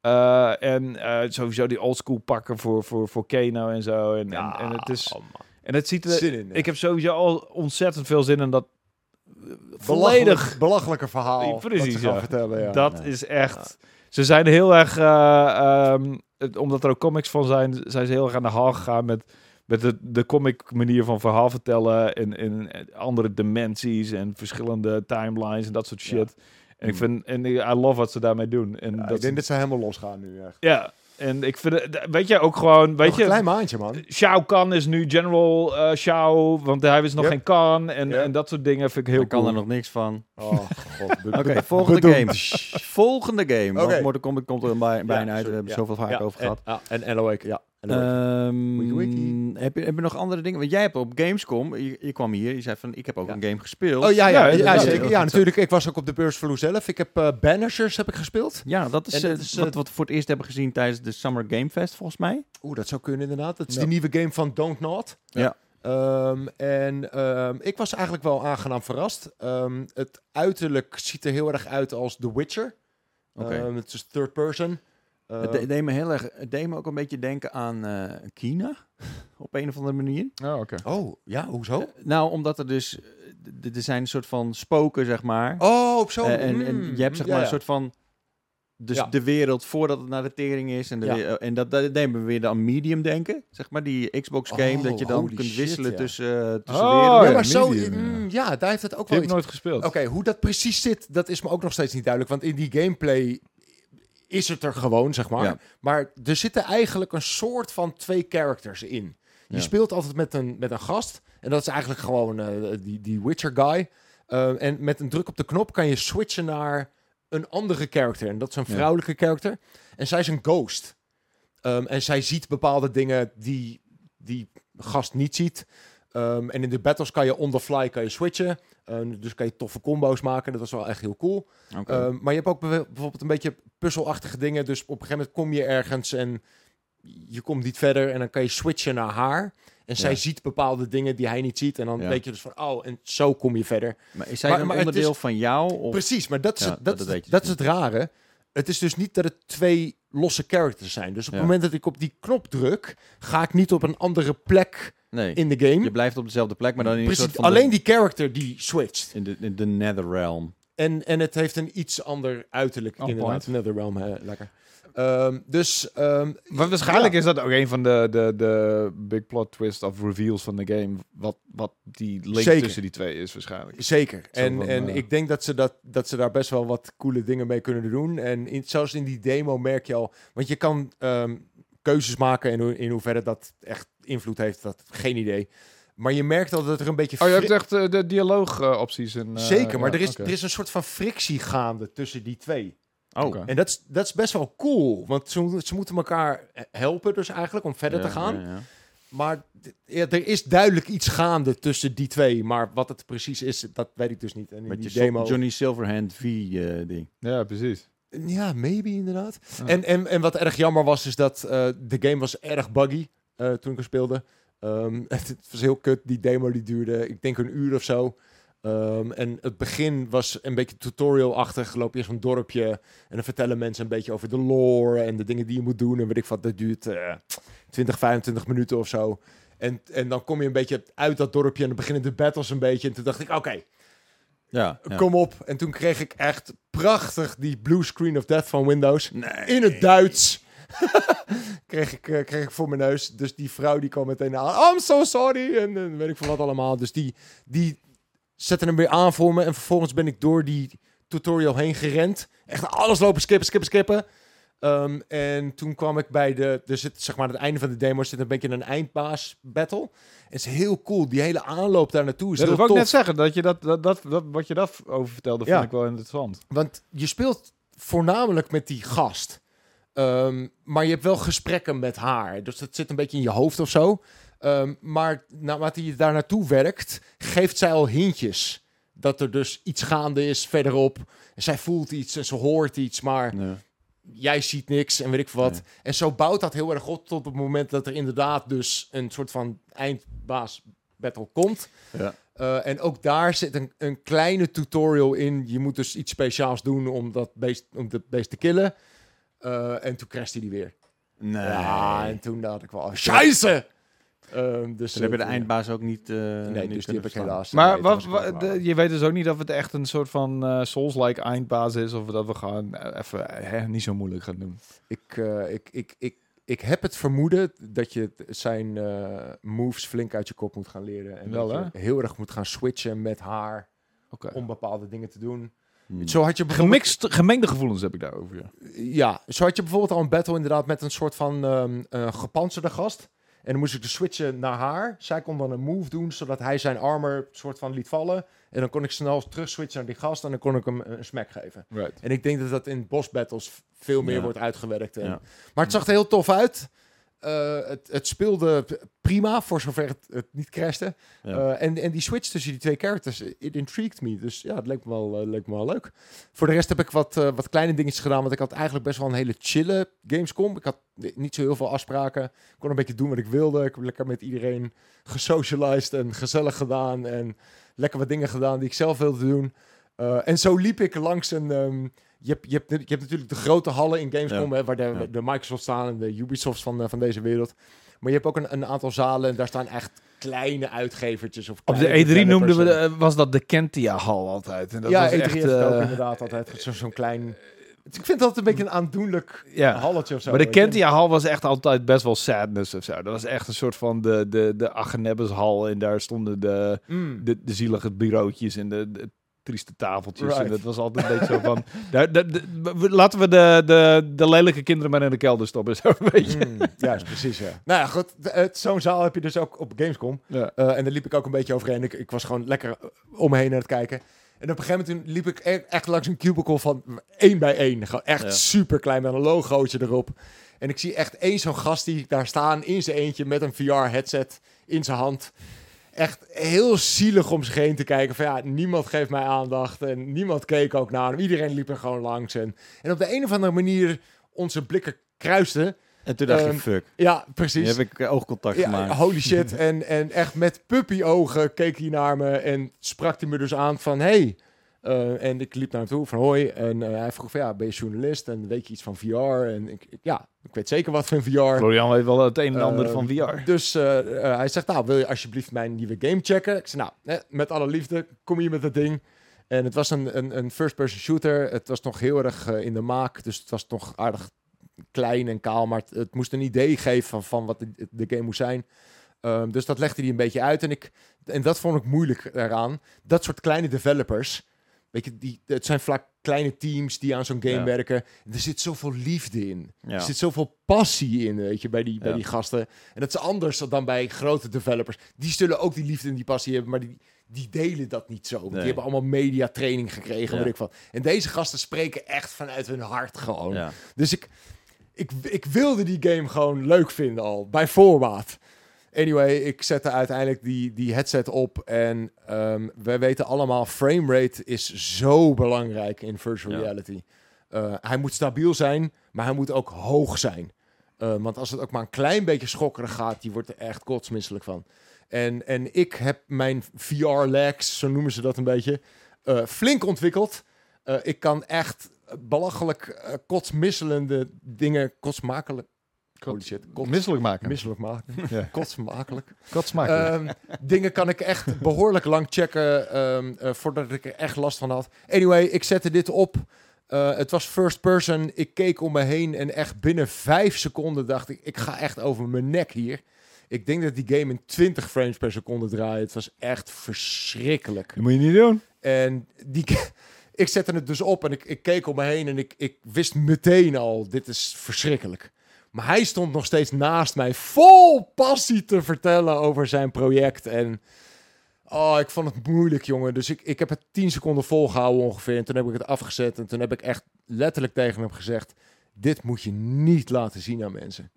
Speaker 3: Eh, en eh, sowieso die oldschool pakken voor, voor, voor Kano en zo. En, en, en het
Speaker 2: oh,
Speaker 3: is, en het ziet er...
Speaker 2: Zin in.
Speaker 3: Ik heb sowieso al ontzettend veel zin in dat... eh, Volledig.
Speaker 2: Belachelijk, belachelijke verhaal. wat
Speaker 3: Precies,
Speaker 2: ze gaan
Speaker 3: ja.
Speaker 2: vertellen, ja.
Speaker 3: dat
Speaker 1: ja.
Speaker 3: is echt... Ze zijn heel erg... eh, ehm, het- omdat er ook comics van zijn, zijn ze heel erg aan de haal gegaan met... Met de, de comic manier van verhaal vertellen in, in andere dimensies en verschillende timelines en dat soort shit. En ik
Speaker 1: Mm.
Speaker 3: vind, en I love wat ze daarmee doen. En
Speaker 2: Ja,
Speaker 3: dat
Speaker 2: ik denk dat ze helemaal losgaan nu echt.
Speaker 3: Ja, en ik vind het, weet je, ook gewoon, weet
Speaker 2: Nog een
Speaker 3: je,
Speaker 2: klein maandje, man.
Speaker 3: Shao Kahn is nu General eh Shao, want hij is nog
Speaker 2: Yep.
Speaker 3: geen Kahn en,
Speaker 2: Ja.
Speaker 3: en dat soort dingen vind ik heel
Speaker 1: Ik kan
Speaker 3: cool.
Speaker 1: er nog niks van.
Speaker 2: Oh, god.
Speaker 1: Oké, volgende game. Volgende game. Want
Speaker 2: Oké.
Speaker 1: Mortal Kombat komt er bij- bijna uit. We
Speaker 2: sorry,
Speaker 1: hebben
Speaker 2: ja.
Speaker 1: zoveel vaak over gehad.
Speaker 2: En, en LOE, ja.
Speaker 1: Ehm,
Speaker 2: Wiki wiki.
Speaker 1: heb, je, heb je nog andere dingen? Want jij hebt op Gamescom, je, je kwam hier, je zei van ik heb ook
Speaker 2: Ja.
Speaker 1: een game gespeeld.
Speaker 2: Oh ja,
Speaker 3: Ja,
Speaker 2: ja, ja,
Speaker 3: inderdaad.
Speaker 2: zeker.
Speaker 1: Ja,
Speaker 2: ja,
Speaker 1: dat-
Speaker 2: natuurlijk. Ik was ook op de beursvloer zelf. Ik heb eh, Banishers heb ik gespeeld.
Speaker 1: Ja, dat is,
Speaker 2: En dat
Speaker 1: eh,
Speaker 2: is, eh,
Speaker 1: wat, wat we voor het eerst hebben gezien tijdens de Summer Game Fest, volgens mij.
Speaker 2: Oeh, dat zou kunnen inderdaad. Dat is
Speaker 3: Ja.
Speaker 2: die nieuwe game van Don't Not.
Speaker 1: Ja.
Speaker 2: Ehm, en ehm, ik was eigenlijk wel aangenaam verrast. Ehm, het uiterlijk ziet er heel erg uit als The Witcher.
Speaker 1: Oké.
Speaker 2: Ehm, het is third person. Ehm,
Speaker 1: het, de- deed me heel erg, het deed me ook een beetje denken aan eh, China, op een of andere manier.
Speaker 3: Oh, oké.
Speaker 2: oh, ja, hoezo?
Speaker 1: Eh, nou, omdat er dus, eh, d- d- er zijn een soort van spoken, zeg maar.
Speaker 2: Oh, op zo'n...
Speaker 1: Eh, en, en
Speaker 2: mm,
Speaker 1: je hebt zeg
Speaker 2: ja,
Speaker 1: maar
Speaker 2: ja.
Speaker 1: een soort van... Dus
Speaker 2: Ja.
Speaker 1: de wereld voordat het naar de tering is. En, de
Speaker 2: Ja.
Speaker 1: we- en dat, dat deed me weer aan medium denken. Zeg maar die Xbox game.
Speaker 2: Oh,
Speaker 1: dat je dan
Speaker 2: holy
Speaker 1: kunt
Speaker 2: shit,
Speaker 1: wisselen
Speaker 2: ja.
Speaker 1: tussen, eh, tussen
Speaker 3: Oh,
Speaker 1: werelden.
Speaker 2: Ja,
Speaker 3: ja,
Speaker 2: maar zo...
Speaker 3: medium,
Speaker 2: mm, ja, daar heeft het ook wel
Speaker 3: Die heb ik
Speaker 2: iets...
Speaker 3: nooit gespeeld.
Speaker 2: Oké, hoe dat precies zit, dat is me ook nog steeds niet duidelijk. Want in die gameplay is het er gewoon, zeg maar.
Speaker 1: Ja.
Speaker 2: Maar er zitten eigenlijk een soort van twee characters in. Je
Speaker 1: Ja.
Speaker 2: speelt altijd met een, met een gast. En dat is eigenlijk gewoon eh, die, die Witcher guy. Eh, en met een druk op de knop kan je switchen naar een andere character. En dat is een
Speaker 1: Ja.
Speaker 2: vrouwelijke character. En zij is een ghost. Ehm, en zij ziet bepaalde dingen die die gast niet ziet. Ehm, en in de battles kan je on the fly kan je switchen. Ehm, dus kan je toffe combo's maken. Dat was wel echt heel cool.
Speaker 1: Oké.
Speaker 2: Ehm, maar je hebt ook bijv- bijvoorbeeld een beetje puzzelachtige dingen. Dus op een gegeven moment kom je ergens en je komt niet verder. En dan kan je switchen naar haar. En zij
Speaker 1: Ja.
Speaker 2: ziet bepaalde dingen die hij niet ziet. En dan
Speaker 1: Ja.
Speaker 2: weet je dus van, oh, en zo kom je verder.
Speaker 1: maar is zij
Speaker 2: maar-
Speaker 1: een
Speaker 2: maar het
Speaker 1: onderdeel
Speaker 2: is-
Speaker 1: van jou? Of,
Speaker 2: Precies, maar dat is,
Speaker 1: Ja,
Speaker 2: het,
Speaker 1: dat
Speaker 2: dat, is-
Speaker 1: weet je
Speaker 2: dat
Speaker 1: dus
Speaker 2: is het rare. Het is dus niet dat het twee losse characters zijn. Dus op
Speaker 1: Ja.
Speaker 2: het moment dat ik op die knop druk, ga ik niet op een andere plek
Speaker 1: nee,
Speaker 2: in de game.
Speaker 1: je blijft op dezelfde plek, maar dan in een soort
Speaker 2: Precies,
Speaker 1: van de,
Speaker 2: alleen die character die switcht.
Speaker 1: in de, in de netherrealm.
Speaker 2: En, en het heeft een iets ander uiterlijk
Speaker 3: On
Speaker 2: inderdaad.
Speaker 3: point.
Speaker 2: Netherrealm, hè, lekker. Oh, Ehm, dus ehm,
Speaker 3: Maar waarschijnlijk
Speaker 2: Ja.
Speaker 3: is dat ook een van de, de, de big plot twists of reveals van de game. Wat, wat die link
Speaker 2: Zeker.
Speaker 3: tussen die twee is waarschijnlijk.
Speaker 2: zeker.
Speaker 3: Zo
Speaker 2: En,
Speaker 3: van,
Speaker 2: en
Speaker 3: eh,
Speaker 2: ik denk dat ze, dat, dat ze daar best wel wat coole dingen mee kunnen doen. En in, zelfs in die demo merk je al... Want je kan ehm, keuzes maken en hoe- in hoeverre dat echt invloed heeft, dat geen idee. Maar je merkt al dat er een beetje...
Speaker 3: Oh, je
Speaker 2: fri-
Speaker 3: hebt echt eh, de dialoogopties. en. eh,
Speaker 2: Zeker, maar
Speaker 3: ja,
Speaker 2: er, is,
Speaker 3: oké.
Speaker 2: er is een soort van frictie gaande tussen die twee.
Speaker 1: Oh,
Speaker 3: Oké.
Speaker 2: En dat is, dat is best wel cool, want ze, ze moeten elkaar helpen dus eigenlijk om verder
Speaker 1: Ja,
Speaker 2: te gaan.
Speaker 1: ja, ja.
Speaker 2: Maar d- ja, er is duidelijk iets gaande tussen die twee, maar wat het precies is, dat weet ik dus niet. En in
Speaker 1: Met
Speaker 2: die
Speaker 1: je
Speaker 2: demo...
Speaker 1: Johnny Silverhand eh, V-ding.
Speaker 3: Ja, precies.
Speaker 2: Ja, maybe inderdaad.
Speaker 3: Ja.
Speaker 2: En, en, en wat erg jammer was, is dat eh, de game was erg buggy eh, toen ik er speelde. Ehm, het was heel kut, die demo die duurde, ik denk een uur of zo. Ehm, en het begin was een beetje tutorial-achtig. Loop je in zo'n dorpje en dan vertellen mensen een beetje over de lore en de dingen die je moet doen. En weet ik wat, dat duurt eh 20, 25 minuten of zo. En, en dan kom je een beetje uit dat dorpje en dan beginnen de battles een beetje. En toen dacht ik, oké,
Speaker 1: Ja, ja.
Speaker 2: kom op. En toen kreeg ik echt prachtig die blue screen of death van Windows. In het Duits. kreeg, ik, eh, kreeg ik voor mijn neus. Dus die vrouw die kwam meteen aan. I'm so sorry. En, en weet ik van wat allemaal. Dus die, die zette hem weer aan voor me. En vervolgens ben ik door die tutorial heen gerend. Echt alles lopen skippen, skippen, skippen. Ehm, en toen kwam ik bij de... Er zit, zeg maar, aan het einde van de demo zit een beetje een eindbaas battle. Het is heel cool. Die hele aanloop daar naartoe is
Speaker 3: dat
Speaker 2: heel
Speaker 3: wil ik
Speaker 2: tof.
Speaker 3: net zeggen, dat je dat, dat, dat, dat- wat je dat over vertelde,
Speaker 2: Ja.
Speaker 3: vond ik wel interessant.
Speaker 2: Want je speelt voornamelijk met die gast. Ehm, maar je hebt wel gesprekken met haar. Dus dat zit een beetje in je hoofd of zo. Ehm, maar naarmate je daar naartoe werkt, geeft zij al hintjes. Dat er dus iets gaande is verderop. En zij voelt iets en ze hoort iets, maar jij ziet niks en weet ik veel wat.
Speaker 1: Nee.
Speaker 2: En zo bouwt dat heel erg op tot het moment dat er inderdaad dus een soort van eindbaas battle komt.
Speaker 1: Ja.
Speaker 2: Eh, en ook daar zit een, een kleine tutorial in. Je moet dus iets speciaals doen om dat beest, om dat beest te killen. Eh, en toen crashte die weer.
Speaker 1: Nee.
Speaker 2: Ja, en toen dacht ik wel, oh, scheisse! Ehm, dus
Speaker 1: Ze hebben de
Speaker 2: eh,
Speaker 1: eindbaas ook niet. eh,
Speaker 2: Nee,
Speaker 1: niet
Speaker 2: dus die
Speaker 1: kunnen
Speaker 2: heb ik
Speaker 1: verslaan.
Speaker 2: helaas.
Speaker 3: Maar
Speaker 2: nee,
Speaker 3: wat,
Speaker 2: dat was
Speaker 3: wat- de- je weet dus ook niet of het echt een soort van eh, Souls-like eindbaas is. Of dat we gaan eh, even hè, niet zo moeilijk gaan doen.
Speaker 2: Ik, eh, ik, ik, ik, ik heb het vermoeden dat je t- zijn eh, moves flink uit je kop moet gaan leren. En
Speaker 3: Wel,
Speaker 2: dat je heel erg moet gaan switchen met haar
Speaker 3: Oké.
Speaker 2: om bepaalde dingen te doen.
Speaker 1: Hmm.
Speaker 2: Zo had je bijvoorbeeld...
Speaker 3: Gemixt, gemengde gevoelens heb ik daarover. Ja.
Speaker 2: Ja, zo had je bijvoorbeeld al een battle inderdaad met een soort van ehm, eh, gepantserde gast. En dan moest ik dus switchen naar haar. Zij kon dan een move doen, zodat hij zijn armor soort van liet vallen. En dan kon ik snel terug switchen naar die gast en dan kon ik hem een smack geven.
Speaker 3: Right.
Speaker 2: En ik denk dat dat in boss battles veel meer
Speaker 1: Ja.
Speaker 2: wordt uitgewerkt. En-
Speaker 1: Ja.
Speaker 2: Maar het zag er heel tof uit. Eh, het, het speelde p- prima, voor zover het, het niet crashte.
Speaker 1: Ja.
Speaker 2: Eh, en, en die switch tussen die twee characters, eh, it intrigued me. Dus ja, het leek me wel, eh, leek me wel leuk. Voor de rest heb ik wat, eh, wat kleine dingetjes gedaan, want ik had eigenlijk best wel een hele chille Gamescom. Ik had ni- niet zo heel veel afspraken. Ik kon een beetje doen wat ik wilde. Ik heb lekker met iedereen gesocialized en gezellig gedaan. En lekker wat dingen gedaan die ik zelf wilde doen. Eh, en zo liep ik langs een... ehm, je, hebt, je, hebt, je hebt natuurlijk de grote hallen in Gamescom, hè, waar de,
Speaker 1: Ja.
Speaker 2: de Microsoft staan en de Ubisofts van, eh, van deze wereld. Maar je hebt ook een, een aantal zalen en daar staan echt kleine uitgevertjes. Of
Speaker 3: Op
Speaker 2: kleine
Speaker 3: de E3 noemden we
Speaker 2: developers.
Speaker 3: de- was dat de Kentia-hal altijd. En dat
Speaker 2: ja,
Speaker 3: was
Speaker 2: E3
Speaker 3: echt,
Speaker 2: heeft het ook
Speaker 3: eh,
Speaker 2: inderdaad altijd zo- zo'n klein... Ik vind dat een beetje een aandoenlijk
Speaker 3: ja.
Speaker 2: halletje of zo.
Speaker 3: Maar de
Speaker 2: weet je.
Speaker 3: Kentia-hal was echt altijd best wel sadness of zo. Dat was echt een soort van de, de, de Agenebbes-hal. En daar stonden de,
Speaker 2: Mm.
Speaker 3: de, de zielige bureautjes en de, de trieste tafeltjes. En
Speaker 2: Right.
Speaker 3: dat was altijd een beetje zo van... daar- daar- de- we- laten we de, de, de lelijke kinderen maar in de kelder stoppen. Zo, weet je.
Speaker 2: Mm, juist, precies, ja. Nou ja, goed. d- het- Zo'n zaal heb je dus ook op Gamescom.
Speaker 3: Ja.
Speaker 2: Eh, en daar liep ik ook een beetje overheen. Ik, ik was gewoon lekker eh, om me heen aan het kijken. En op een gegeven moment toen liep ik e- echt langs een cubicle van één bij één. Gewoon echt
Speaker 1: Ja.
Speaker 2: super klein met een logootje erop. En ik zie echt één zo'n gast die daar staan in zijn eentje met een VR-headset in zijn hand. Echt heel zielig om zich heen te kijken. Van ja, niemand geeft mij aandacht. En niemand keek ook naar hem. Iedereen liep er gewoon langs. En, en op de een of andere manier onze blikken kruisten.
Speaker 1: En toen dacht
Speaker 2: Ehm,
Speaker 1: je, fuck.
Speaker 2: Ja,
Speaker 1: Nu
Speaker 2: precies.
Speaker 1: heb ik eh, oogcontact
Speaker 2: Dus- Ja,
Speaker 1: gemaakt.
Speaker 2: holy shit. en, en echt met puppy-ogen keek hij naar me en sprak hij me dus aan van... Hey. Eh, en ik liep naar hem toe van hoi. En eh, hij vroeg van ja, ben je journalist en weet je iets van VR? En ik, ik- ja, ik weet zeker wat van VR.
Speaker 3: Florian weet wel het een en ander
Speaker 2: Eh,
Speaker 3: van VR.
Speaker 2: Dus eh, eh, hij zegt nou, wil je alsjeblieft mijn nieuwe game checken? Ik zei nou, hè, met alle liefde, kom hier met dat ding. En het was een, een, een first-person shooter. Het was nog heel erg eh, in de maak. Dus het was nog aardig klein en kaal. Maar het, het moest een idee geven van, van wat de, de game moest zijn. Ehm, dus dat legde hij een beetje uit. En, ik, en dat vond ik moeilijk eraan. Dat soort kleine developers. Weet je, die, het zijn vaak kleine teams die aan zo'n game
Speaker 1: Ja.
Speaker 2: werken. Er zit zoveel liefde in.
Speaker 1: Ja.
Speaker 2: Er zit zoveel passie in, weet je, bij die, bij
Speaker 1: Ja.
Speaker 2: die gasten. En dat is anders dan bij grote developers. Die zullen ook die liefde en die passie hebben, maar die, die delen dat niet zo. Want
Speaker 1: Nee.
Speaker 2: die hebben allemaal mediatraining gekregen,
Speaker 1: Ja.
Speaker 2: weet ik wat. En deze gasten spreken echt vanuit hun hart gewoon.
Speaker 1: Ja.
Speaker 2: Dus ik, ik, ik wilde die game gewoon leuk vinden al, bij voorbaat. Anyway, ik zette uiteindelijk die, die headset op. En ehm, wij weten allemaal, framerate is zo belangrijk in virtual
Speaker 1: Ja.
Speaker 2: reality. Eh, hij moet stabiel zijn, maar hij moet ook hoog zijn. Eh, want als het ook maar een klein beetje schokkerig gaat, die wordt er echt kotsmisselijk van. En, en ik heb mijn VR-lags, zo noemen ze dat een beetje, eh, flink ontwikkeld. Eh, ik kan echt belachelijk eh, kotsmisselende dingen, kotsmakelijk, holy shit, kots-
Speaker 3: misselijk maken.
Speaker 2: misselijk maken,
Speaker 3: Ja.
Speaker 2: kotsmakelijk.
Speaker 3: Kotsmakelijk.
Speaker 2: Ehm, dingen kan ik echt behoorlijk lang checken ehm, eh, voordat ik er echt last van had. Anyway, ik zette dit op. Eh, Eh, het was first person. Ik keek om me heen en echt binnen vijf seconden dacht ik, ik ga echt over mijn nek hier. Ik denk dat die game in 20 frames per seconde draaide. Het was echt verschrikkelijk.
Speaker 3: Dat moet je niet doen.
Speaker 2: En die, ik zette het dus op en ik, ik keek om me heen en ik, ik wist meteen al, dit is verschrikkelijk. Maar hij stond nog steeds naast mij, vol passie te vertellen over zijn project. En oh, ik vond het moeilijk, jongen. Dus ik, ik heb het 10 seconden volgehouden ongeveer. En toen heb ik het afgezet en toen heb ik echt letterlijk tegen hem gezegd... dit moet je niet laten zien aan mensen.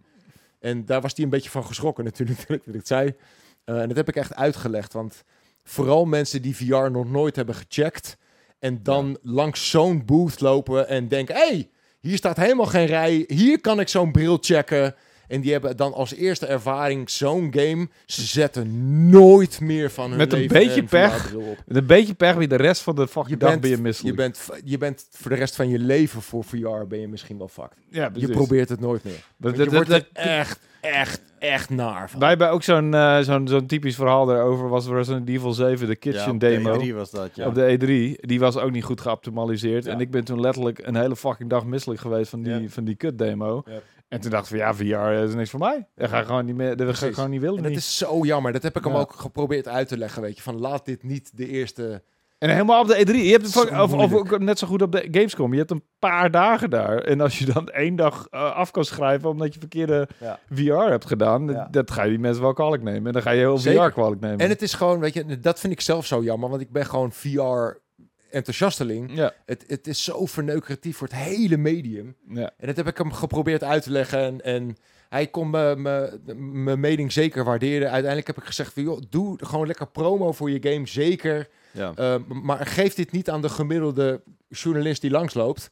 Speaker 2: En daar was hij een beetje van geschrokken natuurlijk, toen ik het zei. Eh, en dat heb ik echt uitgelegd, want vooral mensen die VR nog nooit hebben gecheckt. En dan langs zo'n booth lopen en denken: hé, hey, hier staat helemaal geen rij. Hier kan ik zo'n bril checken. En die hebben dan als eerste ervaring zo'n game. Ze zetten nooit meer van hun
Speaker 3: Met een
Speaker 2: leven
Speaker 3: beetje
Speaker 2: een VR
Speaker 3: pech
Speaker 2: bril op.
Speaker 3: Met een beetje pech bij de rest van de fucking dag ben je
Speaker 2: je,
Speaker 3: misselijk.
Speaker 2: bent, je bent voor de rest van je leven voor VR ben je misschien wel fucked.
Speaker 3: ja,
Speaker 2: Je
Speaker 3: precies.
Speaker 2: probeert het nooit meer. Want
Speaker 3: Dat-
Speaker 2: je
Speaker 3: dat-
Speaker 2: wordt
Speaker 3: dat-
Speaker 2: er echt, echt, echt naar van.
Speaker 3: Wij hebben ook zo'n eh, zo'n zo'n typisch verhaal daarover. Was Resident Evil 7, de kitchen
Speaker 1: op
Speaker 3: demo.
Speaker 2: E
Speaker 1: de E3 was dat, ja.
Speaker 3: Op de E3. Die was ook niet goed geoptimaliseerd.
Speaker 2: Ja.
Speaker 3: En ik ben toen letterlijk een hele fucking dag misselijk geweest van die,
Speaker 2: Ja.
Speaker 3: van die kut demo.
Speaker 2: Ja.
Speaker 3: En toen dacht ik van ja, VR is niks voor mij. Dat ga ik gewoon niet meer. Dat ga ik
Speaker 2: Precies.
Speaker 3: gewoon niet willen.
Speaker 2: En
Speaker 3: niet. En,
Speaker 2: dat is zo jammer. Dat heb ik hem
Speaker 3: Ja.
Speaker 2: ook geprobeerd uit te leggen, weet je. Van laat dit niet de eerste...
Speaker 3: helemaal op de E3. Je hebt het
Speaker 2: Zo
Speaker 3: fucking- of, of
Speaker 2: moeilijk.
Speaker 3: ook net zo goed op de Gamescom. Je hebt een paar dagen daar. En als je dan één dag eh, af kan schrijven omdat je verkeerde
Speaker 2: Ja.
Speaker 3: VR hebt gedaan, dat-
Speaker 2: Ja.
Speaker 3: dat ga je die mensen wel kwalijk nemen. En dan ga je heel
Speaker 2: Zeker.
Speaker 3: VR kwalijk nemen.
Speaker 2: En het is gewoon, weet je, dat vind ik zelf zo jammer, want ik ben gewoon VR-enthousiasteling.
Speaker 3: ja.
Speaker 2: Het, het is zo verneukeratief voor het hele medium.
Speaker 3: ja.
Speaker 2: En dat heb ik hem geprobeerd uit te leggen en, en hij kon me- me- mijn mening zeker waarderen. Uiteindelijk heb ik gezegd, van, joh, doe gewoon lekker promo voor je game, zeker.
Speaker 1: ja.
Speaker 2: Eh, maar geef dit niet aan de gemiddelde journalist die langsloopt.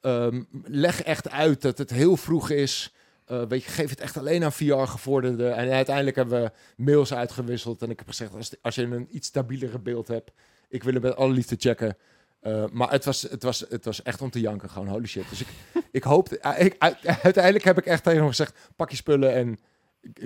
Speaker 2: Ehm, leg echt uit dat het heel vroeg is. Eh, weet je, geef het echt alleen aan VR-gevorderden. En uiteindelijk hebben we mails uitgewisseld. En ik heb gezegd, als, als je een iets stabielere beeld hebt... ik wil het met alle liefde checken. Eh, maar het was, het, was, het was echt om te janken, gewoon. Holy shit. Dus ik, ik hoopte... eh, ik- uit- uiteindelijk heb ik echt tegen hem gezegd... pak je spullen en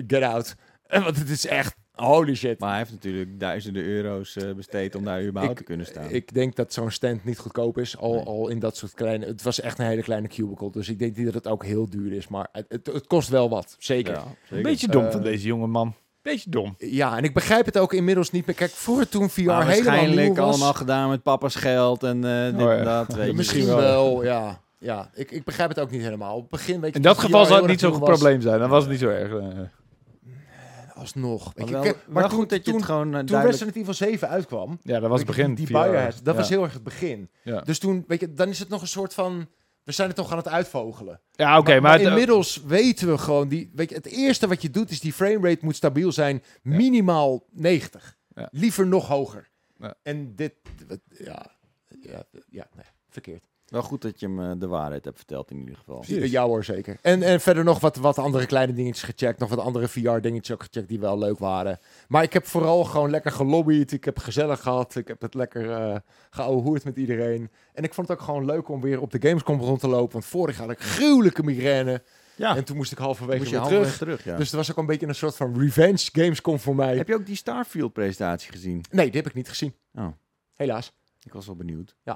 Speaker 2: get out. Eh, Want het is echt... Holy shit.
Speaker 1: Maar hij heeft natuurlijk duizenden euro's eh, besteed om daar überhaupt te kunnen staan.
Speaker 2: Ik denk dat zo'n stand niet goedkoop is. Al,
Speaker 1: Nee.
Speaker 2: al in dat soort kleine. Het was echt een hele kleine cubicle. Dus ik denk niet dat het ook heel duur is. Maar het, het, het kost wel wat. Zeker.
Speaker 1: Ja,
Speaker 2: Ja.
Speaker 1: zeker.
Speaker 3: Beetje dom
Speaker 2: Eh,
Speaker 3: van deze jonge man. Beetje dom.
Speaker 2: en ik begrijp het ook inmiddels niet meer. Kijk, vroeger toen VR
Speaker 1: Maar
Speaker 2: helemaal nieuw
Speaker 1: waarschijnlijk
Speaker 2: was.
Speaker 1: allemaal gedaan met papa's geld en eh, dit
Speaker 3: ja.
Speaker 1: en dat. Weet je. Dus
Speaker 2: misschien
Speaker 3: misschien
Speaker 2: wel. Ja, ja. Ik, ik begrijp het ook niet helemaal. Op het begin weet je.
Speaker 3: In dat
Speaker 2: toen
Speaker 3: geval
Speaker 2: VR
Speaker 3: zou
Speaker 2: heel
Speaker 3: het niet
Speaker 2: erg
Speaker 3: zo'n
Speaker 2: nieuw was,
Speaker 3: probleem zijn. Dan was het niet zo erg. eh.
Speaker 2: Alsnog. Weet
Speaker 1: Maar,
Speaker 2: je,
Speaker 1: wel,
Speaker 2: kijk,
Speaker 1: maar
Speaker 2: toen-
Speaker 1: goed dat je
Speaker 2: toen,
Speaker 1: het gewoon eh,
Speaker 2: toen
Speaker 1: duidelijk...
Speaker 2: Resident Evil 7 uitkwam.
Speaker 3: Ja, dat was het
Speaker 2: Weet je,
Speaker 3: begin.
Speaker 2: Die, die
Speaker 3: VR.
Speaker 2: Biohead, dat
Speaker 3: ja.
Speaker 2: was heel erg het begin.
Speaker 3: Ja,
Speaker 2: Dus toen, weet je, dan is het nog een soort van... We zijn het toch aan het uitvogelen.
Speaker 3: ja oké,
Speaker 2: maar,
Speaker 3: maar, het-
Speaker 2: inmiddels weten we gewoon, die, weet je, het eerste wat je doet is die framerate moet stabiel zijn, minimaal 90.
Speaker 3: Ja.
Speaker 2: Liever nog hoger.
Speaker 3: Ja.
Speaker 2: En dit, wat- ja, ja, ja nee, verkeerd.
Speaker 1: Wel goed dat je hem eh, de waarheid hebt verteld in ieder geval.
Speaker 3: Precies.
Speaker 2: Ja hoor, zeker. En, en verder nog wat, wat andere kleine dingetjes gecheckt, nog wat andere VR-dingetjes ook gecheckt die wel leuk waren. Maar ik heb vooral gewoon lekker gelobbyd, ik heb gezellig gehad, ik heb het lekker eh geouwehoerd met iedereen. En ik vond het ook gewoon leuk om weer op de Gamescom rond te lopen, want vorig jaar had ik gruwelijke migraine.
Speaker 1: Ja.
Speaker 2: En toen moest ik
Speaker 1: Toen
Speaker 2: halverwege
Speaker 1: moest je
Speaker 2: weer
Speaker 1: handen
Speaker 2: terug.
Speaker 1: terug. ja.
Speaker 2: Dus het was ook een beetje een soort van revenge Gamescom voor mij.
Speaker 1: Heb je ook die Starfield-presentatie gezien?
Speaker 2: Nee, die heb ik niet gezien.
Speaker 1: Oh.
Speaker 2: Helaas.
Speaker 1: Ik was wel benieuwd.
Speaker 2: Ja.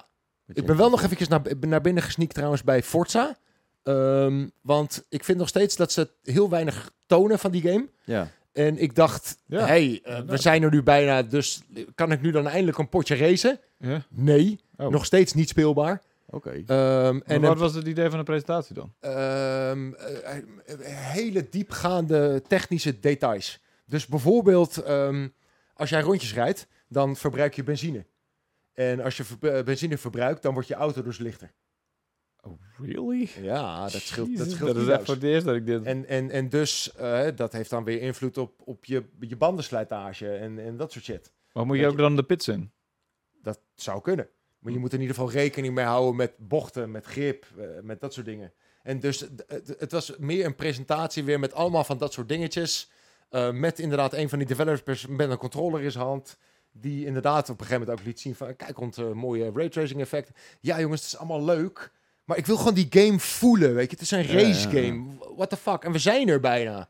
Speaker 1: Wat je
Speaker 2: Ik ben wel
Speaker 1: hebt
Speaker 2: nog eventjes naar, ik ben naar binnen gesneakt trouwens bij Forza. Ehm, want ik vind nog steeds dat ze heel weinig tonen van die game.
Speaker 1: gezien. Ja.
Speaker 2: En ik dacht,
Speaker 3: Ja,
Speaker 2: hey, eh, we
Speaker 3: inderdaad.
Speaker 2: zijn er nu bijna, dus kan ik nu dan eindelijk een potje racen?
Speaker 3: ja.
Speaker 2: Nee,
Speaker 3: Oh.
Speaker 2: nog steeds niet speelbaar.
Speaker 1: Oké.
Speaker 2: Ehm, en
Speaker 3: Maar
Speaker 2: een
Speaker 3: wat was het idee van de presentatie dan?
Speaker 2: Ehm, eh, eh, hele diepgaande technische details. Dus bijvoorbeeld, ehm, als jij rondjes rijdt, dan verbruik je benzine. En als je ver- eh, benzine verbruikt, dan wordt je auto dus lichter.
Speaker 3: Oh, really?
Speaker 2: Ja, dat scheelt. Dat,
Speaker 3: Jezus,
Speaker 2: scheelt
Speaker 3: is echt voor het eerst dat ik dit...
Speaker 2: en, en, en dus, eh, dat heeft dan weer invloed op, op je, je bandenslijtage en, en dat soort shit.
Speaker 3: Maar moet je
Speaker 2: Weet
Speaker 3: ook dan de pits in?
Speaker 2: Dat zou kunnen. Maar
Speaker 1: Hm.
Speaker 2: je moet er in ieder geval rekening mee houden met bochten, met grip, eh, met dat soort dingen. En dus d- het, het was meer een presentatie weer met allemaal van dat soort dingetjes. Eh, met inderdaad een van die developers met een controller in zijn hand. Die inderdaad op een gegeven moment ook liet zien van... Kijk, ons eh, mooie raytracing effect. Ja jongens, het is allemaal leuk. Maar ik wil gewoon die game voelen, weet je. Het is een
Speaker 1: Ja, ja, ja.
Speaker 2: race game. What the fuck? En we zijn er bijna.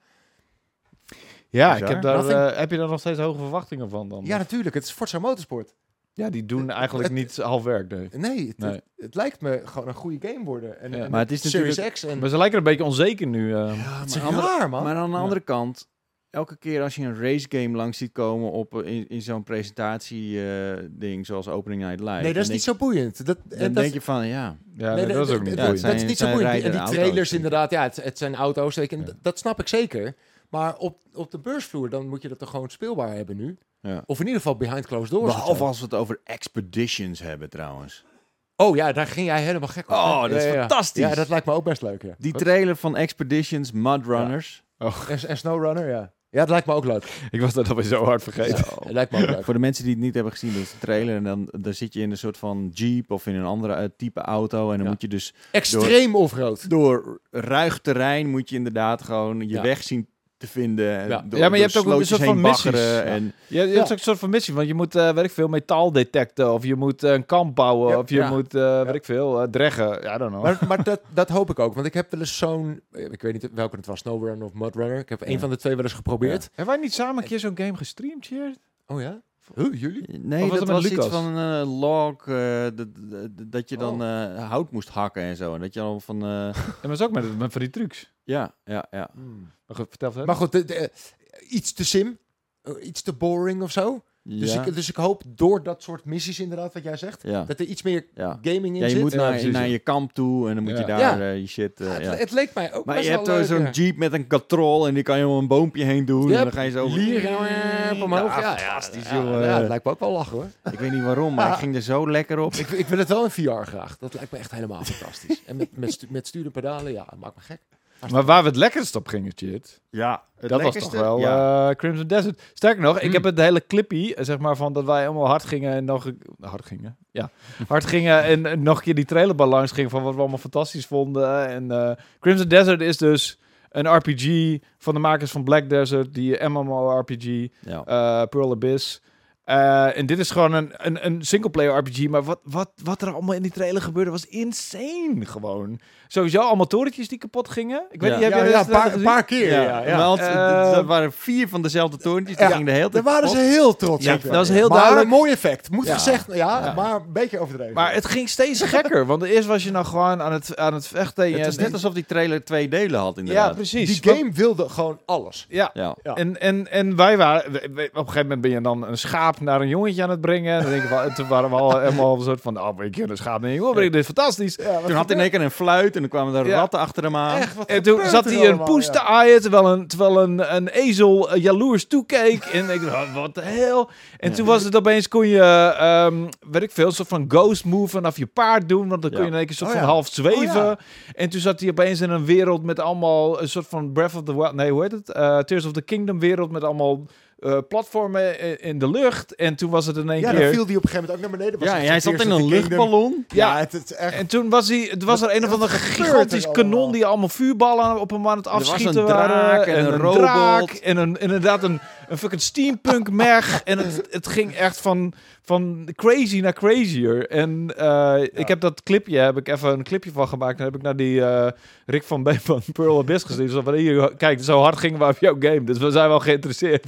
Speaker 3: Ja,
Speaker 1: Bizar.
Speaker 3: ik heb, daar,
Speaker 2: Nothing.
Speaker 3: eh, heb je daar nog steeds hoge verwachtingen van dan?
Speaker 2: Ja, natuurlijk. Het is Forza Motorsport.
Speaker 3: Ja, die doen eigenlijk
Speaker 2: het-
Speaker 3: niet half werk, nee.
Speaker 2: Nee, het,
Speaker 3: Nee.
Speaker 2: het, het lijkt me gewoon een goede game worden. En,
Speaker 3: Ja.
Speaker 2: en
Speaker 1: Maar het is
Speaker 2: Series
Speaker 1: natuurlijk-
Speaker 2: X en...
Speaker 3: Maar ze lijken een beetje onzeker nu. eh.
Speaker 2: Ja,
Speaker 1: Het
Speaker 2: maar
Speaker 1: is raar,
Speaker 2: raar, man.
Speaker 1: Maar aan de
Speaker 3: Ja.
Speaker 1: andere kant, elke keer als je een race game langs ziet komen op, eh, in, in zo'n presentatie-ding zoals Opening Night Live.
Speaker 2: nee, dat is
Speaker 1: dan
Speaker 2: niet
Speaker 1: denk-
Speaker 2: zo boeiend. Dat, en
Speaker 1: Dan
Speaker 2: dat,
Speaker 1: denk je van, ja,
Speaker 3: Ja,
Speaker 2: nee,
Speaker 3: nee, dat is ook niet
Speaker 1: dat-
Speaker 3: boeiend.
Speaker 1: zijn-
Speaker 2: Dat is niet zo
Speaker 1: zijn
Speaker 2: boeiend. Die- En die
Speaker 1: rijden
Speaker 2: trailers
Speaker 1: auto's.
Speaker 2: inderdaut, ja, het, het zijn auto's. weet je, en
Speaker 3: Ja.
Speaker 2: d- Dat snap ik zeker. Maar op, op de beursvloer, dan moet je dat toch gewoon speelbaar hebben nu.
Speaker 1: Ja.
Speaker 2: Of in ieder geval behind closed doors. of
Speaker 1: Behalve
Speaker 2: zo.
Speaker 1: als we het over expeditions hebben trouwens.
Speaker 2: Oh ja, daar ging jij helemaal gek op.
Speaker 1: Oh,
Speaker 2: hè?
Speaker 1: dat is
Speaker 2: Ja, ja, ja.
Speaker 1: fantastisch.
Speaker 2: Ja, dat lijkt me ook best leuk, ja.
Speaker 1: Die trailer van Expeditions, Mudrunners.
Speaker 2: En, en SnowRunner, ja. Ja, dat lijkt me ook leuk.
Speaker 3: Ik was dat alweer zo hard vergeten.
Speaker 2: Ja, dat lijkt me ook leuk.
Speaker 1: Voor de mensen die het niet hebben gezien, dat is de trailer. En dan, dan zit je in een soort van jeep of in een andere eh, type auto. En dan
Speaker 3: Ja.
Speaker 1: moet je dus
Speaker 2: Extreem off-road.
Speaker 1: door ruig terrein moet je inderdaad gewoon je
Speaker 2: Ja.
Speaker 1: weg zien te vinden. Ja,
Speaker 2: maar
Speaker 1: door,
Speaker 3: je
Speaker 1: door
Speaker 3: hebt ook een
Speaker 1: slootjes
Speaker 3: soort
Speaker 1: heen
Speaker 3: van missies.
Speaker 1: baggeren
Speaker 3: Ja.
Speaker 1: En,
Speaker 3: Je, je
Speaker 2: Ja.
Speaker 3: hebt ook een soort van missie, want je moet, eh weet ik veel, metaal detecten. Of je moet eh, een kamp bouwen.
Speaker 2: Ja,
Speaker 3: of je
Speaker 2: ja.
Speaker 3: moet, eh, weet ik veel, eh, dreggen. Ja, I don't know.
Speaker 2: Maar, maar dat, dat hoop ik ook. Want ik heb wel eens zo'n... Ik weet niet welke het was, SnowRunner of MudRunner. Ik heb een
Speaker 3: Ja.
Speaker 2: van de twee wel eens geprobeerd.
Speaker 3: Hebben wij niet samen een keer zo'n game gestreamd hier?
Speaker 2: Oh ja? Huh, jullie?
Speaker 1: Nee,
Speaker 3: Of was
Speaker 1: dat
Speaker 3: het met
Speaker 1: was
Speaker 3: Lucas?
Speaker 1: iets van een log, eh, d- d- d- dat je dan
Speaker 2: Oh.
Speaker 1: eh, hout moest hakken en zo. En dat je dan van, eh,
Speaker 3: Ja, maar dat is ook met, met van die trucs.
Speaker 1: ja, ja, ja.
Speaker 2: Hmm.
Speaker 3: Maar goed, vertel verder.
Speaker 2: Maar goed, de- de- iets te sim. eh, Iets te boring of zo. Dus,
Speaker 1: ja,
Speaker 2: ik, dus ik hoop door dat soort missies inderdaad, wat jij zegt...
Speaker 1: ja,
Speaker 2: dat er iets meer
Speaker 1: ja.
Speaker 2: gaming in
Speaker 1: Ja, je
Speaker 2: zit.
Speaker 1: moet
Speaker 3: Ja,
Speaker 1: naar,
Speaker 3: precies,
Speaker 1: naar
Speaker 3: ja.
Speaker 1: je kamp toe en dan moet je
Speaker 3: Ja.
Speaker 1: daar
Speaker 2: Ja.
Speaker 1: eh, je shit... eh,
Speaker 2: Ja, het,
Speaker 1: ja.
Speaker 2: het leek mij ook
Speaker 1: Maar
Speaker 2: best
Speaker 1: je hebt
Speaker 2: wel
Speaker 1: eh,
Speaker 2: leuk,
Speaker 1: zo'n
Speaker 2: ja.
Speaker 1: jeep met een katrol en die kan je om een boompje heen doen.
Speaker 2: Yep. eh,
Speaker 1: En dan ga je zo... eh,
Speaker 2: Lier, omhoog. Ja, eh.
Speaker 1: fantastisch,
Speaker 2: ja,
Speaker 1: joh.
Speaker 2: ja, het lijkt me ook wel lachen hoor.
Speaker 1: Ik weet niet waarom, maar ik ging er zo lekker op.
Speaker 2: Ik, ik wil het wel in VR graag. Dat lijkt me echt helemaal fantastisch. En met, met, stu- met stuur en pedalen, ja, dat maakt me gek.
Speaker 3: Maar waar we het lekkerst op gingen, Chit,
Speaker 1: Ja, het
Speaker 3: dat was
Speaker 1: lekkerste.
Speaker 3: toch wel
Speaker 1: Ja.
Speaker 3: eh, Crimson Desert. Sterker nog, ik
Speaker 1: Mm.
Speaker 3: heb het hele clipje, zeg maar, van dat wij helemaal hard gingen en nog... Hard gingen? Ja. Hard gingen en, en nog een keer die trailerbal langs gingen van wat we allemaal fantastisch vonden. En eh, Crimson Desert is dus een RPG van de makers van Black Desert, die MMORPG,
Speaker 1: Ja.
Speaker 3: eh, Pearl Abyss. Eh, en dit is gewoon een, een, een singleplayer RPG. Maar wat, wat, wat er allemaal in die trailer gebeurde was insane gewoon. Sowieso allemaal torentjes die kapot gingen. Ik weet
Speaker 1: Ja.
Speaker 3: niet, heb
Speaker 2: ja,
Speaker 3: jij
Speaker 2: ja,
Speaker 3: dat-
Speaker 2: een paar, een paar keer. Ja, ja,
Speaker 1: want,
Speaker 3: Eh,
Speaker 1: eh, er waren vier van dezelfde torentjes, die
Speaker 2: Ja.
Speaker 1: gingen de hele
Speaker 2: Daar
Speaker 1: tijd
Speaker 2: waren
Speaker 1: kapot.
Speaker 2: ze heel trots
Speaker 1: Ja,
Speaker 2: op.
Speaker 1: dat was heel
Speaker 2: maar
Speaker 3: duidelijk.
Speaker 2: een mooi effect. Moet
Speaker 1: Ja.
Speaker 2: gezegd, nou ja,
Speaker 3: Ja.
Speaker 2: maar een beetje overdreven.
Speaker 3: Maar het ging steeds gekker, want eerst was je nou gewoon aan het, aan het vechten. en je-
Speaker 1: Het is net alsof die trailer twee delen had,
Speaker 3: ja,
Speaker 1: inderdaad.
Speaker 3: precies.
Speaker 2: Die game wilde gewoon alles.
Speaker 3: Ja.
Speaker 1: Ja,
Speaker 2: Ja.
Speaker 3: En, en, en wij waren, we- we- op een gegeven moment ben je dan een schaap naar een jongetje aan het brengen. En dan denk ik, van- toen waren we al helemaal een soort van, oh, ik kan een schaap naar een jongen brengen, dit is fantastisch.
Speaker 2: Ja, wat
Speaker 1: Toen had hij in één keer een fluit en dan kwamen er
Speaker 3: Ja.
Speaker 1: ratten achter hem aan.
Speaker 2: Echt, wat
Speaker 3: En toen
Speaker 2: gebeurt
Speaker 3: zat
Speaker 2: er
Speaker 3: hij een
Speaker 2: allemaal,
Speaker 3: poes
Speaker 2: ja.
Speaker 3: te aaien, terwijl een, terwijl een, een ezel eh, jaloers toekeek. en ik dacht, "Ah, wat de hel. En
Speaker 1: Ja.
Speaker 3: toen was het opeens, kon je, ehm weet ik veel, een soort van ghost move vanaf je paard doen. Want dan kon
Speaker 1: Ja.
Speaker 3: je in één keer soort
Speaker 2: Oh,
Speaker 3: van
Speaker 2: ja.
Speaker 3: half zweven.
Speaker 2: Oh, ja.
Speaker 3: En toen zat hij opeens in een wereld met allemaal, een soort van Breath of the Wild, nee, hoe heet het? Eh, Tears of the Kingdom wereld met allemaal eh, platformen in, in de lucht. En toen was het in één
Speaker 2: Ja,
Speaker 3: keer...
Speaker 2: dan viel die op een gegeven moment ook naar beneden. Was
Speaker 1: Ja,
Speaker 2: het
Speaker 1: en
Speaker 2: zo'n
Speaker 1: hij zat
Speaker 2: Tears
Speaker 1: in
Speaker 2: of the
Speaker 1: een
Speaker 2: Kingdom.
Speaker 1: luchtballon.
Speaker 3: Ja.
Speaker 2: Ja, het, het is echt...
Speaker 3: En toen was, hij, het was er een of andere gigantisch
Speaker 2: er
Speaker 3: kanon
Speaker 2: allemaal?
Speaker 3: die allemaal vuurballen op hem aan het
Speaker 1: Er was
Speaker 3: afschieten
Speaker 1: een draak
Speaker 3: waren.
Speaker 1: en een
Speaker 3: draak
Speaker 1: robot.
Speaker 3: en een, inderdaad een, een fucking steampunk mech. en het, het ging echt van, van crazy naar crazier. En eh, ik heb dat clipje, heb ik even een clipje van gemaakt. En heb ik naar die eh, Rick van B van Pearl Abyss gezien. Dus van, hier, kijk, zo hard gingen we op jouw game. Dus we zijn wel geïnteresseerd.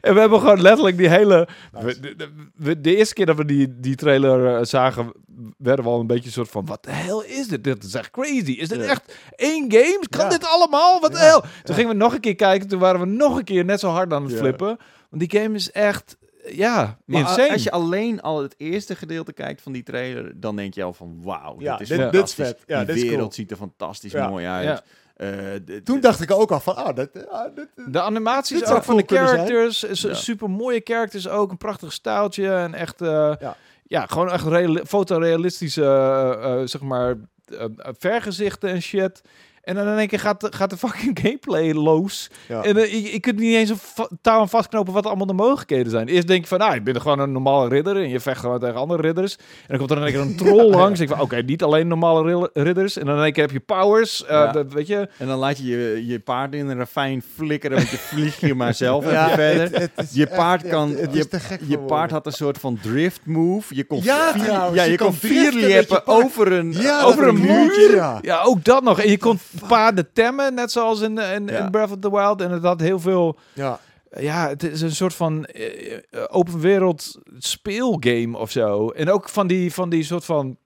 Speaker 3: en we hebben gewoon letterlijk die hele... We, de, de- we- de eerste keer dat we die, die trailer eh, zagen, werden we al een beetje soort van... Wat de hel is dit? Dit is echt crazy. Is dit
Speaker 1: Ja.
Speaker 3: echt één game? Kan
Speaker 2: Ja.
Speaker 3: dit allemaal? Wat de
Speaker 2: Ja.
Speaker 3: hel? Toen gingen we nog een keer kijken. Toen waren we nog een keer net zo hard aan het
Speaker 1: Ja.
Speaker 3: flippen. Want die game is echt... Ja,
Speaker 1: Maar a-
Speaker 3: insane.
Speaker 1: als je alleen al het eerste gedeelte kijkt van die trailer, dan denk je al van wauw,
Speaker 2: Ja,
Speaker 1: dit is
Speaker 2: dit- dit is
Speaker 1: fantastisch.
Speaker 2: vet. Ja,
Speaker 1: die
Speaker 2: dit is cool.
Speaker 1: wereld ziet er fantastisch
Speaker 2: Ja.
Speaker 1: mooi uit.
Speaker 3: Ja.
Speaker 1: Eh, dit-
Speaker 2: Toen dacht ik ook al van, ah, dat, ah, dit,
Speaker 3: De animaties
Speaker 2: Dit zou
Speaker 3: ook van de
Speaker 2: cool kunnen zijn.
Speaker 3: characters. Is
Speaker 1: Ja.
Speaker 3: Super mooie characters ook. Een prachtig staaltje. En echt. eh, ja.
Speaker 2: Ja.
Speaker 3: gewoon echt reali- fotorealistische. eh, eh, zeg maar. eh, vergezichten en shit. En dan in één keer gaat de, gaat de fucking gameplay los.
Speaker 2: Ja.
Speaker 3: En eh, je, je kunt niet eens een va- touw aan vastknopen wat allemaal de mogelijkheden zijn. Eerst denk je van, nou, je bent gewoon een normale ridder en je vecht gewoon tegen andere ridders. En dan komt er in één keer een troll langs. Ik van, oké, niet alleen normale ril- ridders. En dan in één keer heb je powers. eh,
Speaker 1: Ja.
Speaker 3: dat, weet je,
Speaker 1: En dan laat je, je je paard in een ravijn flikkeren, want je vlieg je maar zelf even
Speaker 2: Ja,
Speaker 1: verder.
Speaker 2: het- het is
Speaker 1: je
Speaker 2: echt-
Speaker 1: paard
Speaker 2: ja,
Speaker 1: kan,
Speaker 2: het- het
Speaker 1: je,
Speaker 2: is te gek voor
Speaker 1: je
Speaker 2: woorden.
Speaker 1: paard had een soort van drift move. Je kon
Speaker 2: Ja,
Speaker 1: vier,
Speaker 2: trouwens,
Speaker 1: ja, je,
Speaker 2: je
Speaker 1: kon
Speaker 2: kon
Speaker 1: vier
Speaker 2: driften met je
Speaker 1: liepen
Speaker 2: paard.
Speaker 1: over een,
Speaker 2: Ja,
Speaker 1: over
Speaker 2: dat
Speaker 1: een
Speaker 2: is
Speaker 1: muur.
Speaker 2: mooi.
Speaker 3: muurtje.
Speaker 2: Ja.
Speaker 3: Ja, ook dat nog. En je kon paarden temmen, net zoals in, in, in
Speaker 1: Ja.
Speaker 3: Breath of the Wild. En het had heel veel
Speaker 2: ja.
Speaker 3: eh, ja, het is een soort van eh, eh, open wereld speelgame of zo. En ook van die, van die soort van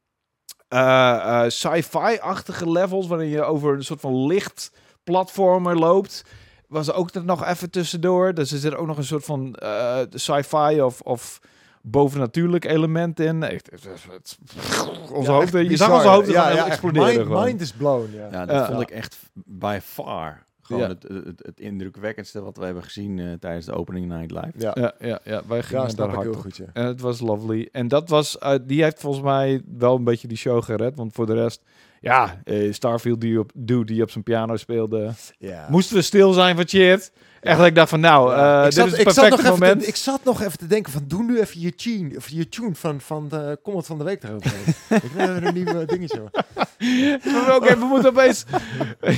Speaker 3: eh, eh, sci-fi-achtige levels, waarin je over een soort van licht platformer loopt. Was er ook er nog even tussendoor. Dus is er ook nog een soort van eh, sci-fi of, of bovennatuurlijk element in. Echt, het, het- het- onze
Speaker 2: Ja, echt
Speaker 3: hoofden, je
Speaker 2: bizar,
Speaker 3: zag onze hoofden
Speaker 2: ja,
Speaker 3: gaan
Speaker 2: ja, echt
Speaker 3: exploderen.
Speaker 2: Mind,
Speaker 3: gewoon.
Speaker 2: mind is blown, ja.
Speaker 1: Ja, dat
Speaker 3: Ja.
Speaker 1: vond ik echt by far gewoon
Speaker 3: Ja.
Speaker 1: het, het, het indrukwekkendste wat we hebben gezien eh, tijdens de opening night live.
Speaker 2: Ja,
Speaker 3: Ja, ja, ja, wij gingen
Speaker 2: ja
Speaker 3: daar
Speaker 2: snap ik
Speaker 3: hard
Speaker 2: heel
Speaker 3: op.
Speaker 2: goed, ja.
Speaker 3: En het was lovely. En dat was, eh, die heeft volgens mij wel een beetje die show gered. Want voor de rest, ja, eh, Starfield die op, dude die op zijn piano speelde.
Speaker 2: Ja.
Speaker 3: Moesten we stil zijn van shit. Echt dat ik dacht van nou,
Speaker 2: Ja.
Speaker 3: eh,
Speaker 2: ik,
Speaker 3: dit
Speaker 2: zat,
Speaker 3: is het
Speaker 2: ik, zat
Speaker 3: perfecte
Speaker 2: nog even
Speaker 3: moment.
Speaker 2: te, ik zat nog even te denken van, doe nu even je tune, of je tune van, van de comment van de week daarover. ik ben een nieuw eh, dingetje. hoor.
Speaker 3: Oké, we moeten opeens...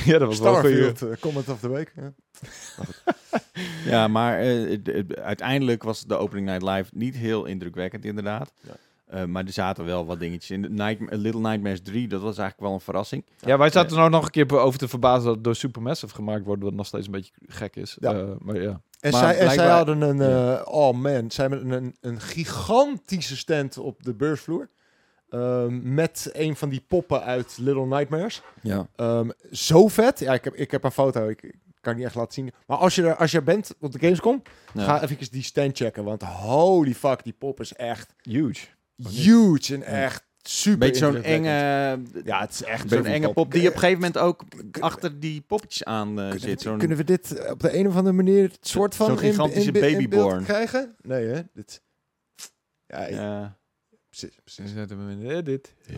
Speaker 3: ja, dat was wel een goeie.
Speaker 2: Starfield, eh, comment of the week. Ja.
Speaker 1: Ja, maar eh, d- d- uiteindelijk was de opening night live niet heel indrukwekkend, inderdaad.
Speaker 2: Ja.
Speaker 1: Eh, maar er zaten wel wat dingetjes in. Night, eh, Little Nightmares 3, dat was eigenlijk wel een verrassing.
Speaker 3: Ja, wij zaten er ook nog een keer over te verbazen dat het door Supermassive gemaakt wordt. Wat nog steeds een beetje gek is.
Speaker 2: Ja.
Speaker 3: Eh, maar ja.
Speaker 2: En,
Speaker 1: Maar
Speaker 2: zij, en zij
Speaker 1: blijkbaar-
Speaker 2: hadden een, eh, oh man, zij hebben een, een gigantische stand op de beursvloer. Ehm, met een van die poppen uit Little Nightmares.
Speaker 1: Ja.
Speaker 2: Ehm, zo vet. Ja, ik heb, ik heb een foto, ik, ik kan het niet echt laten zien. Maar als je er, als je er bent op de Gamescom, ga even die stand checken. Want holy fuck, die pop is echt
Speaker 3: Huge. Of niet?
Speaker 2: huge en echt super
Speaker 1: Oh, Beetje zo'n
Speaker 2: indrukwekkend.
Speaker 1: enge,
Speaker 2: Ja, het is echt
Speaker 1: zo'n enge pop die op een
Speaker 2: Kunnen-
Speaker 1: gegeven moment ook
Speaker 2: we-
Speaker 1: achter die poppetjes aan eh,
Speaker 2: kunnen,
Speaker 1: zit.
Speaker 2: we,
Speaker 1: Zo'n
Speaker 2: kunnen we dit eh, op de een of andere manier het soort van
Speaker 1: Zo'n
Speaker 2: in- in-
Speaker 1: gigantische
Speaker 2: in beeld
Speaker 1: babyborn.
Speaker 2: krijgen? Nee, hè? Dit. Ja, ik-
Speaker 1: ja.
Speaker 2: precies, precies.
Speaker 3: Ze zetten hem in edit.
Speaker 1: Oh,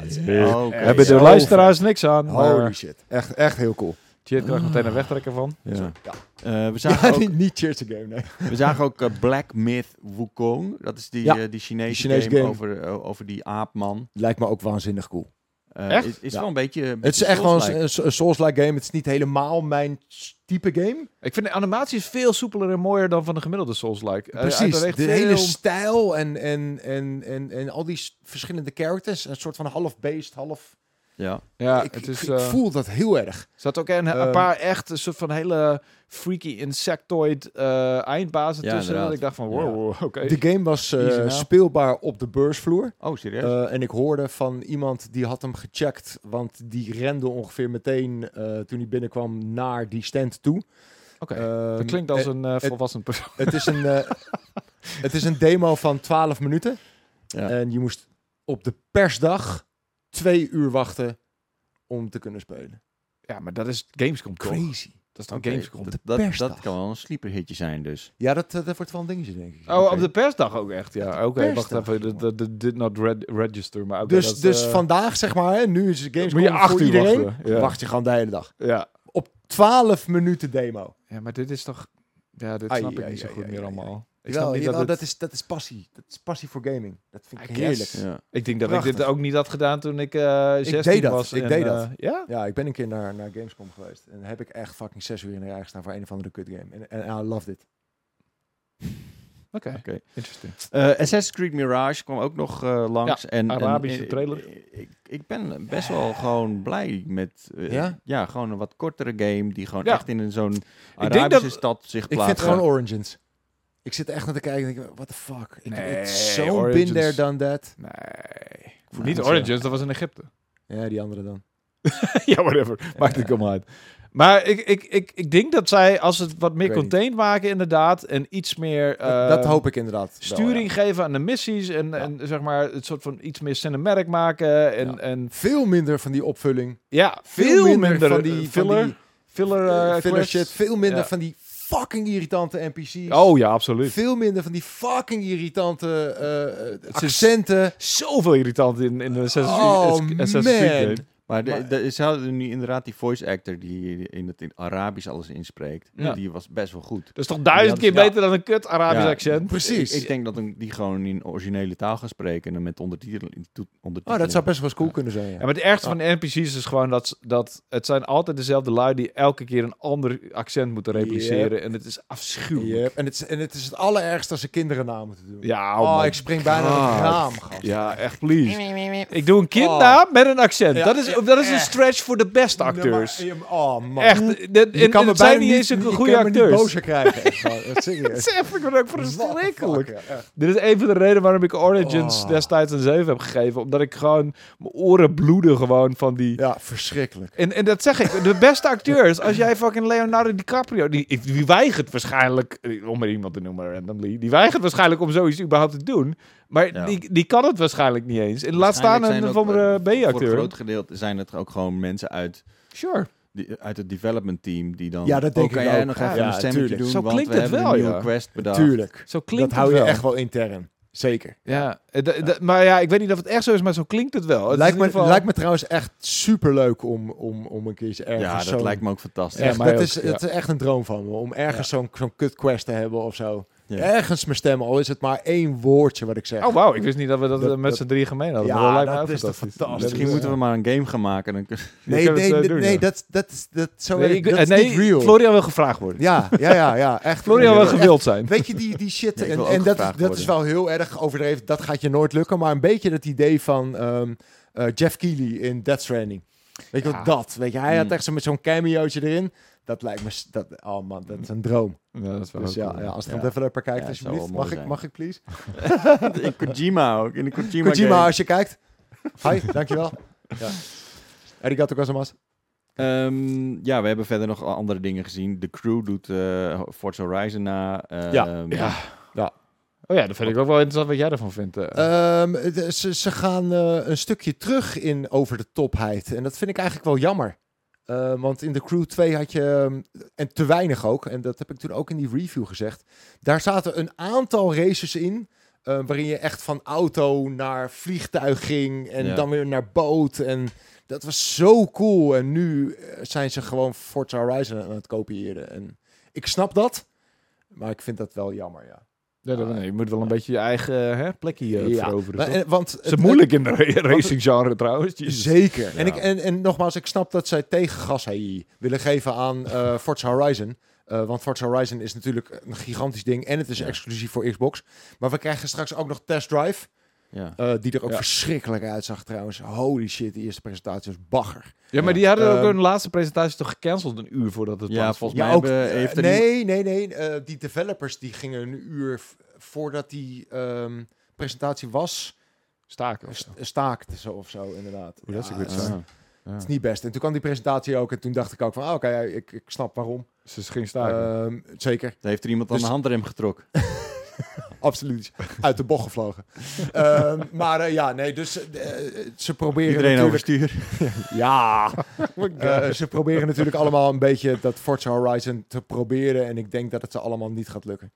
Speaker 1: oké.
Speaker 2: echt
Speaker 3: Hebben de
Speaker 2: zo
Speaker 3: luisteraars niks aan.
Speaker 2: Holy
Speaker 3: Maar
Speaker 2: shit. Echt, echt heel cool.
Speaker 3: Chit krijgt meteen een wegtrekker van.
Speaker 1: Ja.
Speaker 2: Zo, ja.
Speaker 1: Eh, we, zagen
Speaker 2: Ja,
Speaker 1: ook,
Speaker 2: niet, niet Cheers the Game, nee.
Speaker 1: we zagen ook eh, Black Myth Wukong. Dat is die,
Speaker 2: Ja,
Speaker 1: eh, die Chinese,
Speaker 2: die Chinese
Speaker 1: game,
Speaker 2: game.
Speaker 1: Over, eh, over die aapman.
Speaker 2: Lijkt me ook waanzinnig cool.
Speaker 1: Eh,
Speaker 3: Echt?
Speaker 1: Is, is
Speaker 2: Ja.
Speaker 1: wel een beetje. een
Speaker 2: Het is
Speaker 1: beetje
Speaker 2: echt wel
Speaker 1: Souls-like.
Speaker 2: een, een Souls-like game. Het is niet helemaal mijn type game.
Speaker 3: Ik vind de animatie is veel soepeler en mooier dan van de gemiddelde Souls-like. Eh,
Speaker 2: Precies.
Speaker 3: uiteraard
Speaker 2: De
Speaker 3: echt
Speaker 2: hele
Speaker 3: veel-
Speaker 2: stijl en, en, en, en, en al die s- verschillende characters. Een soort van half beest, half...
Speaker 1: Ja.
Speaker 3: Ja,
Speaker 2: ik,
Speaker 3: het
Speaker 2: ik-
Speaker 3: is...
Speaker 2: ik
Speaker 3: eh,
Speaker 2: voel dat heel erg.
Speaker 3: er zat ook een, een
Speaker 2: Ehm,
Speaker 3: paar echt een soort van hele freaky insectoid eh, eindbazen
Speaker 1: Ja,
Speaker 3: tussen. Dat
Speaker 1: inderdaad.
Speaker 3: ik dacht van, wow,
Speaker 1: Ja.
Speaker 3: wow, oké.
Speaker 2: De game was eh,
Speaker 3: Easy now.
Speaker 2: speelbaar op de beursvloer.
Speaker 1: Oh, serieus?
Speaker 2: Eh, en ik hoorde van iemand die had hem gecheckt, want die rende ongeveer meteen eh, toen hij binnenkwam naar die stand toe.
Speaker 3: Oké.
Speaker 2: Ehm,
Speaker 3: dat klinkt als
Speaker 2: eh,
Speaker 3: een eh, volwassen persoon.
Speaker 2: Het is een, eh, het is een demo van 12 minuten.
Speaker 1: Ja.
Speaker 2: En je moest op de persdag twee uur wachten om te kunnen spelen.
Speaker 3: Ja, maar dat is Gamescom toch?
Speaker 2: Crazy.
Speaker 3: Dat is dan
Speaker 1: Oké,
Speaker 3: Gamescom.
Speaker 1: dat, dat,
Speaker 2: persdag.
Speaker 1: dat kan wel een sleeperhitje zijn, dus.
Speaker 2: Ja, dat, eh, dat wordt wel een dingetje, denk ik.
Speaker 3: Oh,
Speaker 1: Oké.
Speaker 3: op de persdag ook echt, ja. Oké, wacht
Speaker 2: persdag,
Speaker 3: even. Dat- dat- dat Did not red- register, maar oké,
Speaker 2: dus
Speaker 3: dat,
Speaker 2: dus
Speaker 3: eh,
Speaker 2: vandaag, zeg maar, hè, nu is het Gamescom
Speaker 3: moet je acht
Speaker 2: voor
Speaker 3: uur
Speaker 2: iedereen.
Speaker 3: wachten, ja.
Speaker 2: Wacht je gewoon de hele dag.
Speaker 3: Ja.
Speaker 2: Op 12 minuten demo.
Speaker 3: ja, maar dit is toch... Ja, dit
Speaker 2: Ai,
Speaker 3: snap ik
Speaker 2: ai,
Speaker 3: niet zo
Speaker 2: ai,
Speaker 3: goed
Speaker 2: ai,
Speaker 3: meer
Speaker 2: ai,
Speaker 3: allemaal. Ik
Speaker 2: Jawel,
Speaker 3: snap niet
Speaker 2: jawel,
Speaker 3: dat
Speaker 2: dat,
Speaker 3: dit-
Speaker 2: is, dat is passie. Dat is passie voor gaming. Dat vind ik
Speaker 3: I
Speaker 2: heerlijk.
Speaker 3: guess.
Speaker 1: Ja.
Speaker 3: Ik denk dat ik
Speaker 2: Prachtig.
Speaker 3: dit ook niet had gedaan toen ik eh 16
Speaker 2: deed dat,
Speaker 3: was.
Speaker 2: ik
Speaker 3: en,
Speaker 2: deed
Speaker 3: eh,
Speaker 2: dat.
Speaker 3: ja?
Speaker 2: Ja, ik ben een keer naar, naar Gamescom geweest. En heb ik echt fucking zes uur in de rij gestaan voor een of andere kut game. En, en I loved it.
Speaker 3: Oké.
Speaker 1: Oké.
Speaker 3: Interesting.
Speaker 1: Eh, Assassin's Creed Mirage kwam ook nog eh, langs. en, en-
Speaker 3: Arabische
Speaker 1: eh,
Speaker 3: trailer.
Speaker 1: eh, Ik, ik ben best wel gewoon blij met... eh, ja?
Speaker 2: Ja?
Speaker 1: gewoon een wat kortere game die gewoon
Speaker 3: Ja.
Speaker 1: echt in een zo'n
Speaker 3: denk
Speaker 1: Arabische
Speaker 3: dat-
Speaker 1: stad zich
Speaker 2: Ik
Speaker 1: plaatst.
Speaker 2: vind gewoon Origins. Ik zit er echt naar te kijken en denk, ik, what the fuck? Ik,
Speaker 3: Nee,
Speaker 2: it's so
Speaker 3: Origins.
Speaker 2: been there, done that.
Speaker 3: Nee.
Speaker 2: Nou,
Speaker 3: niet
Speaker 2: dat is,
Speaker 3: Origins, dat was in Egypte.
Speaker 2: Ja, die andere dan.
Speaker 3: ja, whatever. Maakt het allemaal uit. Maar ik, ik, ik, ik denk dat zij, als ze het wat meer
Speaker 2: Ik weet niet.
Speaker 3: contained maken inderdaad... en iets meer...
Speaker 2: Dat-
Speaker 3: eh,
Speaker 2: dat hoop ik inderdaad. wel,
Speaker 3: Sturing
Speaker 2: ja.
Speaker 3: geven aan de missies en, en zeg maar het soort van iets meer cinematic maken en ja,
Speaker 2: Ja.
Speaker 3: en,
Speaker 2: Veel minder van die opvulling.
Speaker 3: ja veel, minder, van die filler,
Speaker 2: van die,
Speaker 3: filler,
Speaker 2: eh,
Speaker 3: eh,
Speaker 2: filler
Speaker 3: quests.
Speaker 2: shit. Veel minder
Speaker 3: Ja.
Speaker 2: van die fucking irritante NPC's.
Speaker 3: Oh ja, absoluut.
Speaker 2: Veel minder van die fucking irritante eh, eh,
Speaker 3: is-
Speaker 2: accenten.
Speaker 3: Zoveel irritant in, in de Assassin's
Speaker 2: Oh,
Speaker 3: Creed- Assassin's Creed
Speaker 2: man.
Speaker 3: game.
Speaker 1: Maar, de,
Speaker 2: Maar-
Speaker 1: de- ze hadden nu inderdaad die voice actor die in het in Arabisch alles inspreekt.
Speaker 3: Ja.
Speaker 1: Die was best wel goed.
Speaker 3: Dat is toch duizend
Speaker 1: Die
Speaker 3: keer
Speaker 1: hadden-
Speaker 3: beter dan een kut Arabisch
Speaker 1: Ja.
Speaker 3: accent?
Speaker 2: Precies.
Speaker 1: Ik, ik denk dat een- die gewoon in originele taal gaan spreken en dan met ondertiteling.
Speaker 2: Oh, dat zou best wel eens cool kunnen zijn. Ja.
Speaker 3: Ja, maar het ergste van de NPC's is gewoon dat, dat het zijn altijd dezelfde lui die elke keer een ander accent moeten repliceren. En het is afschuwelijk.
Speaker 2: Yep. En, het is, en het is het allerergste als ze kinderen na moeten doen.
Speaker 3: Ja,
Speaker 2: oh,
Speaker 3: man.
Speaker 2: ik spring bijna uit het
Speaker 3: God.
Speaker 2: raam, gast.
Speaker 3: Ja, echt please. Ik doe een kindnaam met een accent.
Speaker 2: Oh. Ja,
Speaker 3: dat is
Speaker 2: ja,
Speaker 3: maar dat is een stretch voor de beste acteurs.
Speaker 2: Nee, maar- oh man.
Speaker 3: Echt, dit,
Speaker 2: Je kan
Speaker 3: en, kan
Speaker 2: me
Speaker 3: zijn
Speaker 2: bijna
Speaker 3: niet eens een
Speaker 2: je
Speaker 3: goede
Speaker 2: kan me niet
Speaker 3: acteurs.
Speaker 2: bozer krijgen. echt waar. Dat zeg
Speaker 3: Dat
Speaker 2: je.
Speaker 3: is echt, ik word ook verschrikkelijk.
Speaker 2: What the fuck, ja, echt.
Speaker 3: Dit is een van de redenen waarom ik Origins
Speaker 2: Oh.
Speaker 3: destijds een 7 heb gegeven. Omdat ik gewoon... Mijn oren bloeden gewoon van die...
Speaker 2: Ja, verschrikkelijk.
Speaker 3: En, en dat zeg ik, de beste acteurs. Als jij fucking Leonardo DiCaprio... Die, die weigert waarschijnlijk... eh, Om er iemand te noemen randomly. Die weigert waarschijnlijk om zoiets überhaupt te doen. Maar
Speaker 1: Ja.
Speaker 3: die, die kan het waarschijnlijk niet eens. En laat staan
Speaker 1: Waarschijnlijk
Speaker 3: een
Speaker 1: zijn
Speaker 3: van
Speaker 1: ook,
Speaker 3: de
Speaker 1: eh, Voor een
Speaker 3: B-acteur.
Speaker 1: groot gedeelte zijn het ook gewoon mensen uit,
Speaker 3: Sure.
Speaker 1: die, uit het development team die dan...
Speaker 2: Ja, dat denk
Speaker 1: "Oh, kan
Speaker 2: ik
Speaker 1: jij
Speaker 2: ook.
Speaker 1: nog
Speaker 2: Ja,
Speaker 1: even
Speaker 2: ja,
Speaker 1: een stemmetje
Speaker 2: tuurlijk.
Speaker 1: doen,
Speaker 3: Zo
Speaker 1: want
Speaker 3: klinkt
Speaker 1: we
Speaker 3: het
Speaker 1: hebben
Speaker 3: wel,
Speaker 1: een nieuwe
Speaker 3: ja.
Speaker 1: quest bedacht.
Speaker 2: Tuurlijk.
Speaker 3: Zo klinkt
Speaker 2: Dat hou je
Speaker 3: het wel.
Speaker 2: echt wel intern. Zeker.
Speaker 3: Ja, eh, d- d- maar ja, ik weet niet of het echt zo is, maar zo klinkt het wel. Het
Speaker 2: lijkt,
Speaker 3: is in
Speaker 2: me,
Speaker 3: ieder geval-
Speaker 2: lijkt me trouwens echt superleuk om, om, om een keertje ergens
Speaker 1: Ja, dat
Speaker 2: zo'n-
Speaker 1: lijkt me ook fantastisch.
Speaker 3: Ja,
Speaker 2: Echt,
Speaker 3: mij
Speaker 2: dat, is,
Speaker 3: ook, ja.
Speaker 2: dat is echt een droom van me. Om ergens zo'n zo'n kut quest te hebben of zo.
Speaker 1: Ja.
Speaker 2: Ergens mijn stemmen. Al is het maar één woordje wat ik zeg.
Speaker 3: Oh, wauw, ik wist niet dat we dat,
Speaker 2: Dat-
Speaker 3: eh, met
Speaker 2: dat-
Speaker 3: z'n drie gemeen hadden.
Speaker 2: Ja,
Speaker 3: maar lijkt me
Speaker 2: dat
Speaker 3: ook
Speaker 2: is toch fantastisch.
Speaker 1: Misschien moeten we maar een game gaan maken. Dan kun-
Speaker 2: nee,
Speaker 3: kunnen
Speaker 2: nee,
Speaker 3: het, eh,
Speaker 2: nee,
Speaker 3: doen,
Speaker 2: nee,
Speaker 3: ja.
Speaker 2: dat, dat is, dat, zo
Speaker 3: Nee,
Speaker 2: werkt-
Speaker 3: ik-
Speaker 2: dat
Speaker 3: eh,
Speaker 2: is
Speaker 3: nee,
Speaker 2: niet real.
Speaker 3: Florian wil gevraagd worden.
Speaker 2: Ja, ja, ja, ja. Echt.
Speaker 3: Florian wil
Speaker 2: Echt-
Speaker 3: gewild zijn.
Speaker 2: Weet je, die, die shit.
Speaker 1: Ja, ik wil
Speaker 2: en
Speaker 1: ook
Speaker 2: en dat,
Speaker 1: gevraagd
Speaker 2: dat is wel heel erg overdreven. Dat gaat je nooit lukken. Maar een beetje het idee van ehm, eh, Jeff Keighley in Death Stranding. Weet je
Speaker 3: Ja.
Speaker 2: wat, dat. Weet je, hij had
Speaker 1: Mm.
Speaker 2: echt zo met zo'n cameootje erin. Dat lijkt me... s- Dat, oh man, dat is een droom.
Speaker 3: Ja, dat is wel
Speaker 2: Dus
Speaker 3: heel
Speaker 2: ja,
Speaker 3: cool,
Speaker 2: ja, als het een
Speaker 1: Ja.
Speaker 2: developer kijkt,
Speaker 1: Ja, het zou
Speaker 2: alsjeblieft.
Speaker 1: wel mooi
Speaker 2: Mag ik,
Speaker 1: zijn.
Speaker 2: mag ik, please?
Speaker 1: in Kojima ook, in de Kojima,
Speaker 2: Kojima,
Speaker 1: game.
Speaker 2: als je kijkt. Hi, dankjewel. Ja. Arigato gozaimasu.
Speaker 1: Ehm, ja, we hebben verder nog andere dingen gezien. De crew doet eh, Forza Horizon na. Ehm,
Speaker 2: Ja.
Speaker 3: Ja. Oh ja, dat vind ik ook wel interessant wat jij ervan vindt. eh.
Speaker 2: Ehm, de- ze, ze gaan eh, een stukje terug in over de topheid. En dat vind ik eigenlijk wel jammer. Eh, want in de Crew 2 had je, ehm, en te weinig ook, en dat heb ik toen ook in die review gezegd. Daar zaten een aantal races in. eh, waarin je echt van auto naar vliegtuig ging en
Speaker 1: Ja.
Speaker 2: dan weer naar boot. En dat was zo cool. En nu eh, zijn ze gewoon Forza Horizon aan het kopiëren. En ik snap dat, maar ik vind dat wel jammer, ja.
Speaker 3: Ja, dat- nee, je moet wel een beetje je eigen hè, plekje eh,
Speaker 2: Ja,
Speaker 3: veroveren.
Speaker 2: Maar,
Speaker 3: toch?
Speaker 2: eh, want
Speaker 3: het is moeilijk in de racing genre trouwens. Jezus.
Speaker 2: Zeker. En,
Speaker 1: Ja.
Speaker 2: ik, en, en nogmaals, ik snap dat zij tegengas hey, willen geven aan eh, Forza Horizon. Eh, want Forza Horizon is natuurlijk een gigantisch ding en het is
Speaker 1: Ja.
Speaker 2: exclusief voor Xbox. Maar we krijgen straks ook nog Test Drive,
Speaker 1: Ja.
Speaker 2: eh, die er ook
Speaker 3: Ja.
Speaker 2: verschrikkelijk uitzag trouwens. Holy shit, de eerste presentatie was bagger.
Speaker 3: Ja, maar
Speaker 1: Ja.
Speaker 3: die hadden ook
Speaker 2: Ehm,
Speaker 3: hun laatste presentatie toch gecanceld een uur voordat het
Speaker 1: Ja,
Speaker 3: plaatsvond?
Speaker 1: volgens
Speaker 2: Ja,
Speaker 1: mij
Speaker 2: ook,
Speaker 1: hebben, heeft
Speaker 2: Eh,
Speaker 1: er iemand-
Speaker 2: nee, nee, nee. eh, die developers die gingen een uur v- voordat die ehm, presentatie was,
Speaker 3: staken. of zo.
Speaker 2: st- staakten ze of zo inderdaad.
Speaker 3: Oeh, dat is
Speaker 2: Ja,
Speaker 3: ook weer
Speaker 2: het
Speaker 3: zo.
Speaker 1: Ah.
Speaker 2: is niet best. En toen kwam die presentatie ook en toen dacht ik ook van, ah, oké, ja, ik, ik snap waarom.
Speaker 3: Ze is geen staken.
Speaker 2: Ehm, zeker,
Speaker 1: heeft er iemand aan
Speaker 2: Dus-
Speaker 1: de handrem getrokken.
Speaker 2: absoluut. Uit de bocht gevlogen. Ehm, maar eh, ja, nee, dus eh, ze proberen
Speaker 1: Iedereen
Speaker 2: natuurlijk...
Speaker 1: overstuur.
Speaker 2: Ja, Eh, ze proberen natuurlijk allemaal een beetje dat Forza Horizon te proberen. En ik denk dat het ze allemaal niet gaat lukken.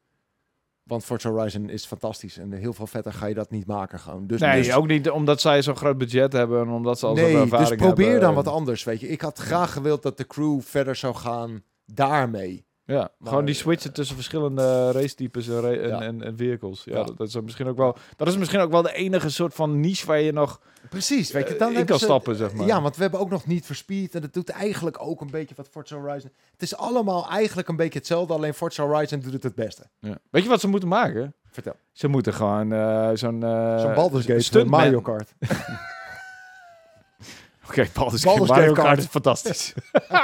Speaker 2: Want Forza Horizon is fantastisch. En heel veel vetter ga je dat niet maken gewoon. Dus,
Speaker 3: nee,
Speaker 2: dus,
Speaker 3: ook niet omdat zij zo'n groot budget hebben en omdat ze al
Speaker 2: nee,
Speaker 3: zoveel ervaring
Speaker 2: dus probeer
Speaker 3: hebben. eh,
Speaker 2: dan wat anders, weet je. Ik had graag gewild dat de crew verder zou gaan daarmee.
Speaker 3: Ja,
Speaker 2: Maar,
Speaker 3: gewoon die
Speaker 2: eh,
Speaker 3: switchen tussen verschillende racetypes en, ra- en,
Speaker 2: Ja.
Speaker 3: en, en vehicles. Ja,
Speaker 2: Ja.
Speaker 3: Dat, dat is misschien ook wel, dat is misschien ook wel de enige soort van niche waar je nog
Speaker 2: Precies, weet je.
Speaker 3: eh,
Speaker 2: Dan
Speaker 3: in
Speaker 2: hebben
Speaker 3: kan
Speaker 2: ze-
Speaker 3: stappen, zeg maar.
Speaker 2: Ja, want we hebben ook nog niet verspied. En dat doet eigenlijk ook een beetje wat Forza Horizon. Het is allemaal eigenlijk een beetje hetzelfde. Alleen Forza Horizon doet het het beste.
Speaker 3: Ja. Weet je wat ze moeten maken?
Speaker 2: Vertel.
Speaker 3: Ze moeten gewoon eh, zo'n... eh,
Speaker 2: Zo'n Baldur's Gate met
Speaker 3: stuntman.
Speaker 2: Mario Kart.
Speaker 3: Oké, Baldur's, Gate
Speaker 2: Baldur's
Speaker 3: Mario
Speaker 2: Gate
Speaker 3: Kart
Speaker 2: Kart.
Speaker 3: is fantastisch.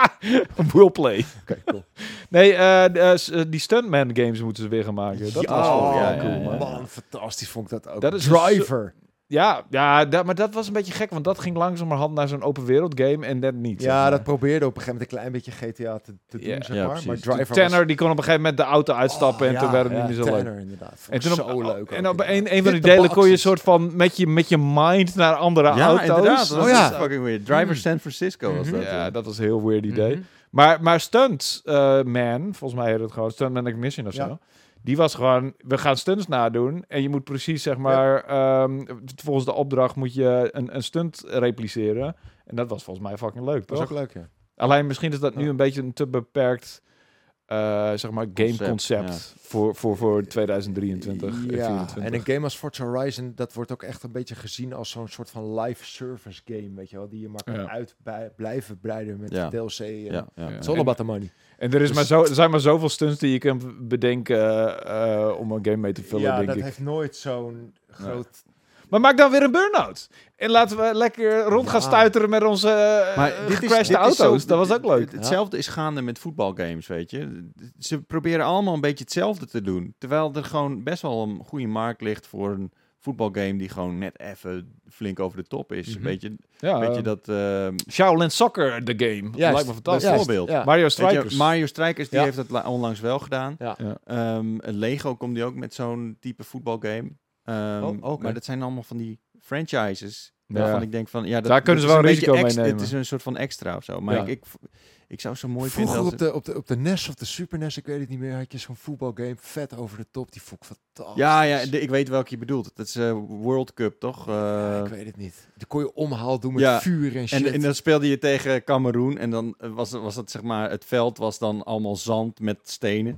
Speaker 3: Will play.
Speaker 2: Oké, cool.
Speaker 3: Nee, eh, d- eh, s- eh, die Stuntman games moeten ze weer gaan maken. Dat
Speaker 1: Ja.
Speaker 3: was wel
Speaker 1: Oh,
Speaker 3: ja,
Speaker 1: ja,
Speaker 3: cool,
Speaker 1: ja, ja.
Speaker 3: man.
Speaker 2: Man, fantastisch vond ik dat ook.
Speaker 3: Dat is dus
Speaker 2: Driver.
Speaker 3: Ja, ja dat, maar dat was een beetje gek, want dat ging langzamerhand naar zo'n open wereld game en dat niet. zeg
Speaker 2: Ja,
Speaker 3: maar.
Speaker 2: dat probeerde op een gegeven moment een klein beetje GTA te, te doen,
Speaker 3: Ja.
Speaker 2: zeg
Speaker 1: Ja,
Speaker 2: maar.
Speaker 1: precies.
Speaker 2: maar
Speaker 1: De
Speaker 2: Driver
Speaker 3: Tanner die kon op een gegeven moment de auto
Speaker 2: was...
Speaker 3: uitstappen en
Speaker 2: Oh,
Speaker 3: toen werden
Speaker 2: ja,
Speaker 3: die niet meer zo leuk.
Speaker 2: Tanner, inderdaad. Vond
Speaker 3: En
Speaker 2: ik
Speaker 3: toen op,
Speaker 2: zo leuk.
Speaker 3: en
Speaker 2: ook,
Speaker 3: op
Speaker 2: inderdaad.
Speaker 3: een, een van die
Speaker 2: Fitte
Speaker 3: delen kon je een
Speaker 2: boxes.
Speaker 3: soort van met je, met je mind naar andere
Speaker 1: Ja,
Speaker 3: auto's.
Speaker 1: inderdaad. Dat
Speaker 2: Oh,
Speaker 1: oh,
Speaker 2: ja.
Speaker 1: ja. fucking weird. Driver
Speaker 2: Mhm.
Speaker 1: San Francisco was
Speaker 2: Mhm.
Speaker 1: dat.
Speaker 3: Hmm. Ja,
Speaker 1: eh.
Speaker 3: dat was een heel weird idee.
Speaker 2: Mhm.
Speaker 3: Maar, maar Stunt eh, Man, volgens mij heet het gewoon Stuntman Ignition of
Speaker 2: Ja.
Speaker 3: zo. Die was gewoon, we gaan stunts nadoen. En je moet precies, zeg maar, ehm, volgens de opdracht moet je een, een stunt repliceren. En dat was volgens mij fucking leuk,
Speaker 2: Dat was
Speaker 3: toch?
Speaker 2: ook leuk, ja.
Speaker 3: Alleen misschien is dat nu
Speaker 2: Ja.
Speaker 3: een beetje een te beperkt, eh, zeg maar, gameconcept
Speaker 1: Concept,
Speaker 3: voor, voor, voor 2023, eh, 2024.
Speaker 2: en een game als Forza Horizon, dat wordt ook echt een beetje gezien als zo'n soort van live service game, weet je wel. Die je maar kan
Speaker 3: Ja.
Speaker 2: uit bij- blijven breiden met
Speaker 1: Ja.
Speaker 2: DLC. En
Speaker 1: ja, ja.
Speaker 3: Ja.
Speaker 2: It's all about the money.
Speaker 3: En er, is
Speaker 2: Dus-
Speaker 3: maar zo, er zijn maar zoveel stunts die je kunt bedenken eh, eh, om een game mee te vullen,
Speaker 2: ja,
Speaker 3: denk
Speaker 2: dat
Speaker 3: ik.
Speaker 2: heeft nooit zo'n groot...
Speaker 3: Maar maak dan weer een burn-out. En laten we lekker rond gaan
Speaker 2: Ja.
Speaker 3: stuiteren met onze eh,
Speaker 1: Maar
Speaker 3: eh,
Speaker 1: dit is- dit
Speaker 3: gecrashte
Speaker 1: is
Speaker 3: auto's.
Speaker 1: zo-
Speaker 3: dat was ook leuk.
Speaker 1: Het- Hetzelfde is gaande met voetbalgames, weet je. Ze proberen allemaal een beetje hetzelfde te doen. Terwijl er gewoon best wel een goede markt ligt voor een voetbalgame die gewoon net even flink over de top is.
Speaker 3: Mhm.
Speaker 1: Weet je,
Speaker 3: Ja,
Speaker 1: weet je dat... ehm,
Speaker 3: Shaolin Soccer, de game. Dat
Speaker 2: Juist.
Speaker 3: lijkt me fantastisch.
Speaker 1: Juist.
Speaker 2: voorbeeld.
Speaker 1: voorbeeld.
Speaker 2: Ja.
Speaker 3: Mario
Speaker 1: weet je,
Speaker 3: Strikers.
Speaker 1: Mario Strikers, die
Speaker 2: Ja.
Speaker 1: heeft dat la- onlangs wel gedaan.
Speaker 2: Ja.
Speaker 3: Ja.
Speaker 1: Ehm, Lego komt die ook met zo'n type voetbalgame. Ehm,
Speaker 2: Oh, oké.
Speaker 1: Maar dat zijn allemaal van die franchises.
Speaker 3: Ja.
Speaker 1: Waarvan ik denk van, ja, dat,
Speaker 3: Daar kunnen
Speaker 1: dat
Speaker 3: ze
Speaker 1: is
Speaker 3: wel
Speaker 1: een beetje
Speaker 3: risico
Speaker 1: ex-
Speaker 3: mee nemen.
Speaker 1: Het is een soort van extra of zo. Maar
Speaker 3: Ja.
Speaker 1: ik, ik, ik zou het zo mooi
Speaker 2: Vroeger
Speaker 1: vinden als...
Speaker 2: op de, op, de, op de NES of de Super NES, ik weet het niet meer, had je zo'n voetbalgame vet over de top. Die vond ik fantastisch.
Speaker 1: Ja, ja, de- ik weet welke je bedoelt. Dat is eh, World Cup, toch? Eh,
Speaker 2: Ja, Ah, ik weet het niet. Dan kon je omhaal doen met
Speaker 1: Ja.
Speaker 2: vuur en shit.
Speaker 1: en, en dan speelde je tegen Cameroen en dan eh, was, was dat zeg maar, het veld was dan allemaal zand met stenen.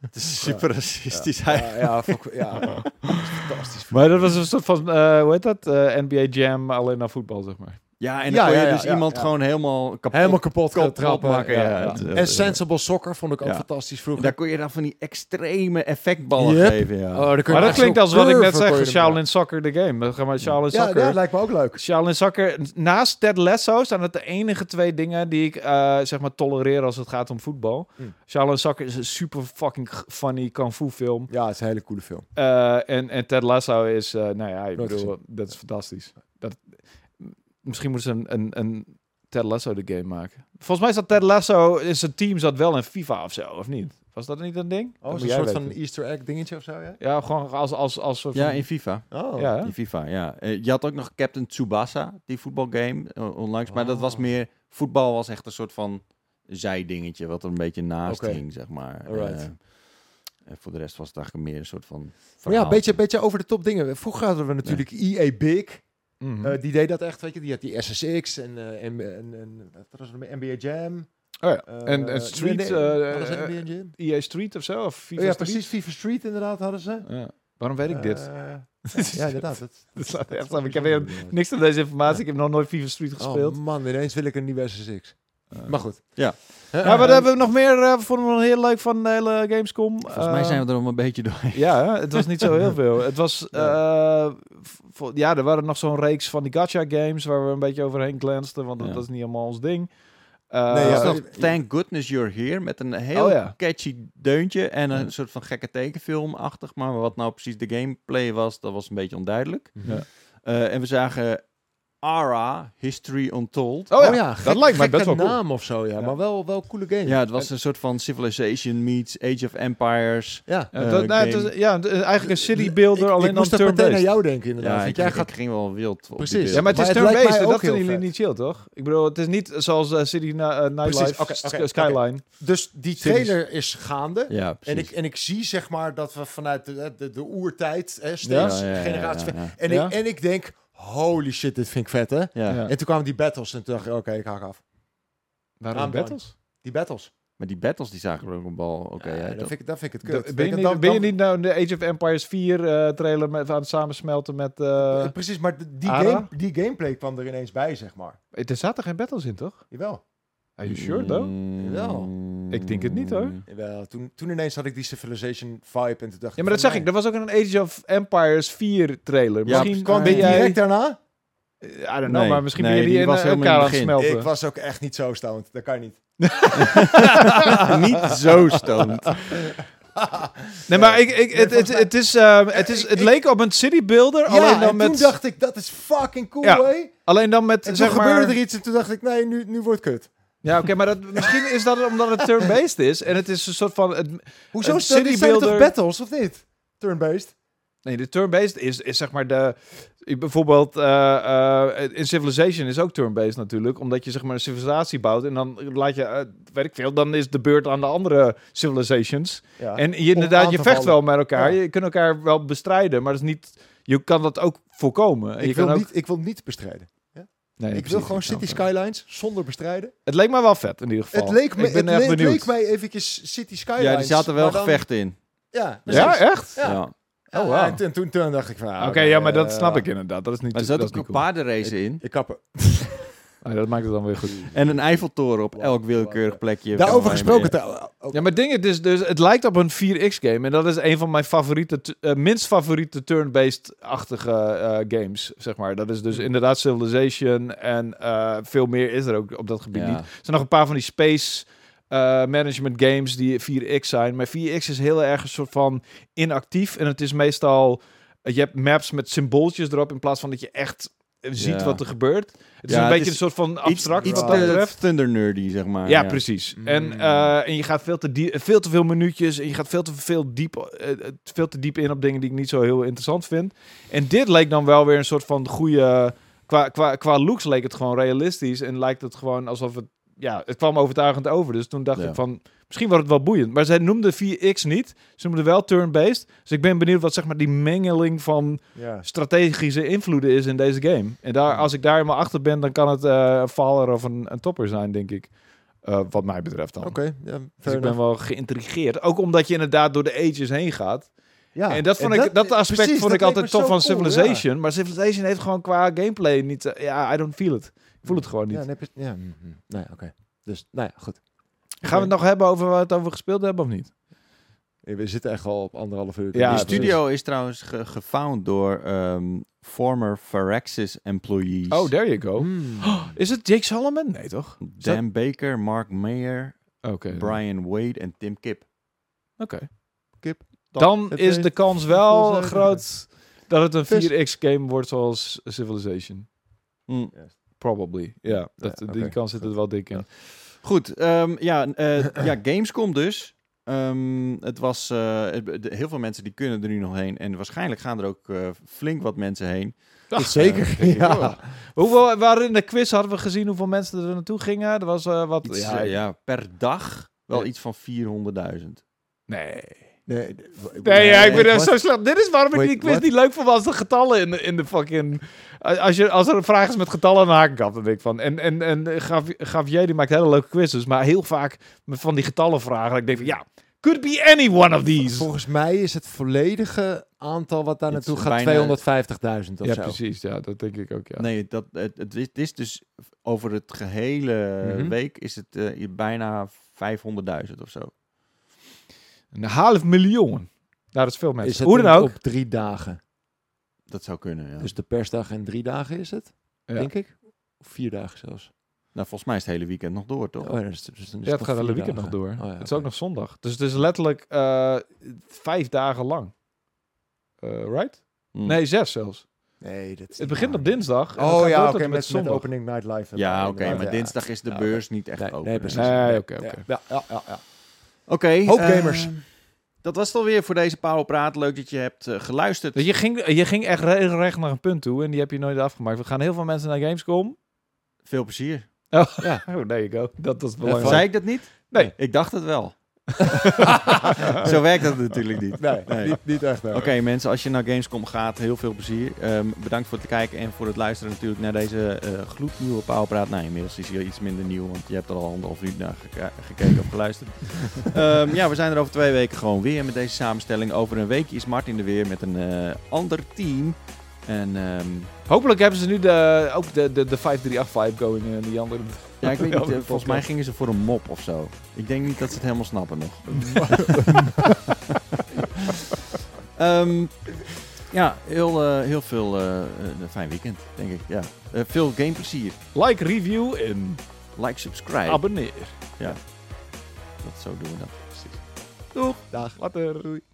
Speaker 1: Het is super racistisch eigenlijk.
Speaker 2: ja, ja, vond ik- ja, dat is fantastisch.
Speaker 3: Maar dat was een soort van, eh, hoe heet dat? Eh, NBA Jam, alleen naar voetbal, zeg maar.
Speaker 1: Ja, en
Speaker 2: Ja,
Speaker 1: dan kon
Speaker 2: ja,
Speaker 1: je
Speaker 2: ja,
Speaker 1: dus
Speaker 2: ja,
Speaker 1: iemand
Speaker 2: ja.
Speaker 1: gewoon helemaal kapot.
Speaker 2: Helemaal kapot
Speaker 1: kapot
Speaker 2: gaan trappen.
Speaker 1: maken, ja,
Speaker 3: ja.
Speaker 1: Het-
Speaker 2: En Sensible Soccer vond ik ook
Speaker 1: Ja.
Speaker 2: fantastisch
Speaker 1: En
Speaker 2: vroeger.
Speaker 1: daar kon je dan van die extreme effectballen
Speaker 2: Yep.
Speaker 1: geven, ja.
Speaker 2: Oh, dan kun je
Speaker 3: Maar dat
Speaker 2: echt
Speaker 3: klinkt
Speaker 2: zo'n
Speaker 3: als wat ik net
Speaker 2: curve kon je
Speaker 3: zeg,
Speaker 2: erin maken.
Speaker 3: Shaolin Soccer, de game. Dan gaan we Shaolin
Speaker 2: Ja,
Speaker 3: Soccer.
Speaker 2: dat lijkt me ook leuk.
Speaker 3: Shaolin Soccer, naast Ted Lasso zijn het de enige twee dingen die ik eh, zeg maar tolereer als het gaat om voetbal.
Speaker 1: Hm.
Speaker 2: Hmm.
Speaker 3: Shaolin Soccer is een super fucking g- funny kung fu film.
Speaker 2: Ja, het is een hele coole film.
Speaker 3: Eh, en, en Ted Lasso is, eh, nou ja, ik
Speaker 2: Nooit
Speaker 3: bedoel, dat is fantastisch. Dat, misschien moeten ze een, een, een Ted Lasso de game maken. Volgens mij zat Ted Lasso, in zijn team zat wel in FIFA of zo, of niet? Was dat niet een ding? Dat
Speaker 2: Oh,
Speaker 3: moet
Speaker 2: is een
Speaker 3: jij
Speaker 2: soort van
Speaker 3: weten.
Speaker 2: easter egg dingetje of zo, ja?
Speaker 3: Ja, gewoon als... als, als soort
Speaker 1: Ja,
Speaker 3: van-
Speaker 1: in FIFA.
Speaker 2: Oh.
Speaker 3: ja, hè?
Speaker 1: In FIFA, ja. Eh, je had ook nog Captain Tsubasa, die voetbalgame eh, onlangs. Maar dat was
Speaker 2: Oh.
Speaker 1: meer... Voetbal was echt een soort van zijdingetje, wat er een beetje naast
Speaker 2: Oké.
Speaker 1: hing, zeg maar.
Speaker 2: Alright.
Speaker 1: Eh, en voor de rest was het eigenlijk meer een soort van
Speaker 2: Maar ja,
Speaker 1: verhaal.
Speaker 2: een beetje, beetje over de top dingen. Vroeger hadden we natuurlijk EA Big.
Speaker 3: Mhm.
Speaker 2: Eh, die deed dat echt, weet je. Die had die SSX en, eh, en, en, en wat was er nog meer? NBA Jam.
Speaker 3: Oh ja,
Speaker 2: Eh,
Speaker 3: en, en Street...
Speaker 2: nee, nee,
Speaker 3: eh,
Speaker 2: hadden ze
Speaker 3: eh,
Speaker 2: NBA Jam?
Speaker 3: EA Street of zo? Of FIFA
Speaker 2: Oh ja,
Speaker 3: Street?
Speaker 2: precies. FIFA Street inderdaad hadden ze.
Speaker 3: Ja. Waarom weet ik dit?
Speaker 2: Eh, ja, inderdaad. Dat,
Speaker 3: Dit slaat
Speaker 2: dat
Speaker 3: echt
Speaker 2: is
Speaker 3: op. Ik heb
Speaker 2: wel
Speaker 3: weer
Speaker 2: bijzonder.
Speaker 3: niks aan deze informatie. Ik heb nog nooit FIFA Street gespeeld.
Speaker 2: Oh man, ineens wil ik een nieuwe SSX. Maar goed.
Speaker 1: Ja.
Speaker 2: Hè,
Speaker 3: ja, wat
Speaker 2: eh,
Speaker 3: hebben we nog meer? eh vonden we nog heel leuk van de hele Gamescom.
Speaker 1: Volgens
Speaker 2: eh,
Speaker 1: mij zijn we er al een beetje doorheen.
Speaker 3: Ja, hè, het was niet zo heel veel. Het was... eh, vo- ja, er waren nog zo'n reeks van die gacha games... waar we een beetje overheen glansten. Want dat-
Speaker 1: Ja.
Speaker 3: dat is niet helemaal ons ding. Eh,
Speaker 2: Nee,
Speaker 1: Er
Speaker 2: ja,
Speaker 1: is
Speaker 2: dat-
Speaker 1: nog Thank Goodness You're Here met een heel
Speaker 3: Oh ja.
Speaker 1: catchy deuntje en een
Speaker 3: Ja.
Speaker 1: soort van gekke tekenfilmachtig. Maar wat nou precies de gameplay was, dat was een beetje onduidelijk.
Speaker 3: Mhm. Ja.
Speaker 1: Eh, en we zagen ARA, History Untold.
Speaker 3: Oh ja, dat
Speaker 2: gek-
Speaker 3: lijkt mij
Speaker 2: gekke
Speaker 3: best wel cool.
Speaker 2: naam of zo, ja.
Speaker 3: Ja.
Speaker 2: Maar wel, wel coole game. Eh,
Speaker 1: Ja, het was een soort van Civilization meets Age of Empires.
Speaker 2: Ja.
Speaker 3: Ja, dat-
Speaker 1: eh,
Speaker 3: nou, het
Speaker 1: game.
Speaker 3: is- ja, het is eigenlijk een city
Speaker 2: Ik-
Speaker 3: builder,
Speaker 2: ik,
Speaker 3: alleen dan
Speaker 2: moest dat meteen aan
Speaker 3: turn-based.
Speaker 2: jou denken inderdaad.
Speaker 1: Ja,
Speaker 2: Want
Speaker 1: ik,
Speaker 2: jij
Speaker 1: ik
Speaker 2: gaat...
Speaker 1: ging wel wild op
Speaker 2: Precies.
Speaker 1: die
Speaker 3: Ja, maar het is
Speaker 2: Maar het lijkt
Speaker 3: turn-based
Speaker 2: mij
Speaker 3: en dat
Speaker 2: ook heel
Speaker 3: vinden jullie
Speaker 2: vet.
Speaker 3: niet chill, toch? Ik bedoel, het is niet zoals eh, City Na- eh, Nightlife
Speaker 2: Precies, oké,
Speaker 3: Sk-
Speaker 2: oké, oké.
Speaker 3: Skyline.
Speaker 2: Dus die
Speaker 1: Series.
Speaker 2: trailer is gaande.
Speaker 1: Ja,
Speaker 2: En ik,
Speaker 1: precies.
Speaker 2: en ik zie zeg maar dat we vanuit de, de, de oertijd, hè, steeds
Speaker 3: Ja,
Speaker 1: ja, ja,
Speaker 2: generaties.
Speaker 1: ja, ja.
Speaker 2: En,
Speaker 3: Ja.
Speaker 2: Ik, en ik denk, holy shit, dit vind ik vet hè.
Speaker 1: Ja.
Speaker 3: Ja.
Speaker 2: En toen kwamen die battles en toen dacht ik, oké, ik haak af.
Speaker 3: Waarom
Speaker 2: I'm
Speaker 3: battles?
Speaker 2: Die battles.
Speaker 1: Maar die battles die zagen er ook een bal. Oké,
Speaker 2: Ja,
Speaker 1: ja,
Speaker 2: dat,
Speaker 1: toch?
Speaker 2: vind ik, dat vind ik het
Speaker 3: Ben
Speaker 2: kut.
Speaker 3: je,
Speaker 2: Weet je,
Speaker 3: niet,
Speaker 2: dan-
Speaker 3: ben je
Speaker 2: dan-
Speaker 3: niet nou de Age of Empires 4 eh, trailer met, aan het samensmelten met... eh,
Speaker 2: eh, precies, maar de- die,
Speaker 3: Ara?
Speaker 2: game, die gameplay kwam er ineens bij, zeg maar.
Speaker 3: Eh, er zaten geen battles in, toch?
Speaker 2: Jawel.
Speaker 3: Are you sure, though?
Speaker 1: Mm,
Speaker 2: Jawel.
Speaker 3: Ik denk het niet, hoor.
Speaker 2: Jawel. Toen, toen ineens had ik die Civilization vibe en toen dacht
Speaker 3: Ja, maar dat zeg ik. Er was ook een Age of Empires 4 trailer.
Speaker 1: Ja,
Speaker 3: misschien
Speaker 1: kwam
Speaker 3: kwam
Speaker 1: die
Speaker 3: ben
Speaker 2: Ben
Speaker 3: jij...
Speaker 2: direct daarna?
Speaker 3: I don't know,
Speaker 1: Nee,
Speaker 3: maar misschien
Speaker 1: nee,
Speaker 3: ben je
Speaker 1: die
Speaker 3: die in
Speaker 1: was
Speaker 3: eh,
Speaker 1: helemaal in
Speaker 3: elkaar aan
Speaker 1: het
Speaker 3: het
Speaker 1: begin.
Speaker 3: smelten.
Speaker 2: Ik was ook echt niet zo stoned. Dat kan niet.
Speaker 1: niet zo stoned.
Speaker 3: Nee, maar ik, ik, het, het,
Speaker 2: volgens mij-
Speaker 3: het is, ehm, het, is,
Speaker 2: Ik-
Speaker 3: het
Speaker 2: ik-
Speaker 3: leek op een city builder,
Speaker 2: ja,
Speaker 3: alleen,
Speaker 2: en
Speaker 3: dan met,
Speaker 2: toen dacht ik, dat is fucking cool,
Speaker 3: Ja.
Speaker 2: hé. En
Speaker 3: alleen dan met...
Speaker 2: toen
Speaker 3: zeg maar,
Speaker 2: gebeurde er iets en toen dacht ik, nee, nu, nu wordt het kut.
Speaker 3: Ja, oké, maar dat, misschien is dat omdat het turn-based is. En het is een soort van... Het,
Speaker 2: Hoezo?
Speaker 3: Een
Speaker 2: Zijn
Speaker 3: city
Speaker 2: dit zijn toch
Speaker 3: builder-
Speaker 2: battles, of niet? Turn-based.
Speaker 3: nee, de turn-based is, is zeg maar de... Bijvoorbeeld eh, eh, in Civilization is ook turn-based natuurlijk. Omdat je zeg maar een civilisatie bouwt. En dan laat je... eh, weet ik veel, dan is de beurt aan de andere civilizations.
Speaker 2: Ja.
Speaker 3: En je,
Speaker 2: aan
Speaker 3: inderdaad, je
Speaker 2: te
Speaker 3: vecht wel
Speaker 2: vallen.
Speaker 3: met elkaar.
Speaker 2: Ja.
Speaker 3: Je kunt elkaar wel bestrijden. Maar dat is niet... Je kan dat ook voorkomen. En
Speaker 2: ik,
Speaker 3: je
Speaker 2: wil
Speaker 3: kan ook,
Speaker 2: niet, ik wil niet bestrijden.
Speaker 3: Nee,
Speaker 2: ik wil
Speaker 3: precies,
Speaker 2: gewoon
Speaker 3: snap
Speaker 2: City
Speaker 3: het.
Speaker 2: Skylines zonder bestrijden.
Speaker 3: Het leek mij wel vet in ieder geval.
Speaker 2: Het leek, me,
Speaker 3: ik ben
Speaker 2: het
Speaker 3: echt
Speaker 2: le-
Speaker 3: benieuwd.
Speaker 2: leek mij eventjes City Skylines.
Speaker 1: Ja, die zaten wel
Speaker 2: maar dan-
Speaker 1: gevechten in.
Speaker 2: Ja, precies.
Speaker 3: ja, echt?
Speaker 2: Ja.
Speaker 1: Ja.
Speaker 3: Oh,
Speaker 2: Ja,
Speaker 3: wauw.
Speaker 2: en toen, toen, toen dacht ik van... ah,
Speaker 3: Oké, ja, maar dat
Speaker 2: eh,
Speaker 3: snap ik inderdaad. Dat is niet
Speaker 1: Maar er
Speaker 3: dat
Speaker 1: zat
Speaker 3: is
Speaker 1: ook
Speaker 3: niet
Speaker 1: een
Speaker 3: cool.
Speaker 1: paardenrace in.
Speaker 2: Ik kap er.
Speaker 3: Ah, dat maakt het dan weer goed.
Speaker 1: En een Eiffeltoren op elk willekeurig plekje. eh,
Speaker 2: Daarover
Speaker 1: waar je maar
Speaker 2: gesproken.
Speaker 1: in-
Speaker 2: trouw- oh, ook-
Speaker 3: Ja, maar ding is dus, dus, het lijkt op een 4X-game. En dat is een van mijn favoriete, tu- eh, minst favoriete turn-based-achtige eh, games, zeg maar. Dat is dus
Speaker 1: Hmm.
Speaker 3: inderdaad Civilization en eh, veel meer is er ook op dat gebied
Speaker 1: Ja.
Speaker 3: niet. Er zijn nog een paar van die space eh, management games die 4X zijn. Maar 4X is heel erg een soort van inactief. En het is meestal... eh, Je hebt maps met symbooltjes erop in plaats van dat je echt eh, ziet
Speaker 1: Ja.
Speaker 3: wat er gebeurt. Het is
Speaker 1: Ja,
Speaker 3: een
Speaker 1: het
Speaker 3: beetje
Speaker 1: is
Speaker 3: een soort van abstract
Speaker 1: Iets,
Speaker 3: wat
Speaker 1: iets
Speaker 3: dat
Speaker 1: te
Speaker 3: betreft.
Speaker 1: Thunder nerdy, zeg maar.
Speaker 3: Ja, precies.
Speaker 2: Mm.
Speaker 3: En, eh, en je gaat veel te, diep, veel te veel minuutjes en je gaat veel te, veel, diep, eh, eh, veel te diep in op dingen die ik niet zo heel interessant vind. En dit leek dan wel weer een soort van goede... Qua, qua, qua looks leek het gewoon realistisch en lijkt het gewoon alsof het... Ja, het kwam overtuigend over. Dus toen dacht
Speaker 1: Ja.
Speaker 3: ik van, misschien wordt het wel boeiend. Maar zij noemde 4X niet. Ze noemde wel turn-based. Dus ik ben benieuwd wat zeg maar die mengeling van
Speaker 2: Ja.
Speaker 3: strategische invloeden is in deze game. En daar,
Speaker 2: Hmm.
Speaker 3: als ik daar helemaal achter ben, dan kan het eh, een faller of een, een topper zijn, denk ik. Eh, wat mij betreft dan.
Speaker 2: Oké, ja,
Speaker 3: Dus
Speaker 2: fair
Speaker 3: ik ben
Speaker 2: enough.
Speaker 3: wel geïntrigeerd. Ook omdat je inderdaad door de ages heen gaat.
Speaker 2: Ja,
Speaker 3: en dat, vond ik, dat aspect
Speaker 2: precies,
Speaker 3: vond ik
Speaker 2: dat leek
Speaker 3: altijd
Speaker 2: me
Speaker 3: tof
Speaker 2: zo
Speaker 3: van
Speaker 2: cool, ja.
Speaker 3: Civilization. Maar Civilization heeft gewoon qua gameplay niet... eh, ja, I don't feel it. Ik voel het gewoon niet.
Speaker 2: Ja, nee, pre- ja, mm, mm. nee oké. Dus, nou ja, goed.
Speaker 3: Gaan we het nog hebben over waar we het over gespeeld hebben of niet?
Speaker 2: We zitten echt al op anderhalf uur.
Speaker 3: Ja,
Speaker 1: Die
Speaker 2: Dus-
Speaker 1: studio is trouwens ge gefound door ehm, former Firaxis employees.
Speaker 3: Oh, there you go.
Speaker 2: Mm.
Speaker 3: Is het Jake Solomon? Nee, toch?
Speaker 1: Dan Baker, Mark Mayer,
Speaker 3: Oké.
Speaker 1: Brian Wade en Tim Kip.
Speaker 3: Oké.
Speaker 2: Kip.
Speaker 3: Dan
Speaker 2: Het
Speaker 3: is
Speaker 2: is
Speaker 3: de kans wel
Speaker 2: Civilization.
Speaker 3: groot dat het
Speaker 2: Dus-
Speaker 3: een 4X-game wordt zoals Civilization.
Speaker 2: Mm.
Speaker 3: Probably, ja. Dat,
Speaker 2: Ja,
Speaker 3: Die
Speaker 2: oké.
Speaker 3: kans zit er wel dik in.
Speaker 1: Goed, ehm, ja, eh, ja, Gamescom dus. Ehm, het was, eh, het- de- heel veel mensen die kunnen er nu nog heen. En waarschijnlijk gaan er ook eh, flink wat mensen heen.
Speaker 3: Ach,
Speaker 1: eh,
Speaker 2: Zeker,
Speaker 1: denk ik
Speaker 2: ja.
Speaker 1: wel.
Speaker 3: Hoeveel, waren in de quiz hadden we gezien hoeveel mensen er naartoe gingen. Er was eh, wat...
Speaker 1: Iets, eh,
Speaker 3: ja,
Speaker 1: ja, per dag wel
Speaker 3: Ja.
Speaker 1: iets van 400.000.
Speaker 3: Nee.
Speaker 2: Nee,
Speaker 3: Nee, ja, ik ben
Speaker 2: nee,
Speaker 3: echt
Speaker 2: wat?
Speaker 3: zo slecht. Dit is waarom ik
Speaker 2: Wait,
Speaker 3: die quiz
Speaker 2: what?
Speaker 3: niet leuk vond als de getallen in de, in de fucking... Als, je, als er een vraag is met getallen, dan haak ik af, dan denk ik van. En, en, en Gav- Gavier, die maakt hele leuke quizzes, maar heel vaak met van die getallenvragen. Ik denk van, ja, could be any one of these.
Speaker 2: Volgens mij is het volledige aantal wat daar
Speaker 1: Het is
Speaker 2: naartoe gaat
Speaker 1: bijna-
Speaker 2: 250.000 of
Speaker 3: ja,
Speaker 2: zo.
Speaker 3: precies. Ja, dat denk ik ook, ja.
Speaker 1: Nee, dat, het, het is- het is dus over het gehele
Speaker 3: Mhm.
Speaker 1: week is het eh, bijna 500.000 of zo.
Speaker 3: Een half miljoen. Nou, dat is veel mensen.
Speaker 2: Is het
Speaker 3: Hoe dan
Speaker 2: in-
Speaker 3: ook.
Speaker 2: op drie dagen.
Speaker 1: Dat zou kunnen, ja.
Speaker 2: Dus de persdag en drie dagen is het,
Speaker 3: Ja.
Speaker 2: denk ik. Of vier dagen zelfs.
Speaker 1: nou, volgens mij is het hele weekend nog door, toch?
Speaker 2: Oh, ja, dus, dus dan is
Speaker 3: Ja, het
Speaker 2: nog
Speaker 3: gaat
Speaker 2: vier
Speaker 3: hele weekend nog
Speaker 2: dagen.
Speaker 3: door.
Speaker 2: Oh, ja,
Speaker 3: Het is
Speaker 2: oké.
Speaker 3: ook nog zondag. Dus het is letterlijk eh, vijf dagen lang. Eh, right?
Speaker 2: Hmm.
Speaker 1: Hm.
Speaker 3: Nee, zes zelfs.
Speaker 2: Nee, dat is
Speaker 3: Het
Speaker 2: niet
Speaker 3: begint
Speaker 2: waar.
Speaker 3: op dinsdag. en het
Speaker 2: Oh
Speaker 3: gaat door
Speaker 2: ja,
Speaker 3: tot
Speaker 2: oké,
Speaker 3: en
Speaker 2: met, met
Speaker 3: zondag.
Speaker 2: opening night live.
Speaker 1: Ja, oké, maar
Speaker 2: Ja.
Speaker 1: dinsdag is de
Speaker 2: Ja,
Speaker 1: beurs niet echt
Speaker 2: Nee,
Speaker 1: open.
Speaker 2: nee, precies.
Speaker 3: Nee, oké, oké.
Speaker 2: Ja, ja, ja, ja.
Speaker 1: Oké.
Speaker 2: Hoop
Speaker 1: eh,
Speaker 2: gamers.
Speaker 1: dat was het alweer voor deze Powerpraat. Leuk dat je hebt eh, geluisterd.
Speaker 3: Dus je, ging, je ging echt regelrecht naar een punt toe en die heb je nooit afgemaakt. We gaan heel veel mensen naar Gamescom.
Speaker 1: Veel plezier.
Speaker 3: Oh, there you go. Dat was
Speaker 2: Ja,
Speaker 3: belangrijk.
Speaker 1: Zei ik dat niet?
Speaker 3: Nee.
Speaker 1: Ik dacht het wel. Zo werkt dat natuurlijk niet.
Speaker 2: Nee,
Speaker 1: Nee.
Speaker 2: Niet, niet echt. nee.
Speaker 1: Oké mensen, als je naar Gamescom gaat, heel veel plezier. Ehm, bedankt voor het kijken en voor het luisteren natuurlijk naar deze eh gloednieuwe Powerpraat. Nou, inmiddels is hier iets minder nieuw, want je hebt er al anderhalf uur naar geka- gekeken of geluisterd. Ehm, ja, we zijn er over twee weken gewoon weer met deze samenstelling. Over een weekje is Martin er weer met een eh, ander team. En ehm,
Speaker 3: Hopelijk hebben ze nu de, ook de, de, de 538-vibe going in en die andere...
Speaker 1: ja, ik weet niet, eh, volgens
Speaker 3: podcast.
Speaker 1: mij gingen ze voor een mop of zo. Ik denk niet dat ze het helemaal snappen nog. Ehm, ja, heel, eh, heel veel eh, eh, een fijn weekend, denk ik. Ja. Eh, veel gameplezier.
Speaker 3: Like, review en
Speaker 1: Like, subscribe.
Speaker 3: abonneer.
Speaker 1: dat, zo doen we dat. Precies.
Speaker 3: Doeg,
Speaker 2: Dag.
Speaker 3: later. Doei.